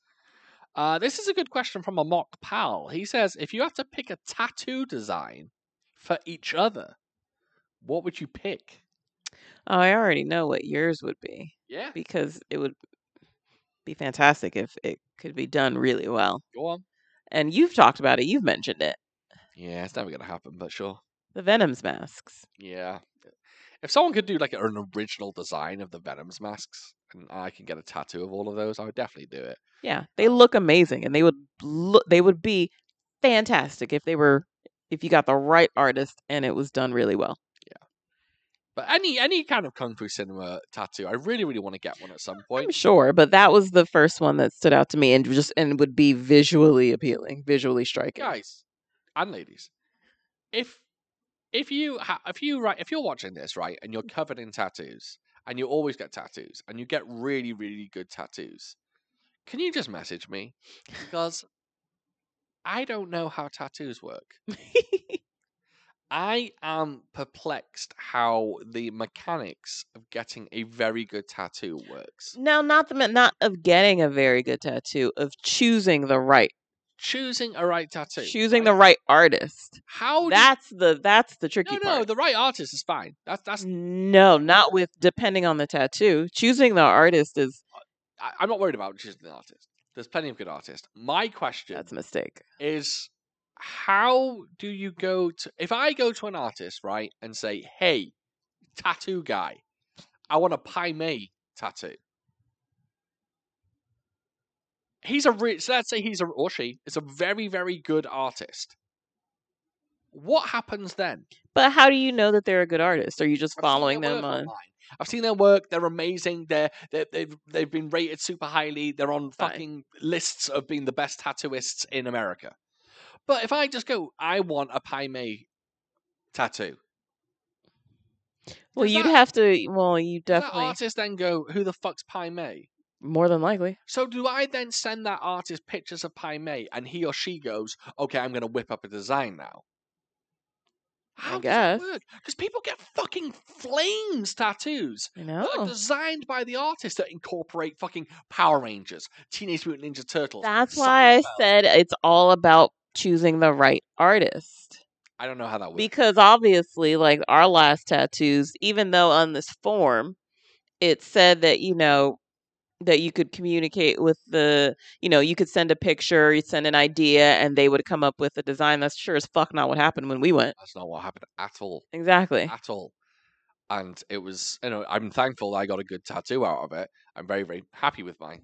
[SPEAKER 2] Uh, this is a good question from a mock pal. He says, if you had to pick a tattoo design for each other, what would you pick?
[SPEAKER 3] Oh, I already know what yours would be
[SPEAKER 2] Yeah,
[SPEAKER 3] because it would be fantastic if it could be done really well.
[SPEAKER 2] go on.
[SPEAKER 3] And you've talked about it. You've mentioned it.
[SPEAKER 2] Yeah, it's never gonna happen, but sure.
[SPEAKER 3] The Venom's masks.
[SPEAKER 2] Yeah. If someone could do like an original design of the Venom's masks and I can get a tattoo of all of those, I would definitely do it.
[SPEAKER 3] Yeah, they look amazing, and they would look they would be fantastic if they were if you got the right artist and it was done really well.
[SPEAKER 2] But any any kind of kung fu cinema tattoo, I really really want to get one at some
[SPEAKER 3] I'm
[SPEAKER 2] point.
[SPEAKER 3] sure, but that was the first one that stood out to me and just and would be visually appealing, visually striking.
[SPEAKER 2] Guys and ladies, if if you ha- if you right if you're watching this right and
[SPEAKER 3] Mm.
[SPEAKER 2] you're covered in tattoos and you always get tattoos and you get really really good tattoos, can you just message me because I don't know how tattoos work. I am perplexed how the mechanics of getting a very good tattoo works.
[SPEAKER 3] now, not the ma- not of getting a very good tattoo, of choosing the right,
[SPEAKER 2] Choosing a right tattoo.
[SPEAKER 3] choosing
[SPEAKER 2] right?
[SPEAKER 3] the right artist.
[SPEAKER 2] How do-
[SPEAKER 3] That's the that's the tricky
[SPEAKER 2] Oh, No, no,
[SPEAKER 3] part.
[SPEAKER 2] the right artist is fine. That's that's
[SPEAKER 3] no, not with depending on the tattoo. Choosing the artist is
[SPEAKER 2] I, I'm not worried about choosing the artist. There's plenty of good artists. My question
[SPEAKER 3] that's a mistake.
[SPEAKER 2] is how do you go to if I go to an artist, right, and say, Hey, tattoo guy, I want a Pai Mei tattoo. He's a rich so let's say he's a or she is a very, very good artist. What happens then?
[SPEAKER 3] But how do you know that they're a good artist? Are you just
[SPEAKER 2] I've seen their
[SPEAKER 3] following them
[SPEAKER 2] work
[SPEAKER 3] on?
[SPEAKER 2] online. I've seen their work. They're amazing. They're, they're they've they've been rated super highly. They're on
[SPEAKER 3] Fine.
[SPEAKER 2] fucking lists of being the best tattooists in America. But if I just go, I want a Pai Mei tattoo.
[SPEAKER 3] Well,
[SPEAKER 2] Does
[SPEAKER 3] you'd
[SPEAKER 2] that-
[SPEAKER 3] have to. Well, you
[SPEAKER 2] does
[SPEAKER 3] definitely
[SPEAKER 2] That artist then go, who the fuck's Pai Mei?
[SPEAKER 3] more than likely.
[SPEAKER 2] So do I then send that artist pictures of Pai Mei, and he or she goes, okay, I'm going to whip up a design now. How
[SPEAKER 3] guess.
[SPEAKER 2] does it work? Because people get fucking flames tattoos.
[SPEAKER 3] You
[SPEAKER 2] that are
[SPEAKER 3] know,
[SPEAKER 2] designed by the artists that incorporate fucking Power Rangers, Teenage Mutant Ninja Turtles.
[SPEAKER 3] that's why I
[SPEAKER 2] Seinfeld.
[SPEAKER 3] said it's all about choosing the right artist.
[SPEAKER 2] I don't know how that works.
[SPEAKER 3] Because obviously, like our last tattoos, even though on this form it said that you know that you could communicate with the you know you could send a picture, you send an idea, and they would come up with a design. That's sure as fuck not what happened when we went.
[SPEAKER 2] That's not what happened at all.
[SPEAKER 3] Exactly.
[SPEAKER 2] At all. And it was, you know, I'm thankful I got a good tattoo out of it. I'm very, very happy with mine.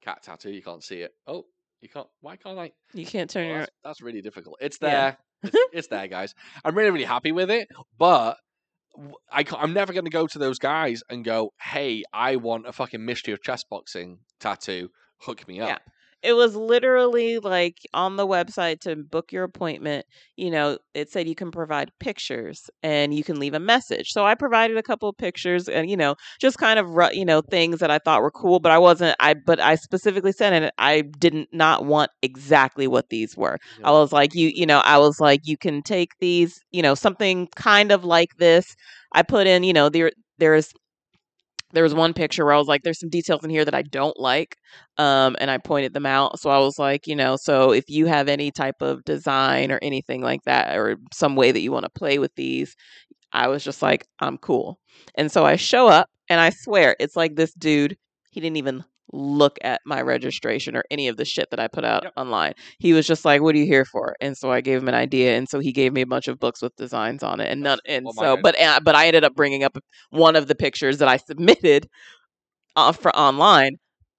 [SPEAKER 2] Cat tattoo, you can't see it. Oh, you can't. Why can't I?
[SPEAKER 3] You can't
[SPEAKER 2] Oh,
[SPEAKER 3] turn your
[SPEAKER 2] that's, that's really difficult. It's
[SPEAKER 3] Yeah.
[SPEAKER 2] there. It's, it's there, guys. I'm really, really happy with it, but w- I can't, I'm never going to go to those guys and go, "Hey, I want a fucking mystery of chess boxing tattoo. Hook me
[SPEAKER 3] Yeah.
[SPEAKER 2] up."
[SPEAKER 3] it was literally like on the website to book your appointment you know it said you can provide pictures and you can leave a message so i provided a couple of pictures and you know just kind of ru- you know things that i thought were cool but i wasn't i but i specifically said and i didn't not want exactly what these were i was like you you know i was like you can take these you know something kind of like this i put in you know there there's there was one picture where I was like, there's some details in here that I don't like. Um, and I pointed them out. So I was like, you know, so if you have any type of design or anything like that, or some way that you want to play with these, I was just like, I'm cool. And so I show up and I swear it's like this dude, he didn't even look at my registration or any of the shit that I put out
[SPEAKER 2] Yep.
[SPEAKER 3] online. He was just like, What are you here for? And so I gave him an idea. And so he gave me a bunch of books with designs on it. And none and
[SPEAKER 2] what mine
[SPEAKER 3] so
[SPEAKER 2] is.
[SPEAKER 3] but and I- but I ended up bringing up one of the pictures that I submitted uh, for online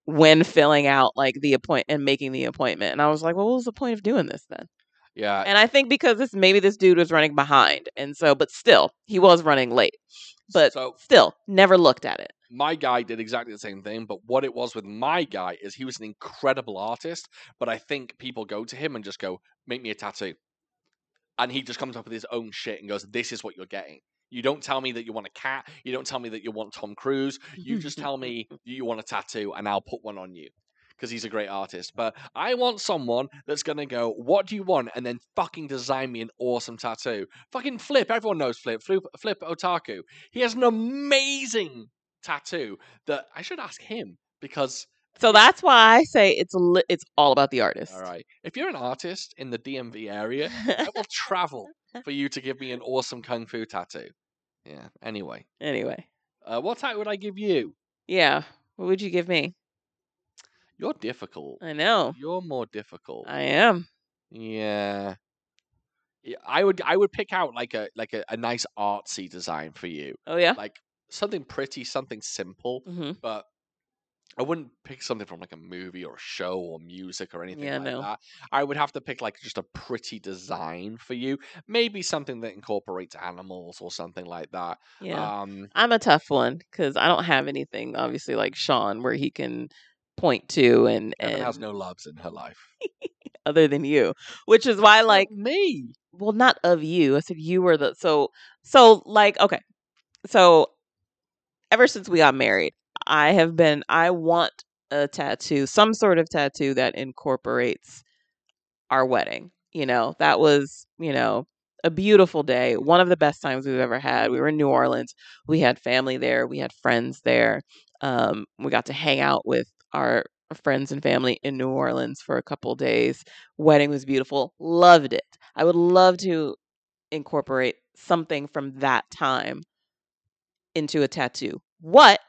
[SPEAKER 3] when filling out like the appoint and making the appointment. And I was like, well, what was the point of doing this then?
[SPEAKER 2] Yeah,
[SPEAKER 3] And I think because this maybe this dude was running behind, and so but still he was running late, but
[SPEAKER 2] so
[SPEAKER 3] still never looked at it.
[SPEAKER 2] my guy did exactly the same thing, but what it was with my guy is he was an incredible artist, but I think people go to him and just go, "Make me a tattoo," and he just comes up with his own shit and goes, "This is what you're getting." You don't tell me that you want a cat. You don't tell me that you want Tom Cruise. You just tell me you want a tattoo, and I'll put one on you because he's a great artist. But I want someone that's gonna go, "What do you want?" and then fucking design me an awesome tattoo. Fucking Flip. Everyone knows Flip. Flip, Flip Otaku. He has an amazing tattoo that I should ask him because
[SPEAKER 3] So that's why I say it's li- it's all about the artist.
[SPEAKER 2] all right, if you're an artist in the DMV area, I will travel for you to give me an awesome kung fu tattoo. Yeah. Anyway,
[SPEAKER 3] anyway,
[SPEAKER 2] uh, what tattoo would I give you?
[SPEAKER 3] yeah. What would you give me?
[SPEAKER 2] You're difficult.
[SPEAKER 3] I know
[SPEAKER 2] You're more difficult.
[SPEAKER 3] I am.
[SPEAKER 2] Yeah. Yeah, I would I would pick out like a like a, a nice artsy design for you.
[SPEAKER 3] Oh yeah.
[SPEAKER 2] Like something pretty, something simple,
[SPEAKER 3] hmm
[SPEAKER 2] but I wouldn't pick something from like a movie or a show or music or anything
[SPEAKER 3] Yeah,
[SPEAKER 2] like
[SPEAKER 3] no.
[SPEAKER 2] that. I would have to pick like just a pretty design for you. Maybe something that incorporates animals or something like that.
[SPEAKER 3] Yeah.
[SPEAKER 2] Um
[SPEAKER 3] I'm a tough one because I don't have anything obviously like Sean where he can point to and
[SPEAKER 2] Evan
[SPEAKER 3] and
[SPEAKER 2] has no loves in her life.
[SPEAKER 3] other than you, which is why like
[SPEAKER 2] me.
[SPEAKER 3] well not of you i said you were the so so like okay so ever since we got married i have been i want a tattoo some sort of tattoo that incorporates our wedding you know that was you know a beautiful day one of the best times we've ever had we were in new orleans we had family there we had friends there um, we got to hang out with our friends and family in new orleans for a couple days wedding was beautiful loved it I would love to incorporate something from that time into a tattoo. What?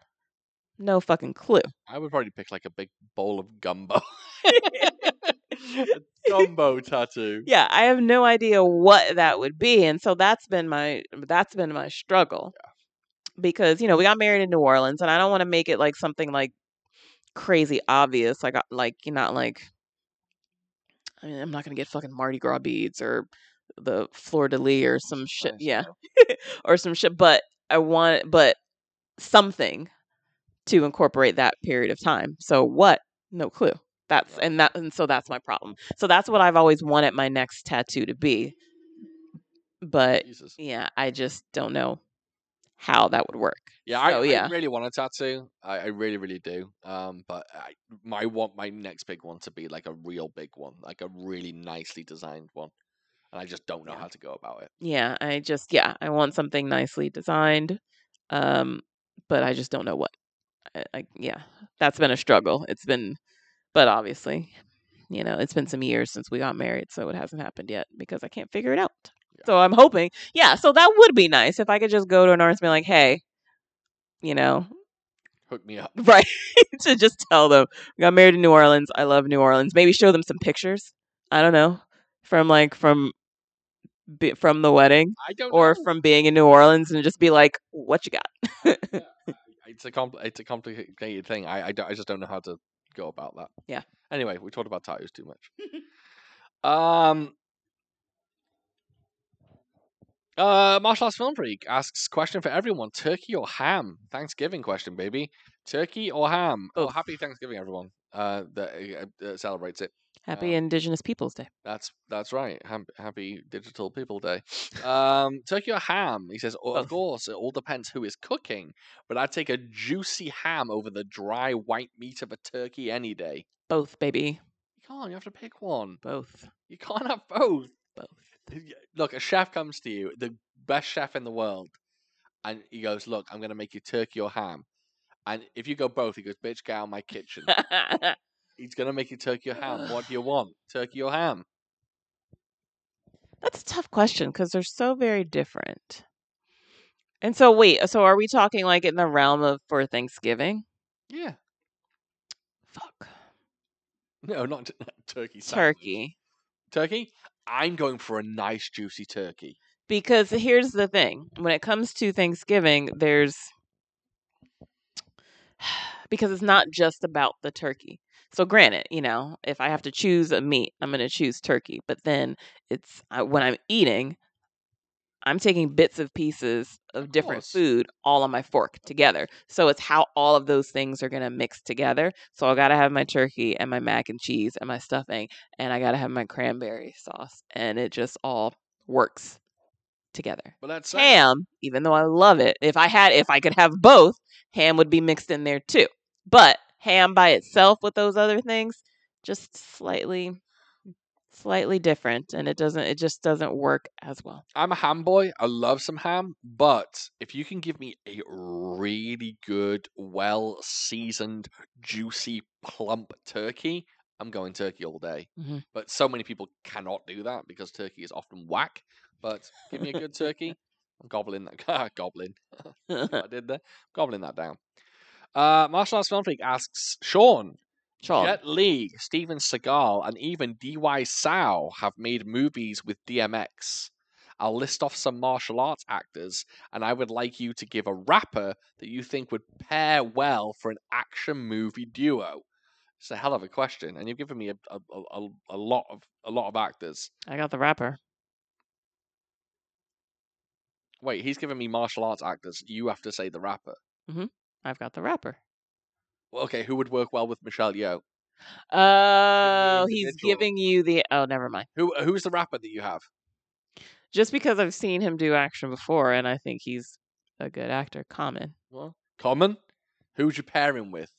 [SPEAKER 3] No fucking clue.
[SPEAKER 2] I would probably pick like a big bowl of gumbo. a gumbo tattoo.
[SPEAKER 3] Yeah, I have no idea what that would be, and so that's been my that's been my struggle. Because, you know, we got married in New Orleans and I don't want to make it like something like crazy obvious like uh, like you're not like I mean, I'm not going to get fucking Mardi Gras beads or the fleur de lis or some shit.
[SPEAKER 2] Nice,
[SPEAKER 3] Yeah.
[SPEAKER 2] though.
[SPEAKER 3] or some shit, but I want but something to incorporate that period of time. So what? No clue. That's
[SPEAKER 2] Yeah.
[SPEAKER 3] and that and so that's my problem. So that's what I've always wanted my next tattoo to be. But
[SPEAKER 2] Jesus.
[SPEAKER 3] yeah, I just don't know how that would work.
[SPEAKER 2] Yeah, I,
[SPEAKER 3] So,
[SPEAKER 2] I
[SPEAKER 3] yeah.
[SPEAKER 2] really want a tattoo. I, I really, really do. Um, but I, my want my next big one to be like a real big one, like a really nicely designed one, and I just don't know
[SPEAKER 3] Yeah.
[SPEAKER 2] how to go about it.
[SPEAKER 3] Yeah, I just yeah, I want something nicely designed. Um but I just don't know what. I, I, yeah, that's been a struggle. It's been but obviously, you know, it's been some years since we got married, so it hasn't happened yet because I can't figure it out.
[SPEAKER 2] Yeah.
[SPEAKER 3] So I'm hoping, yeah. So that would be nice if I could just go to an artist and be like, "Hey, you know,
[SPEAKER 2] Hook me up.
[SPEAKER 3] right?" to just tell them we got married in New Orleans. I love New Orleans. Maybe show them some pictures. I don't know from like from be- from the wedding
[SPEAKER 2] I don't.
[SPEAKER 3] or
[SPEAKER 2] know.
[SPEAKER 3] from being in New Orleans, and just be like, "What you got?"
[SPEAKER 2] it's a compl- it's a complicated thing. I I, don't- I just don't know how to go about that.
[SPEAKER 3] Yeah.
[SPEAKER 2] Anyway, we talked about tattoos too much. um. Uh, martial arts film freak asks question for everyone: Turkey or ham? Thanksgiving question, baby. Turkey or ham? Oh,
[SPEAKER 3] Both.
[SPEAKER 2] happy Thanksgiving, everyone. uh, that uh, uh, celebrates it.
[SPEAKER 3] Happy
[SPEAKER 2] Uh,
[SPEAKER 3] Indigenous Peoples Day.
[SPEAKER 2] That's that's right. Ham- happy Digital People Day. Um, Tokyo ham. He says, "Oh, of
[SPEAKER 3] Both.
[SPEAKER 2] course, it all depends who is cooking, but I'd take a juicy ham over the dry white meat of a turkey any day.
[SPEAKER 3] Both, baby.
[SPEAKER 2] You can't. You have to pick one.
[SPEAKER 3] Both.
[SPEAKER 2] You can't have both.
[SPEAKER 3] Both.
[SPEAKER 2] Look, a chef comes to you, the best chef in the world, and he goes, "Look, I'm going to make you turkey or ham." And if you go both, he goes, "Bitch, get out of my kitchen." He's going to make you turkey or ham. What do you want, turkey or ham?
[SPEAKER 3] That's a tough question because they're so very different. And so, wait, so are we talking like in the realm of for Thanksgiving?
[SPEAKER 2] Yeah.
[SPEAKER 3] Fuck.
[SPEAKER 2] No, not t- turkey. sandwich.
[SPEAKER 3] Turkey.
[SPEAKER 2] Turkey? I'm going for a nice juicy turkey.
[SPEAKER 3] Because here's the thing when it comes to Thanksgiving, there's because it's not just about the turkey. So, granted, you know, if I have to choose a meat, I'm going to choose turkey. But then it's I- when I'm eating, I'm taking bits of pieces of,
[SPEAKER 2] Of
[SPEAKER 3] different
[SPEAKER 2] course.
[SPEAKER 3] food all on my fork together. So it's how all of those things are going to mix together. So I got to have my turkey and my mac and cheese and my stuffing, and I got to have my cranberry sauce. And it just all works together
[SPEAKER 2] But let's say
[SPEAKER 3] ham, even though I love it, if I had if I could have both, ham would be mixed in there too. But ham by itself with those other things, just slightly slightly different and it doesn't it just doesn't work as well.
[SPEAKER 2] I'm a ham boy. I love some ham, but if you can give me a really good, well seasoned, juicy, plump turkey, I'm going turkey all day.
[SPEAKER 3] Mhm.
[SPEAKER 2] But so many people cannot do that because turkey is often whack. But give me a good turkey. I'm gobbling that goblin. I did there. Gobbling that down. Uh, Martial Arts Film Freak asks Sean,
[SPEAKER 3] Sean.
[SPEAKER 2] Jet Li, Steven Seagal, and even D.Y. Sao have made movies with DMX. I'll list off some martial arts actors, and I would like you to give a rapper that you think would pair well for an action movie duo. It's a hell of a question, and you've given me a, a, a, a lot of a lot of actors.
[SPEAKER 3] I got the rapper.
[SPEAKER 2] Wait, he's given me martial arts actors. You have to say the rapper.
[SPEAKER 3] I've got the rapper.
[SPEAKER 2] Well, Okay, who would work well with Michelle Yeoh?
[SPEAKER 3] Oh, he's
[SPEAKER 2] individual.
[SPEAKER 3] giving you the oh, never mind.
[SPEAKER 2] Who who's the rapper that you have?
[SPEAKER 3] Just because I've seen him do action before and I think he's a good actor, common.
[SPEAKER 2] Well, Common. Who would you pair him with?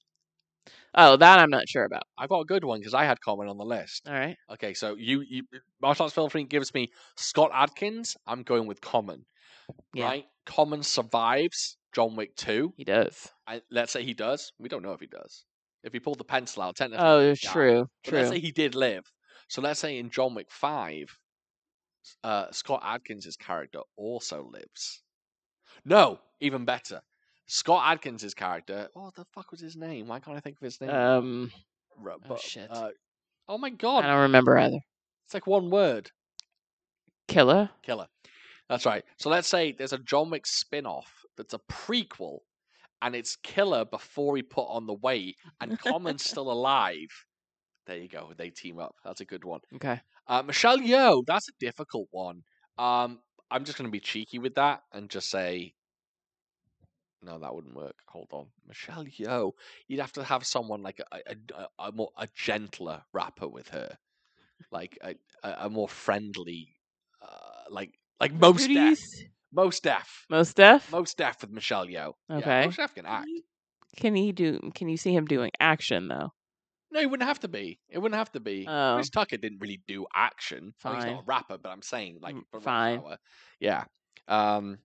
[SPEAKER 3] Oh, that I'm not sure about.
[SPEAKER 2] I've got a good one because I had Common on the list.
[SPEAKER 3] All right.
[SPEAKER 2] Okay, so you, you martial arts film freak gives me Scott Adkins. I'm going with Common.
[SPEAKER 3] Yeah.
[SPEAKER 2] Right, Common survives John Wick two.
[SPEAKER 3] He does.
[SPEAKER 2] I, let's say he does. We don't know if he does. If he pulled the pencil out, technically.
[SPEAKER 3] Oh,
[SPEAKER 2] he died.
[SPEAKER 3] true.
[SPEAKER 2] But
[SPEAKER 3] True.
[SPEAKER 2] Let's say he did live. So let's say in John Wick five, s- uh, Scott Adkins' character also lives. No, even better. Scott Adkins' character. What the fuck was his name? Why can't I think of his name?
[SPEAKER 3] Um,
[SPEAKER 2] Ru-
[SPEAKER 3] oh,
[SPEAKER 2] but,
[SPEAKER 3] shit.
[SPEAKER 2] uh, oh my
[SPEAKER 3] I
[SPEAKER 2] god!
[SPEAKER 3] don't remember either.
[SPEAKER 2] It's like one word.
[SPEAKER 3] Killer.
[SPEAKER 2] Killer. That's right. So let's say there's a John Wick spin off that's a prequel and it's Killer before he put on the weight and Common's still alive. There you go. They team up. That's a good one.
[SPEAKER 3] Okay.
[SPEAKER 2] Uh, Michelle Yeoh, that's a difficult one. Um, I'm just going to be cheeky with that and just say, no, that wouldn't work. Hold on, Michelle Yeoh. You'd have to have someone like a a, a, a more a gentler rapper with her, like a a, a more friendly, uh, like like most deaf,
[SPEAKER 3] Goodies.
[SPEAKER 2] most deaf,
[SPEAKER 3] Most deaf.
[SPEAKER 2] most deaf with Michelle Yeoh. yeah,
[SPEAKER 3] Okay.
[SPEAKER 2] most deaf can act.
[SPEAKER 3] Can he do? Can you see him doing action though?
[SPEAKER 2] No, it wouldn't have to be. It wouldn't have to be. Chris Tucker didn't really do action. I mean, he's not
[SPEAKER 3] Oh. Fine.
[SPEAKER 2] a rapper, but I'm saying like
[SPEAKER 3] Mm,
[SPEAKER 2] for Rush
[SPEAKER 3] fine.
[SPEAKER 2] Hour, Yeah. Um,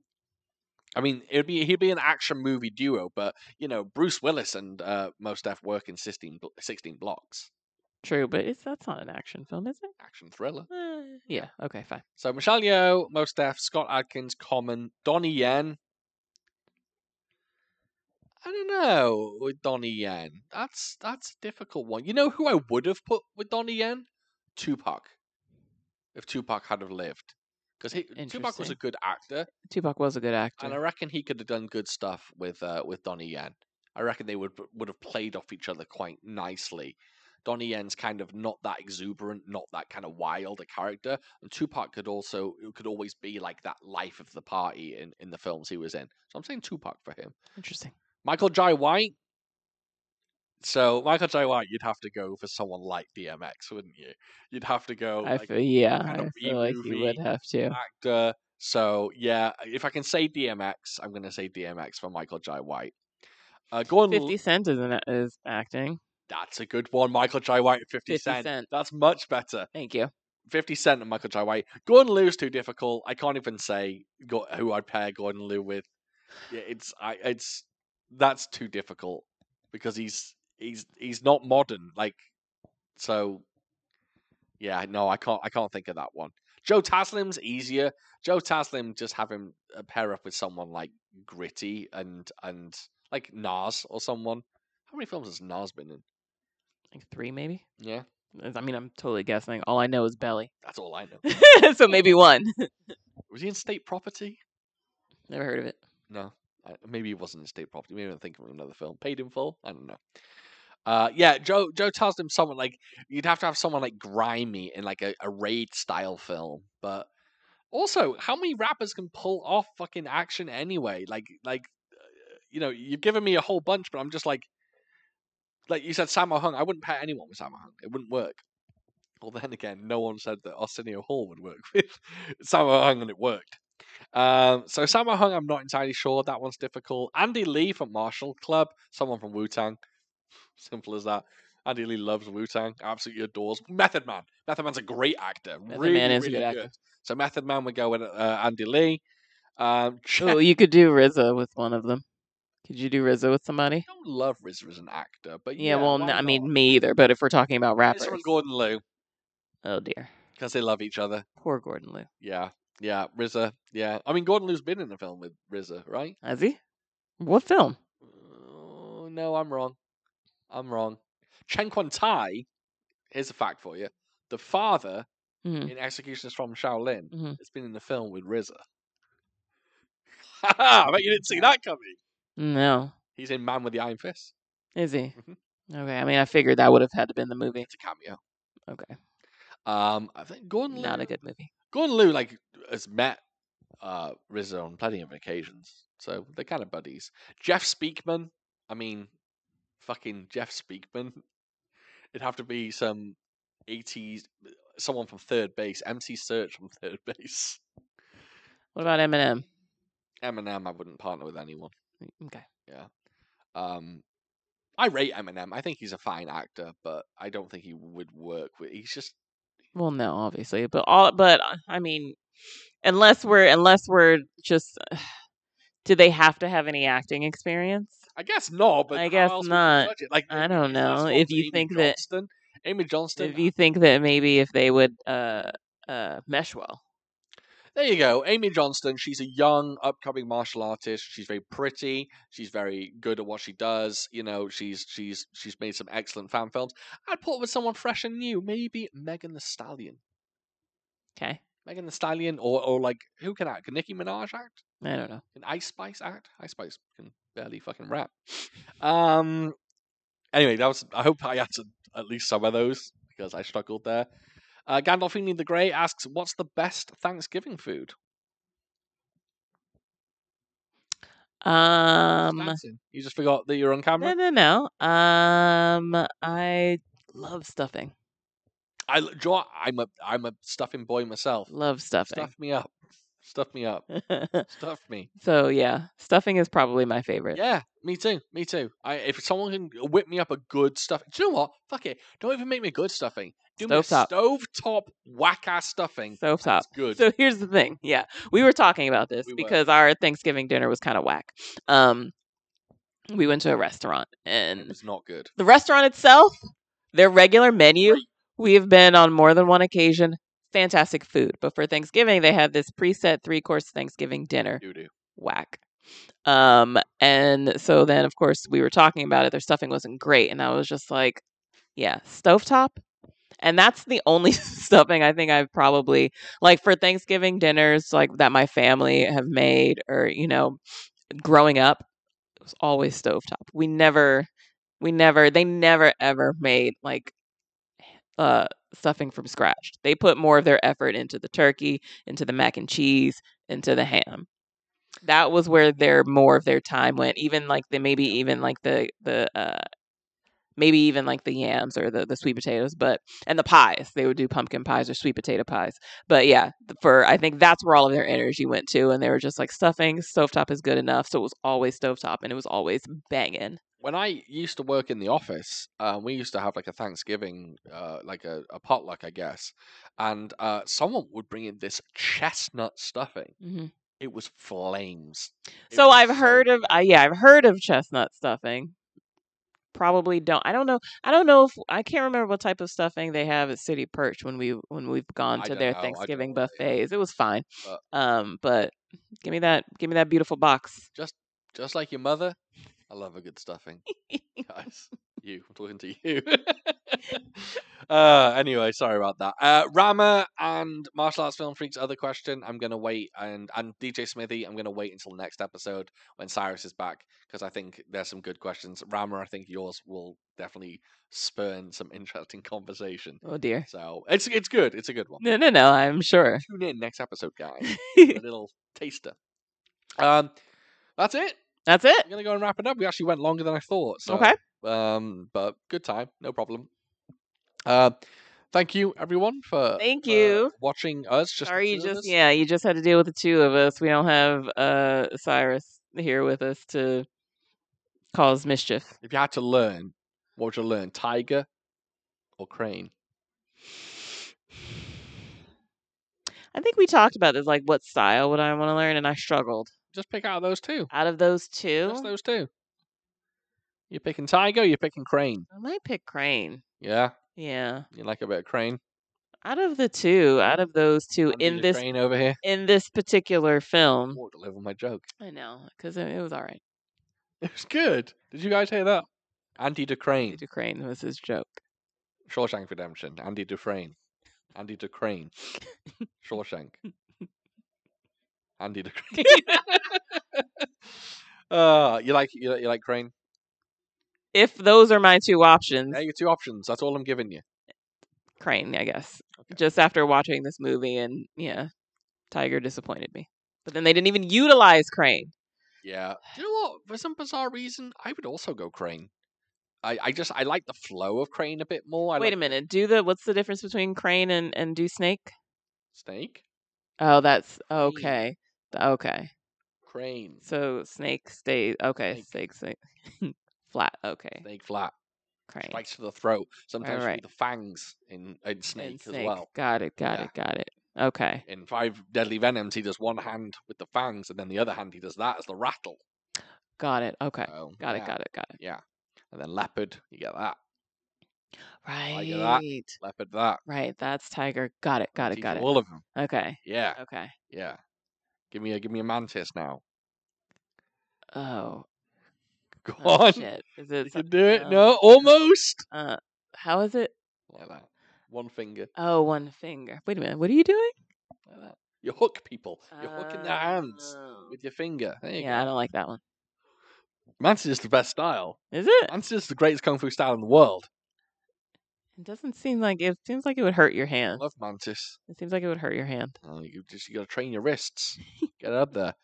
[SPEAKER 2] I mean, it'd be he'd be an action movie duo, but you know, Bruce Willis and uh, Most Def work in 16, bl- 16 blocks,
[SPEAKER 3] True, but it's that's not an action film, is it?
[SPEAKER 2] action thriller.
[SPEAKER 3] Eh, yeah. Okay. Fine.
[SPEAKER 2] So Michelle Yeoh, Most Def, Scott Adkins, Common, Donnie Yen. I don't know with Donnie Yen. That's that's a difficult one. You know who I would have put with Donnie Yen? Tupac. If Tupac had have lived, because Tupac was a
[SPEAKER 3] Interesting.
[SPEAKER 2] good actor,
[SPEAKER 3] Tupac was a good
[SPEAKER 2] and I
[SPEAKER 3] actor.
[SPEAKER 2] reckon he could have done good stuff with uh, with Donnie Yen. I reckon they would would have played off each other quite nicely. Donnie Yen's kind of not that exuberant, not that kind of wild a character, and Tupac could also could always be like that life of the party in, in the films he was in. So I'm saying Tupac for him.
[SPEAKER 3] Interesting.
[SPEAKER 2] Michael Jai White, So Michael J. White, you'd have to go for someone like DMX, wouldn't you? You'd have to go
[SPEAKER 3] I
[SPEAKER 2] like
[SPEAKER 3] feel, yeah,
[SPEAKER 2] kind of
[SPEAKER 3] I feel like
[SPEAKER 2] B-movie
[SPEAKER 3] you would have to.
[SPEAKER 2] actor. So yeah, if I can say DMX, I'm gonna say DMX for Michael J. White. Uh, go on.
[SPEAKER 3] Fifty Cent is an, is acting.
[SPEAKER 2] That's a good one. Michael J. White, and 50,
[SPEAKER 3] Fifty
[SPEAKER 2] Cent.
[SPEAKER 3] Cent.
[SPEAKER 2] That's much better.
[SPEAKER 3] Thank you.
[SPEAKER 2] 50 Cent and Michael J. White. Gordon Liu's too difficult. I can't even say go- who I'd pair Gordon Liu with. Yeah, it's I it's that's too difficult because he's he's he's not modern. Like so yeah, no, I can't I can't think of that one. Joe Taslim's easier. Joe Taslim just have him uh, pair up with someone like gritty and and like Nas or someone. How many films has Nas been in?
[SPEAKER 3] Like three, maybe.
[SPEAKER 2] Yeah,
[SPEAKER 3] I mean, I'm totally guessing. All I know is Belly,
[SPEAKER 2] that's all I know.
[SPEAKER 3] so maybe one.
[SPEAKER 2] Was he in State Property?
[SPEAKER 3] Never heard of it.
[SPEAKER 2] No, I, maybe it wasn't estate property. Maybe I'm thinking of another film. Paid in full. I don't know. Uh, yeah, Joe Joe tells him someone like you'd have to have someone like grimy in like a, a raid style film, but also how many rappers can pull off fucking action anyway? Like like uh, you know you've given me a whole bunch, but I'm just like like you said Sammo Hung. I wouldn't pair anyone with Sammo Hung. It wouldn't work. Well, then again, no one said that Arsenio Hall would work with Sammo Hung, and it worked. Um, so Sammo Hung, I'm not entirely sure. That one's difficult. Andy Lee from Marshall Club, someone from Wu Tang. Simple as that. Andy Lee loves Wu Tang, absolutely adores Method Man. Method Man's a great actor.
[SPEAKER 3] Method
[SPEAKER 2] really,
[SPEAKER 3] Man is a
[SPEAKER 2] really
[SPEAKER 3] good actor.
[SPEAKER 2] So Method Man would go with uh, Andy Lee. Um, Chet-
[SPEAKER 3] Oh, you could do RZA with one of them. Could you do RZA with somebody?
[SPEAKER 2] I don't love RZA as an actor, but yeah,
[SPEAKER 3] Yeah, well,
[SPEAKER 2] why
[SPEAKER 3] n- I mean,
[SPEAKER 2] not?
[SPEAKER 3] me either. But if we're talking about rappers,
[SPEAKER 2] RZA and Gordon Liu
[SPEAKER 3] oh dear,
[SPEAKER 2] because they love each other.
[SPEAKER 3] poor Gordon Liu.
[SPEAKER 2] Yeah, yeah, RZA. Yeah, I mean Gordon Liu's been in a film with RZA, right?
[SPEAKER 3] Has he? What film?
[SPEAKER 2] Oh, no, I'm wrong. I'm wrong. Chen Quan Tai, here's a fact for you. The father
[SPEAKER 3] Mhm.
[SPEAKER 2] in Executions from Shaolin
[SPEAKER 3] Mhm.
[SPEAKER 2] has been in the film with RZA. I bet you didn't see that coming.
[SPEAKER 3] No,
[SPEAKER 2] He's in Man with the Iron Fist.
[SPEAKER 3] is he?
[SPEAKER 2] Mhm.
[SPEAKER 3] Okay, I mean, I figured that would have had to been the movie.
[SPEAKER 2] It's a cameo.
[SPEAKER 3] Okay,
[SPEAKER 2] Um, I think Gordon Liu,
[SPEAKER 3] not a good movie.
[SPEAKER 2] Gordon Liu like has met uh RZA on plenty of occasions, so they're kind of buddies. Jeff Speakman, I mean, fucking Jeff Speakman. It'd have to be some '80s, someone from third base, MC Search from third base.
[SPEAKER 3] What about Eminem? Mm,
[SPEAKER 2] Eminem, I wouldn't partner with anyone.
[SPEAKER 3] Okay,
[SPEAKER 2] Um, I rate Eminem. I think he's a fine actor, but I don't think he would work with. He's just
[SPEAKER 3] well, no, obviously, but all, but uh, I mean, unless we're unless we're just, do they have to have any acting experience?
[SPEAKER 2] I guess not, but
[SPEAKER 3] I
[SPEAKER 2] how
[SPEAKER 3] guess
[SPEAKER 2] else would you
[SPEAKER 3] not.
[SPEAKER 2] judge it? Like
[SPEAKER 3] I
[SPEAKER 2] if-
[SPEAKER 3] don't
[SPEAKER 2] if that's
[SPEAKER 3] know.
[SPEAKER 2] what
[SPEAKER 3] If
[SPEAKER 2] for
[SPEAKER 3] you
[SPEAKER 2] Amy
[SPEAKER 3] think that-
[SPEAKER 2] Johnston, Amy Johnston,
[SPEAKER 3] If you think that maybe if they would uh uh mesh well,
[SPEAKER 2] There you go. Amy Johnston, she's a young, upcoming martial artist. She's very pretty. She's very good at what she does. You know, she's she's she's made some excellent fan films. I'd put with someone fresh and new, maybe Megan the Stallion.
[SPEAKER 3] okay,
[SPEAKER 2] Megan the Stallion or or like who can act? Can Nicki Minaj act?
[SPEAKER 3] I don't know.
[SPEAKER 2] Can Ice Spice act? Ice Spice can barely fucking rap. Um. Anyway, that was. I hope I answered at least some of those because I struggled there. Uh, Gandolfini the Grey asks, "What's the best Thanksgiving food?" Just
[SPEAKER 3] Um,
[SPEAKER 2] dancing. you just forgot that you're on camera.
[SPEAKER 3] no, no, no. Um, I love stuffing.
[SPEAKER 2] I, l- do you know what? I'm a I'm a stuffing boy myself.
[SPEAKER 3] Love stuffing.
[SPEAKER 2] Stuff me up, stuff me up, stuff me.
[SPEAKER 3] so yeah, stuffing is probably my favorite.
[SPEAKER 2] Yeah, me too. Me too. I if someone can whip me up a good stuff, do you know what? Fuck it. Don't even make me good stuffing. Do me a
[SPEAKER 3] Stovetop.
[SPEAKER 2] stove top whack ass stuffing.
[SPEAKER 3] So top.
[SPEAKER 2] That's good.
[SPEAKER 3] So here's the thing. Yeah, we were talking about this
[SPEAKER 2] We were.
[SPEAKER 3] because our Thanksgiving dinner was kind of whack. Um, we went to a restaurant
[SPEAKER 2] it
[SPEAKER 3] and
[SPEAKER 2] was not good.
[SPEAKER 3] the restaurant itself, their regular menu,
[SPEAKER 2] Great.
[SPEAKER 3] we have been on more than one occasion. Fantastic food, but for Thanksgiving they had this preset three course Thanksgiving dinner.
[SPEAKER 2] Doo doo.
[SPEAKER 3] whack. Um, and so then of course we were talking about it. Their stuffing wasn't great, and I was just like, yeah, stovetop. And that's the only stuffing I think I've probably like for Thanksgiving dinners like that my family have made or you know, growing up, it was always stovetop. We never we never they never ever made like uh stuffing from scratch. They put more of their effort into the turkey, into the mac and cheese, into the ham. That was where their more of their time went. Even like the maybe even like the the uh maybe even like the yams or the, the sweet potatoes, but and the pies. They would do pumpkin pies or sweet potato pies. But yeah, th- for I think that's where all of their energy went to, and they were just like stuffing. Stovetop is good enough, so it was always stovetop, and it was always banging.
[SPEAKER 2] when I used to work in the office, uh, we used to have like a Thanksgiving, uh, like a, a potluck, I guess. And uh, someone would bring in this chestnut stuffing.
[SPEAKER 3] Mm-hmm.
[SPEAKER 2] It was flames. It
[SPEAKER 3] So
[SPEAKER 2] was
[SPEAKER 3] I've heard of uh, yeah, I've heard of chestnut stuffing. Probably don't. I don't know. I don't know if I can't remember what type of stuffing they have at City Perch when we when we've gone
[SPEAKER 2] I
[SPEAKER 3] to
[SPEAKER 2] don't
[SPEAKER 3] their
[SPEAKER 2] know. I don't know
[SPEAKER 3] Thanksgiving
[SPEAKER 2] what they have,
[SPEAKER 3] buffets. It was fine.
[SPEAKER 2] but-
[SPEAKER 3] Um, but give me that give me that beautiful box.
[SPEAKER 2] Just like your mother, I love a good stuffing. Guys, you, I'm talking to you. uh, anyway, sorry about that. Uh, Rama and Martial Arts Film Freak's other question, I'm going to wait, and, and DJ Smithy, I'm going to wait until next episode when Cyrus is back, because I think there's some good questions. Rama, I think yours will definitely spurn some interesting conversation.
[SPEAKER 3] Oh dear.
[SPEAKER 2] So it's it's good. It's a good one.
[SPEAKER 3] No, no, no. I'm sure.
[SPEAKER 2] Tune in next episode, guys. for a little taster. Um, that's it.
[SPEAKER 3] That's it.
[SPEAKER 2] I'm gonna go and wrap it up. We actually went longer than I thought. So,
[SPEAKER 3] Okay.
[SPEAKER 2] Um, but good time, no problem. Uh, thank you everyone for
[SPEAKER 3] Thank
[SPEAKER 2] for
[SPEAKER 3] you.
[SPEAKER 2] watching us. Just the
[SPEAKER 3] Sorry, you
[SPEAKER 2] two of
[SPEAKER 3] just
[SPEAKER 2] us.
[SPEAKER 3] yeah, you just had to deal with the two of us. We don't have uh Cyrus here with us to cause mischief.
[SPEAKER 2] If you had to learn, what would you learn? Tiger or crane?
[SPEAKER 3] I think we talked about this, like what style would I want to learn, and I struggled.
[SPEAKER 2] Just pick out of those two.
[SPEAKER 3] Out of those two,
[SPEAKER 2] Just those two. You're picking tiger. You're picking crane.
[SPEAKER 3] I might pick Crane.
[SPEAKER 2] Yeah,
[SPEAKER 3] Yeah.
[SPEAKER 2] you like a bit of crane.
[SPEAKER 3] Out of the two, out of those two
[SPEAKER 2] Andy
[SPEAKER 3] in
[SPEAKER 2] the
[SPEAKER 3] this
[SPEAKER 2] crane over here. Oh,
[SPEAKER 3] in this particular film,
[SPEAKER 2] Walked all over my joke.
[SPEAKER 3] I know because it, it was all right.
[SPEAKER 2] It was good. Did you guys hear that? Andy Dufresne,
[SPEAKER 3] Peter Crane was his joke.
[SPEAKER 2] Shawshank Redemption. Andy Dufresne, Andy Dufresne, Shawshank. Andy Dufresne. uh, you like you, like- you like Crane?
[SPEAKER 3] If those are my two options,
[SPEAKER 2] Yeah, your two options. That's all I'm giving you.
[SPEAKER 3] Crane, I guess. Just after watching this movie, and yeah, Tiger disappointed me. But then they didn't even utilize Crane.
[SPEAKER 2] Yeah. Do you know what? For some bizarre reason, I would also go Crane. I, I just I like the flow of Crane a bit more. I
[SPEAKER 3] Wait
[SPEAKER 2] like
[SPEAKER 3] a minute. Do the what's the difference between Crane and and Do Snake?
[SPEAKER 2] Snake,
[SPEAKER 3] Oh, that's
[SPEAKER 2] Crane.
[SPEAKER 3] okay. Okay.
[SPEAKER 2] Crane,
[SPEAKER 3] So snake stays okay. Snake,
[SPEAKER 2] Snake.
[SPEAKER 3] snake, flat. Okay,
[SPEAKER 2] Snake flat,
[SPEAKER 3] crane.
[SPEAKER 2] bites to the throat. Sometimes
[SPEAKER 3] Alright.
[SPEAKER 2] through the fangs in in snake,
[SPEAKER 3] and
[SPEAKER 2] as
[SPEAKER 3] snake.
[SPEAKER 2] well.
[SPEAKER 3] Got it. Got
[SPEAKER 2] Yeah.
[SPEAKER 3] it. Got it. Okay.
[SPEAKER 2] in Five Deadly Venoms, he does one hand with the fangs, and then the other hand he does that as the rattle.
[SPEAKER 3] Got it. Okay.
[SPEAKER 2] So,
[SPEAKER 3] Got
[SPEAKER 2] yeah,
[SPEAKER 3] it. Got it. Got it.
[SPEAKER 2] Yeah, and then leopard, you get that
[SPEAKER 3] Right.
[SPEAKER 2] get that. leopard that.
[SPEAKER 3] Right. That's tiger. Got it. Got it.
[SPEAKER 2] Teach
[SPEAKER 3] Got
[SPEAKER 2] you
[SPEAKER 3] it. Oh.
[SPEAKER 2] All of them.
[SPEAKER 3] Okay.
[SPEAKER 2] Yeah,
[SPEAKER 3] Okay.
[SPEAKER 2] yeah. Give me a give me a mantis now.
[SPEAKER 3] Oh.
[SPEAKER 2] Go
[SPEAKER 3] oh,
[SPEAKER 2] on,
[SPEAKER 3] Shit. Is
[SPEAKER 2] you
[SPEAKER 3] it? so-
[SPEAKER 2] can do it.
[SPEAKER 3] um,
[SPEAKER 2] no, almost
[SPEAKER 3] Uh, how is it?
[SPEAKER 2] like that. One finger
[SPEAKER 3] Oh, one finger. Wait a minute. What are you doing?
[SPEAKER 2] like that. You hook people. You're hooking their hands
[SPEAKER 3] Oh.
[SPEAKER 2] with your finger. There you
[SPEAKER 3] Yeah, I
[SPEAKER 2] go.
[SPEAKER 3] don't like that one.
[SPEAKER 2] Mantis is the best style.
[SPEAKER 3] Is it?
[SPEAKER 2] Mantis is the greatest kung fu style in the world.
[SPEAKER 3] It doesn't seem like it. Seems like it would hurt your
[SPEAKER 2] I
[SPEAKER 3] hand.
[SPEAKER 2] love mantis.
[SPEAKER 3] It seems like it would hurt your hand.
[SPEAKER 2] Oh, you just you got to train your wrists. Get up there.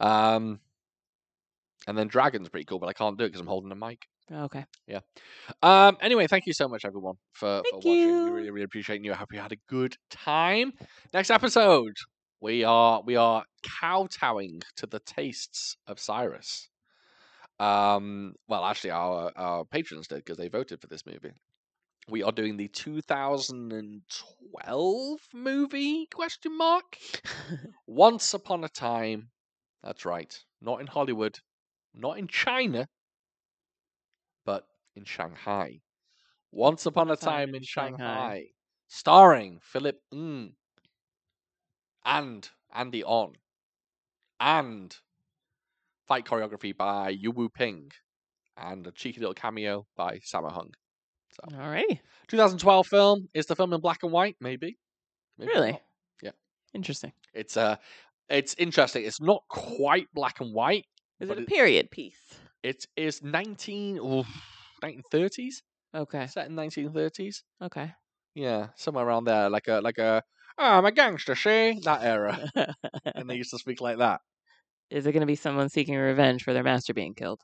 [SPEAKER 2] Um, and then dragon's pretty cool, but I can't do it because I'm holding a mic.
[SPEAKER 3] Okay.
[SPEAKER 2] Um, anyway, thank you so much, everyone, for, for
[SPEAKER 3] Thank
[SPEAKER 2] watching. We
[SPEAKER 3] you.
[SPEAKER 2] really, really appreciate you. I hope you had a good time. Next episode, we are we are kowtowing to the tastes of Cyrus. Um, well, actually, our our patrons did because they voted for this movie. We are doing the 2012 movie question mark. Once upon a time. That's right. Not in Hollywood, not in China, but in Shanghai. Once upon a time in Shanghai, starring Philip Ng and Andy On and fight choreography by Yu Wu Ping and a cheeky little cameo by Sammo Hung. Oh.
[SPEAKER 3] Alrighty.
[SPEAKER 2] 2012 film is the film in black and white, maybe. Maybe
[SPEAKER 3] Really?
[SPEAKER 2] not. Yeah.
[SPEAKER 3] Interesting.
[SPEAKER 2] It's uh it's interesting. It's not quite black and white.
[SPEAKER 3] Is
[SPEAKER 2] But
[SPEAKER 3] it a
[SPEAKER 2] it-
[SPEAKER 3] period piece?
[SPEAKER 2] It is 19 oof, 1930s,
[SPEAKER 3] Okay.
[SPEAKER 2] set in 1930s.
[SPEAKER 3] Okay.
[SPEAKER 2] Yeah, somewhere around there, like a like a oh, I'm a gangster, she that era, and they used to speak like that.
[SPEAKER 3] Is it going to be someone seeking revenge for their master being killed?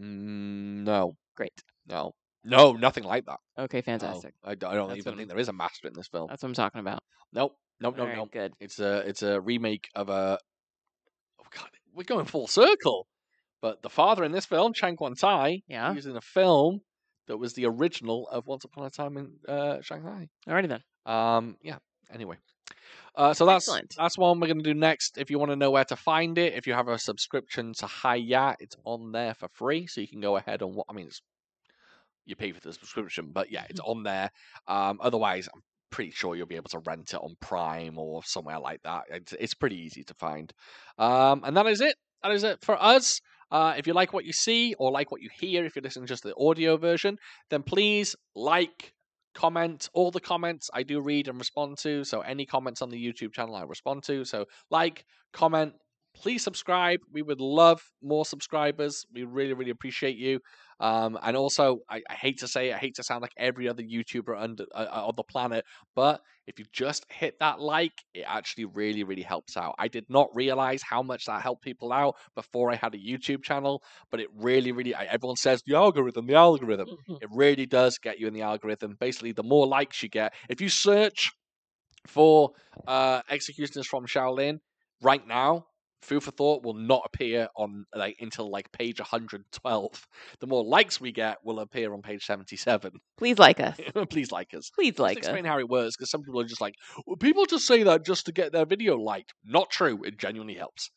[SPEAKER 2] Mm, no,
[SPEAKER 3] Great.
[SPEAKER 2] no, No, nothing like that.
[SPEAKER 3] Okay,
[SPEAKER 2] No.
[SPEAKER 3] fantastic.
[SPEAKER 2] I, d- I don't
[SPEAKER 3] That's
[SPEAKER 2] even
[SPEAKER 3] what
[SPEAKER 2] think
[SPEAKER 3] I'm-
[SPEAKER 2] there is a master in this film.
[SPEAKER 3] That's what I'm talking about.
[SPEAKER 2] Nope, nope, nope,
[SPEAKER 3] Alright,
[SPEAKER 2] nope.
[SPEAKER 3] Good.
[SPEAKER 2] It's a it's a remake of a. Oh God, we're going full circle. But the father in this film, Chang Quan Tai,
[SPEAKER 3] Yeah.
[SPEAKER 2] using a film that was the original of Once Upon a Time in uh, Shanghai.
[SPEAKER 3] Alrighty then.
[SPEAKER 2] Um, yeah. Anyway, uh, so that's
[SPEAKER 3] Excellent.
[SPEAKER 2] that's one we're going to do next. If you want to know where to find it, if you have a subscription to Hiya, it's on there for free, so you can go ahead and. wa- I mean, it's, you pay for the subscription, but yeah, it's on there. Um, otherwise, I'm pretty sure you'll be able to rent it on Prime or somewhere like that. It's, it's pretty easy to find. Um, and that is it. That is it for us. Uh, if you like what you see or like what you hear, if you're listening just to the audio version, then please like, comment. All the comments I do read and respond to. So any comments on the YouTube channel, I respond to. So like, comment, please subscribe. We would love more subscribers. We really, really appreciate you. Um, and also, I, I hate to say, it, I hate to sound like every other YouTuber under, uh, uh, on the planet, but if you just hit that like, it actually really, really helps out. I did not realize how much that helped people out before I had a YouTube channel, but it really, really, I, everyone says the algorithm, the algorithm. It really does get you in the algorithm. Basically, the more likes you get, if you search for uh, executioners from Shaolin right now, Food for Thought will not appear on like until like page 112. The more likes we get will appear on page 77.
[SPEAKER 3] Please like us.
[SPEAKER 2] Please like us.
[SPEAKER 3] Please
[SPEAKER 2] Just
[SPEAKER 3] like uh us.
[SPEAKER 2] explain how it works because some people are just like, well, people just say that just to get their video liked. Not true. It genuinely helps.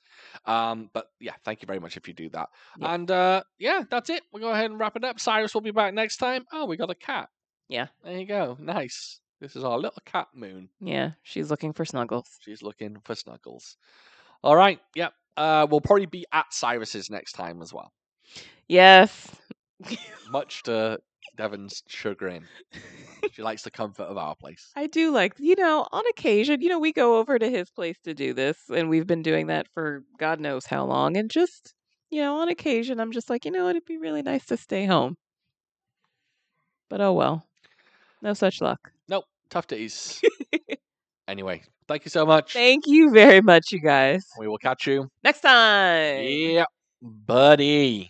[SPEAKER 2] Um, but yeah, thank you very much if you do that.
[SPEAKER 3] Yeah.
[SPEAKER 2] And uh, yeah, that's it. We'll go ahead and wrap it up. Cyrus will be back next time. Oh, we got a cat.
[SPEAKER 3] Yeah.
[SPEAKER 2] There you go. Nice. This is our little cat moon.
[SPEAKER 3] Yeah, she's looking for snuggles.
[SPEAKER 2] She's looking for snuggles. All right. Yep. Uh, we'll probably be at Cyrus's next time as well,
[SPEAKER 3] Yes.
[SPEAKER 2] much to Devon's chagrin. she likes the comfort of our place.
[SPEAKER 3] I do like, you know, on occasion, you know, we go over to his place to do this, and we've been doing that for God knows how long. And just, you know, on occasion, I'm just like, you know what, it'd be really nice to stay home. But oh well. No such luck.
[SPEAKER 2] Nope, tough days. anyway, thank you so much.
[SPEAKER 3] Thank you very much, you guys.
[SPEAKER 2] we will catch you.
[SPEAKER 3] Next time.
[SPEAKER 2] Yeah, buddy.